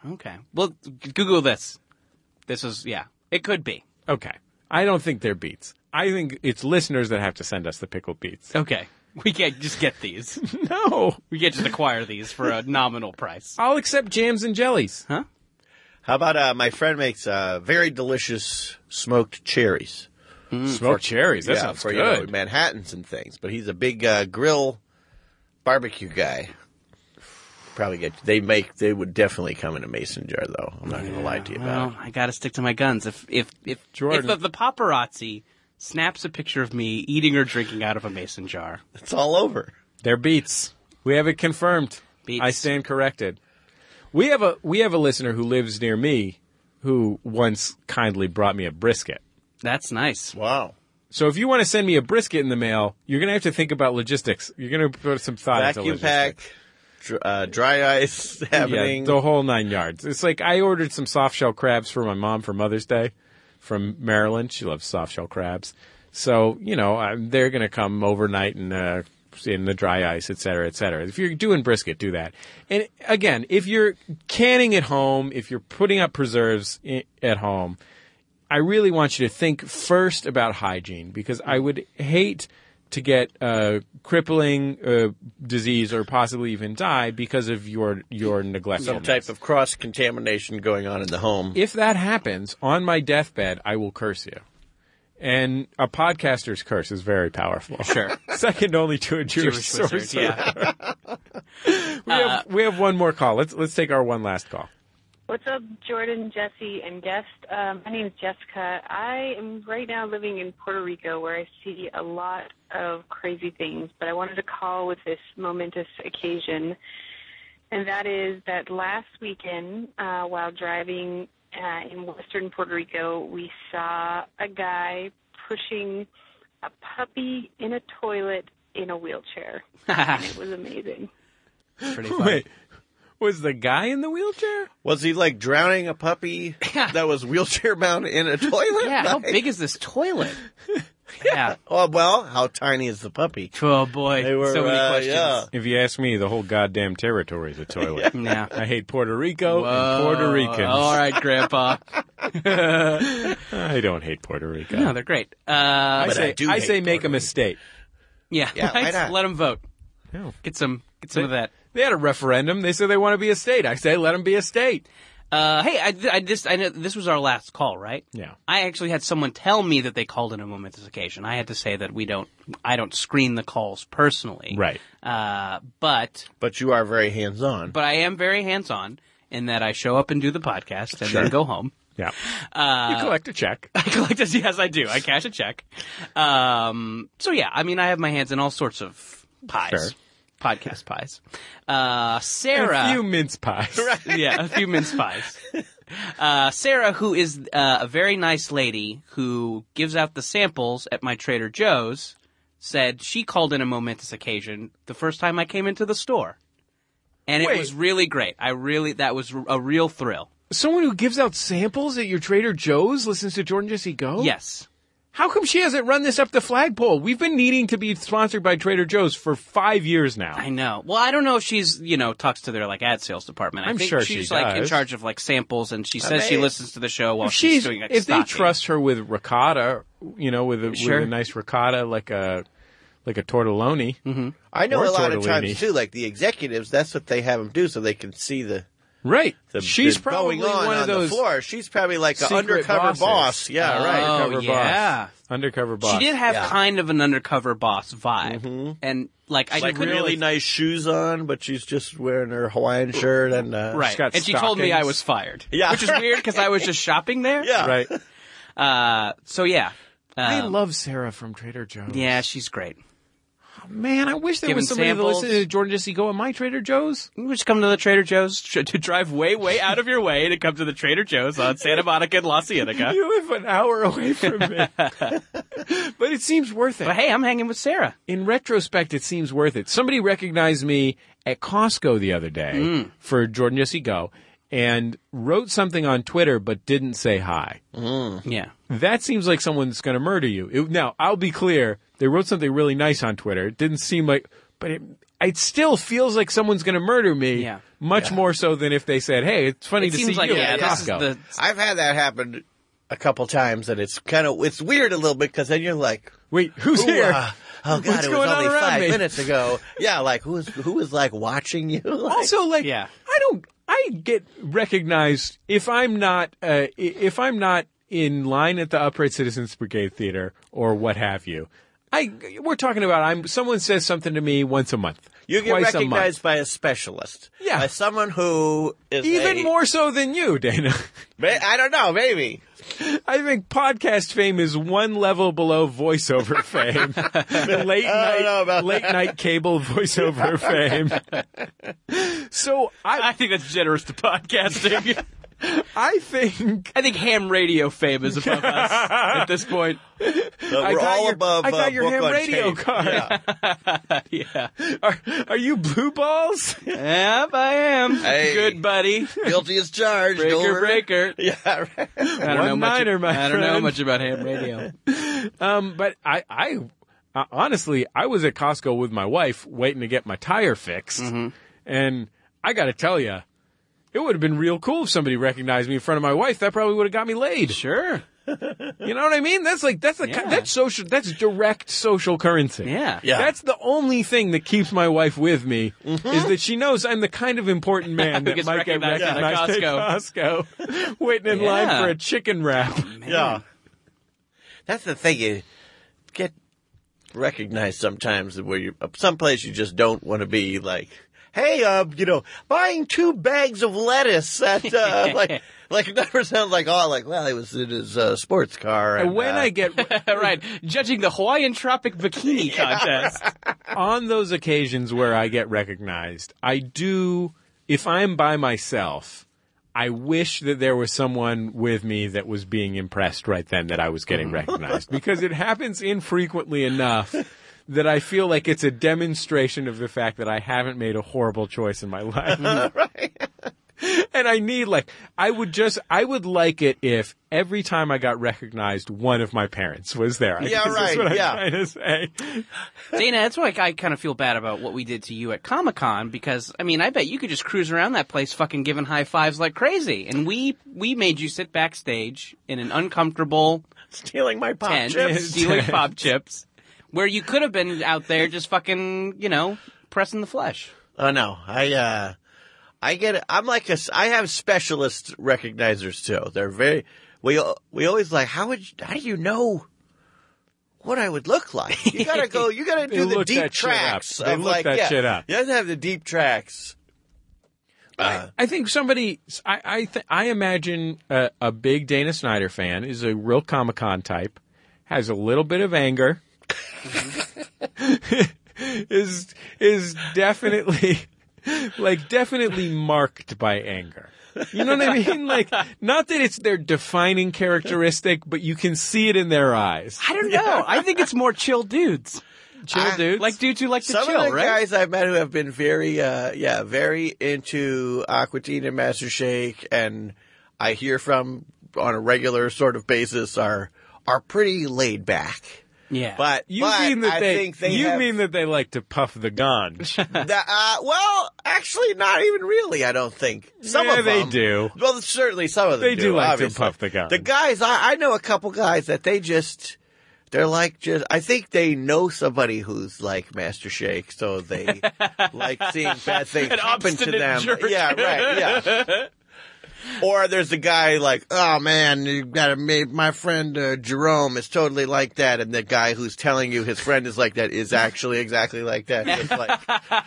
C: Okay. Well, g- Google this. This is, yeah. It could be.
B: Okay. I don't think they're beets. I think it's listeners that have to send us the pickled beets. [LAUGHS]
C: Okay. [LAUGHS] We can't just get these.
B: No.
C: We can't just acquire these for a nominal price.
B: I'll accept jams and jellies.
C: Huh?
D: How about uh, my friend makes uh, very delicious smoked cherries?
C: Hmm.
B: Smoked cherries. That
D: yeah,
B: sounds
D: for,
B: good.
D: you know, Manhattans and things. But he's a big uh, grill barbecue guy. Probably get they make they would definitely come in a mason jar though. I'm not gonna lie to you about
C: Well, I got to stick to my guns. If if if
B: Jordan.
C: if the, the paparazzi snaps a picture of me eating or drinking out of a mason jar,
D: it. It's all over.
B: They're beets. We have it confirmed.
C: Beets.
B: I stand corrected. We have a we have a listener who lives near me who once kindly brought me a brisket.
C: that's nice.
D: Wow.
B: So if you want to send me a brisket in the mail, you're going to have to think about logistics. You're going to put some thought into
D: Vacuum
B: logistics.
D: pack, dr- uh, dry ice [LAUGHS] happening.
B: Yeah, the whole nine yards. It's like I ordered some soft shell crabs for my mom for Mother's Day from Maryland. She loves soft shell crabs. So, you know, i they're going to come overnight in, uh, in the dry ice, et cetera, et cetera. If you're doing brisket, do that. And again, if you're canning at home, if you're putting up preserves i- at home, I really want you to think first about hygiene because I would hate to get uh, crippling uh, disease or possibly even die because of your your neglectfulness.
D: some type of cross contamination going on in the home.
B: If that happens on my deathbed, I will curse you. And a podcaster's curse is very powerful.
C: Sure.
B: [LAUGHS] Second only to a Jewish,
C: Jewish
B: sorcerer.
C: wizard, yeah.
B: [LAUGHS] We, have, we have one more call. Let's let's take our one last call.
K: What's up, Jordan, Jesse, and guest? Um, my name is Jessica. I am right now living in Puerto Rico where I see a lot of crazy things, but I wanted to call with this momentous occasion, and that is that last weekend, uh, while driving uh, in western Puerto Rico, we saw a guy pushing a puppy in a toilet in a wheelchair. and it was amazing.
C: Pretty fun.
B: Wait, was the guy in the wheelchair?
D: Was he like drowning a puppy that was wheelchair bound in a
C: [LAUGHS]
D: toilet?
C: Yeah, how
D: Like,
C: big is this toilet? yeah.
D: Oh well, how tiny is the puppy?
C: Oh boy,
D: They
C: [LAUGHS]
D: were,
C: so many
D: uh,
C: questions.
D: yeah.
B: If you ask me, the whole goddamn territory is a toilet.
C: Yeah.
D: [LAUGHS]
B: I hate Puerto Rico and
C: Whoa.
B: Puerto Ricans.
C: All right, Grandpa.
B: I don't hate Puerto Rico.
C: No, they're great. Uh,
B: I
D: But
B: say,
D: I do hate
B: say make
D: Puerto
B: a mistake.
C: yeah,
D: Yeah, why
C: let's
D: not?
C: let them vote.
B: No.
C: Get some, get some of that.
B: They had a referendum. They said they want to be a state. I say let them be a state.
C: Uh, hey, I, I just, I know this was our last call, right?
B: Yeah.
C: I actually had someone tell me that they called in a momentous occasion. I had to say that we don't, I don't screen the calls personally.
B: Right.
C: Uh, but,
D: But you are very hands on.
C: but I am very hands on in that I show up and do the podcast and then go home.
B: Yeah. Uh, you collect a check.
C: I [LAUGHS] collect a, yes, I do. I cash a check. Um, so yeah, I mean, I have my hands in all sorts of pies.
B: Sure.
C: Podcast pies. Uh, Sarah.
B: A few mince pies.
C: [LAUGHS] yeah, a few mince pies. Uh, Sarah, who is uh, a very nice lady who gives out the samples at my Trader Joe's, said she called in a momentous occasion the first time I came into the store, and
B: Wait.
C: it was really great. I really that was a real thrill.
B: Someone who gives out samples at your Trader Joe's listens to Jordan Jesse Go?
C: Yes,
B: How come she hasn't run this up the flagpole? We've been needing to be sponsored by Trader Joe's for five years now.
C: I know. Well, I don't know if she's you know talks to their like ad sales department. I
B: I'm
C: think
B: sure she
C: she's like in
B: does. Uh,
C: charge of like samples, and she says she
D: may-
C: listens to the show while
B: if she's,
C: doing like
B: if they
C: stocking.
B: trust her with ricotta, you know, with a,
C: Sure.
B: with a nice ricotta like a like a tortelloni.
C: Mm-hmm.
D: I know
B: Or
D: a lot of
B: tortellini.
D: times too, like the executives, that's what they have them do so they can see the,
B: Right.
D: the
B: she's
D: the
B: probably
D: going on
B: one
D: on
B: of those
D: the floor. She's probably like an
B: secret
D: undercover
B: bosses. Uh,
D: boss. Yeah,
C: Oh,
D: right.
B: undercover
C: yeah.
B: boss. Undercover boss.
C: She did have
D: Yeah.
C: kind of an undercover boss vibe,
B: Mm-hmm.
C: and like I
D: Like
C: couldn't
D: really nice shoes on, but she's just wearing her Hawaiian shirt and uh,
C: right.
B: She's got
C: and she told me I
B: stockings.
C: was fired,
D: Yeah.
C: which is weird because I was just shopping there. [LAUGHS]
D: Yeah.
B: Right.
C: Uh, so yeah,
B: I
C: Um,
B: love Sarah from Trader Joe's.
C: yeah, she's great.
B: Man, I wish there
C: Giving
B: was somebody
C: samples.
B: that listened to Jordan Jesse Go at my Trader Joe's.
C: You just come to the Trader Joe's tr- to drive way, way out of your way to come to the Trader Joe's on Santa Monica and La Cienega.
B: [LAUGHS] You live an hour away from
C: [LAUGHS]
B: me. [LAUGHS] but it seems worth it.
C: But hey, I'm hanging with Sarah.
B: in retrospect, it seems
D: Hmm.
B: worth it. Somebody recognized me at Costco the other day for Jordan Jesse Go. and wrote something on Twitter but didn't say hi.
C: Yeah.
B: That seems like someone that's going to murder you. It- now, I'll be clear. They wrote something really nice on Twitter. It didn't seem like, but it, it still feels like someone's going to murder me.
D: Yeah.
B: Much more so than if they said, "Hey, it's funny to see you at Costco."
D: I've had that happen a couple times, and it's kind of it's weird a little bit because then you're like,
B: wait, who's
D: here? oh God,
B: What's
D: it was
B: going on
D: only
B: around
D: five
B: me?"
D: minutes ago. Yeah, like who was who was like watching you? [LAUGHS]
B: also, like, I don't, I get recognized if I'm not, uh, i- if I'm not in line at the Upright Citizens Brigade Theater or what have you. I, we're talking about, I'm, someone says something to me once a month.
D: You get
B: twice a month.
D: recognized by a specialist. Yeah. By someone who is
B: Even
D: a-
B: more so than you, Dana.
D: I don't know, maybe.
B: I think podcast fame is one level below voiceover fame. late night, late night cable voiceover fame. so I,
C: I think that's generous to podcasting.
B: I think
C: I think ham radio fame is above us at
B: [LAUGHS]
C: this point.
B: I got your, I got
D: uh,
B: your ham radio card. [LAUGHS]
C: Yeah.
B: Are, are you blue balls?
C: Yep, I am.
B: Hey.
C: Good buddy.
D: Guilty as charged.
C: Breaker,
B: Gilbert.
C: breaker.
D: [LAUGHS] Yeah, right. I
C: don't know
B: One
C: much.
B: nighter, my
C: I don't know
B: friend.
C: much about ham [LAUGHS] radio.
B: um, but I, I uh, honestly, I was at Costco with my wife waiting to get my tire fixed,
D: Mm-hmm.
B: and I got to tell you, it would have been real cool if somebody recognized me in front of my wife. That probably would have got me laid.
C: Sure.
B: You know what I mean? That's like that's the ki- that's social that's direct social currency.
C: Yeah.
D: Yeah.
B: That's the only thing that keeps my wife with me is that she knows I'm the kind of important man
D: Mm-hmm. [LAUGHS] Who
B: that
D: gets
B: might get
D: recognized at
B: recognized at Costco, [LAUGHS] waiting in line
D: Yeah.
B: for a chicken wrap.
D: Yeah. That's the thing. You get recognized sometimes where you, someplace you just don't want to be like, hey, uh, you know, buying two bags of lettuce at,
B: [LAUGHS]
D: uh, like, like it never sounds like, oh, like, well, he was in his uh, sports car. And,
B: when
D: uh,
B: I get
C: [LAUGHS] right, judging the Hawaiian
B: [LAUGHS]
C: Tropic Bikini Contest.
B: on those occasions where I get recognized, I do, if I'm by myself, I wish that there was someone with me that was being impressed right then that I was getting
C: Mm-hmm.
B: recognized because it happens infrequently enough that I feel like it's a demonstration of the fact that I haven't made a horrible choice in my life.
C: Mm-hmm.
B: [LAUGHS] and I need like I would just I would like it if every time I got recognized, one of my parents was there. I
C: Yeah,
B: guess is
C: right,
B: what I'm
C: yeah.
B: trying to say.
C: Dana, that's why I kind of feel bad about what we did to you at Comic Con because I mean, I bet you could just cruise around that place, fucking giving high fives like crazy, and we we made you sit backstage in an uncomfortable
D: stealing my pop
C: tent, [LAUGHS]
D: chips.
C: stealing pop chips, where you could have been out there just fucking you know pressing the flesh.
D: Oh no, I uh, I get it. I'm like a, s- I have specialist recognizers too. They're very. We we always like how would you, how do you know what I would look like? You gotta go.
B: [LAUGHS]
D: You gotta
B: They
D: do the
B: look
D: deep
B: that shit up.
D: tracks.
B: They
D: of,
B: look
D: like,
B: that
D: yeah,
B: shit up.
D: You have to have the deep tracks. Uh,
B: I think somebody, I I, th- I imagine a, a big Dana Snyder fan is a real Comic Con type, has a little bit of anger, [LAUGHS] is is definitely like definitely marked by anger. You know what I mean? Like, not that it's their defining characteristic, but you can see it in their eyes.
C: I don't know. I think it's more chill dudes.
B: Chill
D: I-
B: dudes,
C: like dudes who like to
D: some
C: chill,
D: of the
C: right?
D: guys I've met who have been very, uh, yeah, very into Aquatine and Master Shake, and I hear from on a regular sort of basis are are pretty laid back.
C: Yeah,
D: But
B: you
D: but
B: mean that
D: I
B: they,
D: think they
B: you
D: have- [LAUGHS]
B: mean that they like to puff the ganj.
D: that, uh, well, actually, not even really. I don't think some
B: Yeah,
D: of
B: they
D: them
B: do.
D: Well, certainly some of them
B: They do like to
D: obviously.
B: puff the gun.
D: The guys, I, I know a couple guys that they just. They're like just. I think they know somebody who's like Master Shake,
C: [LAUGHS]
D: so they like seeing bad things
C: An
D: happen to
C: obstinate
D: them.
C: jerk.
D: Yeah, right. Yeah. Or there's the guy like, oh man, you gotta make my friend uh, Jerome is totally like that, and the guy who's telling you his friend is like that is actually exactly like that. It's like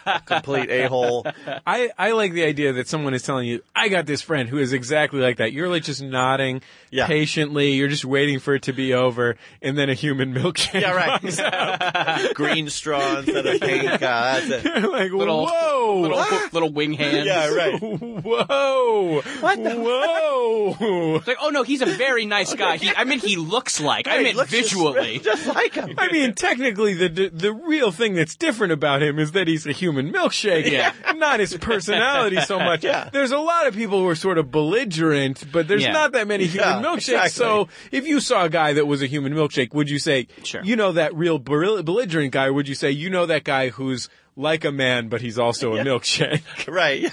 D: a complete a hole.
B: I, I like the idea that someone is telling you, I got this friend who is exactly like that. You're like just nodding
D: Yeah.
B: patiently. You're just waiting for it to be over. And then a human milkshake.
D: Yeah,
C: [LAUGHS]
B: comes.
D: right. Green straw instead of pink. Uh,
C: [LAUGHS]
D: that's it.
B: You're [LAUGHS] like,
C: Little-
B: whoa.
D: [LAUGHS]
C: little, little wing hands.
D: Yeah, right.
B: [LAUGHS] Whoa. [LAUGHS]
D: What
B: Whoa!
C: It's like, oh no, he's a very nice guy. He, I mean, he looks like. I
B: Hey,
C: meant
B: looks [LAUGHS] just-
C: visually.
D: like him.
B: I mean, technically, the the real thing that's different about him is that he's a human milkshake,
C: Yeah.
B: not his personality so much.
C: Yeah.
B: There's a lot of people who are sort of belligerent, but there's
C: Yeah.
B: not that many
C: Yeah,
B: human milkshakes. So if you saw a guy that was a human milkshake, would you say, you know that real bel- belligerent guy? Or would you say, you know that guy who's like a man, but he's also a milkshake? [LAUGHS]
D: right.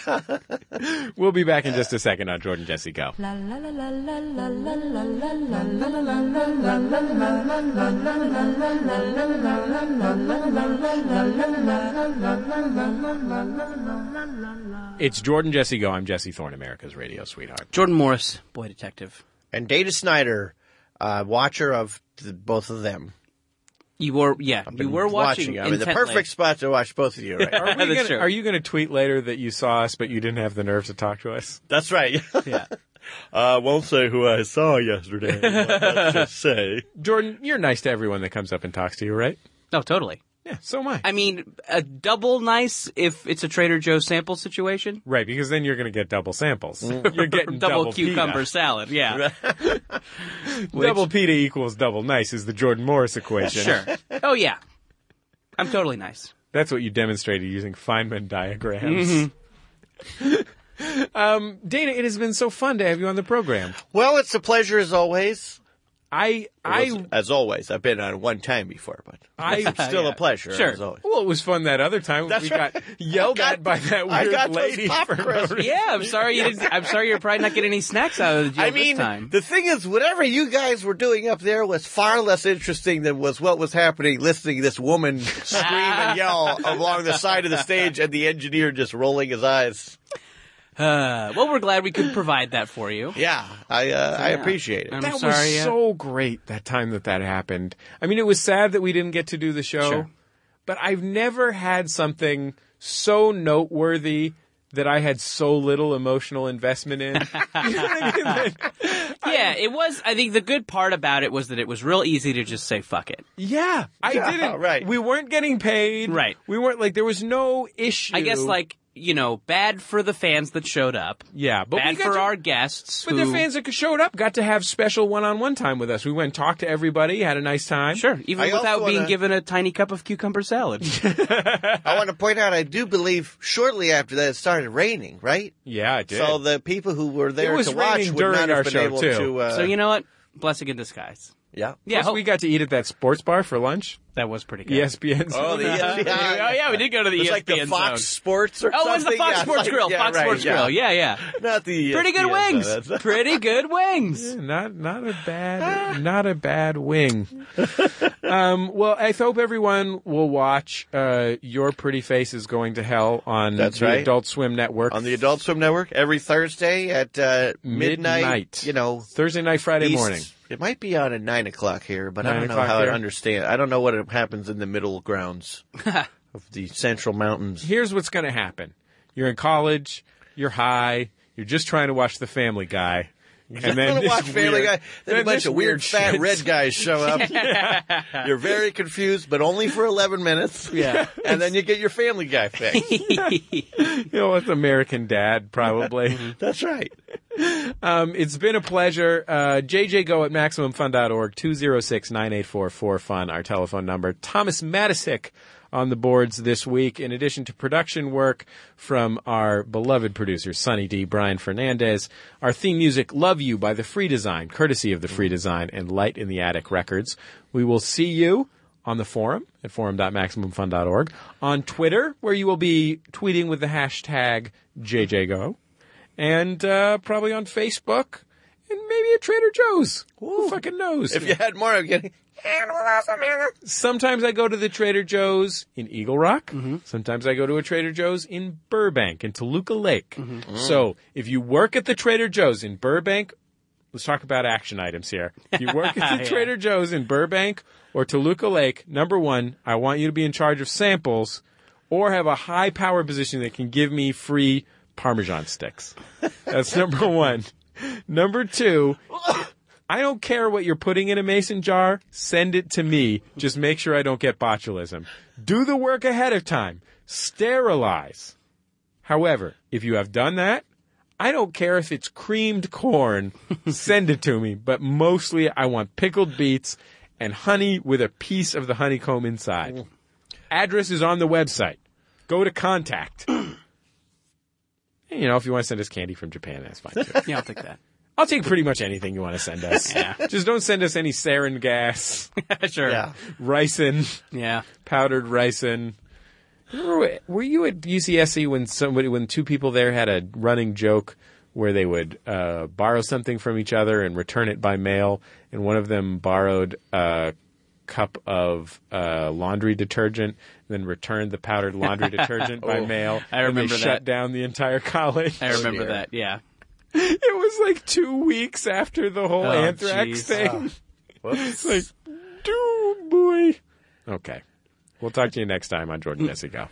B: we'll be back in just a second on Jordan Jesse Go. It's Jordan Jesse Go. I'm Jesse Thorne, America's radio sweetheart.
C: Jordan Morris, boy detective.
D: And Data Snyder, uh, watcher of the, both of them.
C: You were, yeah, you were watching.
D: I mean, the
C: intently.
D: perfect spot to watch both of you. Right?
B: Are, we gonna, are you going to tweet later that you saw us but you didn't have the nerve to talk to us?
D: [LAUGHS] That's right.
B: [LAUGHS]
D: [LAUGHS]
B: Yeah.
D: I won't say who I saw yesterday.
B: [LAUGHS]
D: Let's just say,
B: Jordan, you're nice to everyone that comes up and talks to you, right?
C: No, Oh, totally.
B: Yeah, so am I.
C: I mean, a double nice if it's a Trader Joe's sample situation.
B: Right, because then you're going to get double samples. [LAUGHS]
D: Mm.
B: You're getting
C: [LAUGHS] double,
B: double,
C: cucumber
B: pita. [LAUGHS]
C: salad. Yeah. Which-
B: Double pita equals double nice is the Jordan Morris equation.
C: Sure. Oh yeah. I'm totally nice.
B: That's what you demonstrated using Feynman diagrams.
C: Mm-hmm.
B: [LAUGHS] um, Dana, it has been so fun to have you on the program.
D: Well, it's a pleasure as always.
B: I, I,
D: as always, I've been on one time before, but
B: I
D: [LAUGHS] it's still a pleasure.
B: Sure.
D: As always.
B: Well, it was fun that other time.
D: That's
B: we
D: right. [LAUGHS]
B: got yelled
D: I got-
B: at by that
D: I
B: weird
D: got those
B: lady [LAUGHS]
D: pop
B: for no
D: crisps.
B: reason.
C: Yeah, I'm sorry you didn't. I'm sorry you're probably not getting any snacks out of the jail
D: I mean,
C: this time.
D: the thing is, whatever you guys were doing up there was far less interesting than was what was happening listening to
C: [LAUGHS]
D: this woman scream and yell along the side of the stage and the engineer just rolling his eyes.
C: Uh, well, we're glad we could provide that for you.
D: Yeah, I uh, I
C: Yeah.
D: appreciate it.
C: I'm
B: that
C: sorry.
B: was
C: uh,
B: so great that time that that happened. I mean, it was sad that we didn't get to do the show,
C: Sure.
B: but I've never had something so noteworthy that I had so little emotional investment in. [LAUGHS]
C: yeah, it was. I think the good part about it was that it was real easy to just say fuck it.
B: yeah, I
D: Yeah,
B: didn't.
D: right.
B: We weren't getting paid.
C: Right.
B: We weren't like there was no issue.
C: I guess like you know, bad for the fans that showed up.
B: yeah, but we
C: bad
B: got
C: for
B: to-
C: our guests.
B: But
C: who,
B: the fans that showed up got to have special one-on-one time with us. We went and talked to everybody, had a nice time.
C: Sure, even
D: I also
C: without being
D: wanna-
C: given a tiny cup of cucumber [LAUGHS] salad.
D: I want to point out, I do believe shortly after that it started raining, right?
B: Yeah, it did.
D: So the people who were there
B: It was
D: to watch
B: raining
D: would
B: during
D: not
B: our
D: have been
B: show,
D: able
B: too.
D: to. Uh,
C: so you know what? Blessing in disguise.
D: yeah.
C: Yeah,
B: Plus,
C: ho-
B: we got to eat at that sports bar for lunch.
C: that was pretty
B: E
C: good.
B: ESPN's. [LAUGHS]
D: Oh, the ESPN.
C: oh yeah, E we did go to the
D: It's
C: ESPN
D: like the Fox
C: zone.
D: Sports or
C: Oh, it was
D: something.
C: the Fox
D: Yeah,
C: Sports
D: like-
C: Grill.
D: yeah,
C: Fox
D: right,
C: Sports
D: yeah.
C: Grill. Yeah,
D: [LAUGHS]
C: yeah.
D: Not the E
C: Pretty good
D: ESPN,
C: wings.
D: though, [LAUGHS] that's-
C: Pretty good wings.
B: Not not a bad not a bad
D: [LAUGHS]
B: wing. um, well, I hope everyone will watch uh, Your Pretty Face is Going to Hell on
D: That's
B: the
D: right.
B: Adult Swim Network.
D: on the Adult Swim Network every Thursday at uh, midnight,
B: Midnight.
D: You know,
B: Thursday night, Friday
D: East-
B: morning.
D: It might be on at nine o'clock here, but I
B: Nine
D: don't know
B: o'clock
D: how
B: there.
D: I understand. I don't know what happens in the
B: [LAUGHS]
D: middle grounds of the Central Mountains.
B: Here's what's going to happen: you're in college, you're high, you're just trying to watch The Family Guy, and
D: I'm
B: then
D: gonna
B: this
D: watch Family
B: weird-
D: Guy. Then, a
B: then
D: bunch
B: this
D: of weird, fat
B: shit.
D: red guys show up. You're very confused, but only for
B: [LAUGHS]
D: 11 minutes.
C: Yeah.
D: and then you get your Family Guy fix.
B: [LAUGHS] You know, it's American Dad
D: [LAUGHS]
B: probably.
D: That's right.
B: Um, it's been a pleasure. Uh, JJ Go at MaximumFun.org, 206-984-4FUN, our telephone number. Thomas Matisick on the boards this week, in addition to production work from our beloved producer, Sonny D. Brian Fernandez. Our theme music, Love You by The Free Design, courtesy of The Free Design and Light in the Attic Records. We will see you on the forum at forum.maximumfun.org, on Twitter, where you will be tweeting with the hashtag JJGo and uh, probably on Facebook and maybe at Trader Joe's. Who fucking knows?
D: If you had more, I'm getting.
B: Sometimes I go to the Trader Joe's in Eagle Rock. Sometimes I go to a Trader Joe's in Burbank, in Toluca Lake. So if you work at the Trader Joe's in Burbank, let's talk about action items here. If you work at the Trader Joe's in Burbank or Toluca Lake, number one, I want you to be in charge of samples or have a high power position that can give me free Parmesan sticks. That's number one. Number two, I don't care what you're putting in a mason jar. Send it to me. Just make sure I don't get botulism. Do the work ahead of time. Sterilize. However, if you have done that, I don't care if it's creamed
C: [LAUGHS]
B: corn. Send it to me, but mostly I want pickled beets and honey with a piece of the honeycomb inside. Address is on the website. Go to
C: [CLEARS THROAT]
B: contact. And, you know, if you want to send us candy from Japan, that's fine too.
C: [LAUGHS] Yeah, I'll take that.
B: I'll take pretty much anything you want to send us.
C: [LAUGHS] Yeah.
B: Just don't send us any sarin gas.
C: [LAUGHS] sure.
B: Yeah. Ricin.
C: Yeah.
B: Powdered ricin. Remember, were you at UCSC E when somebody, when two people there had a running joke where they would uh, borrow something from each other and return it by mail, and one of them borrowed a cup of uh, laundry detergent, then returned the powdered
C: [LAUGHS]
B: laundry detergent by
C: Oh,
B: mail,
C: I
B: and
C: remember
B: they
C: that.
B: shut down the entire [LAUGHS] college.
C: I remember that. Yeah.
B: [LAUGHS] It was like two weeks after the whole
C: Oh,
B: anthrax
C: jeez.
B: thing.
C: Oh.
B: [LAUGHS] it's like, do boy. Okay. We'll talk to you next time on Jordan Jesse Go.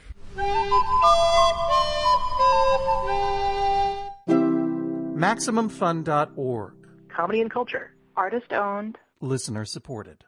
L: MaximumFun.org.
M: Comedy and culture. Artist owned.
L: Listener supported.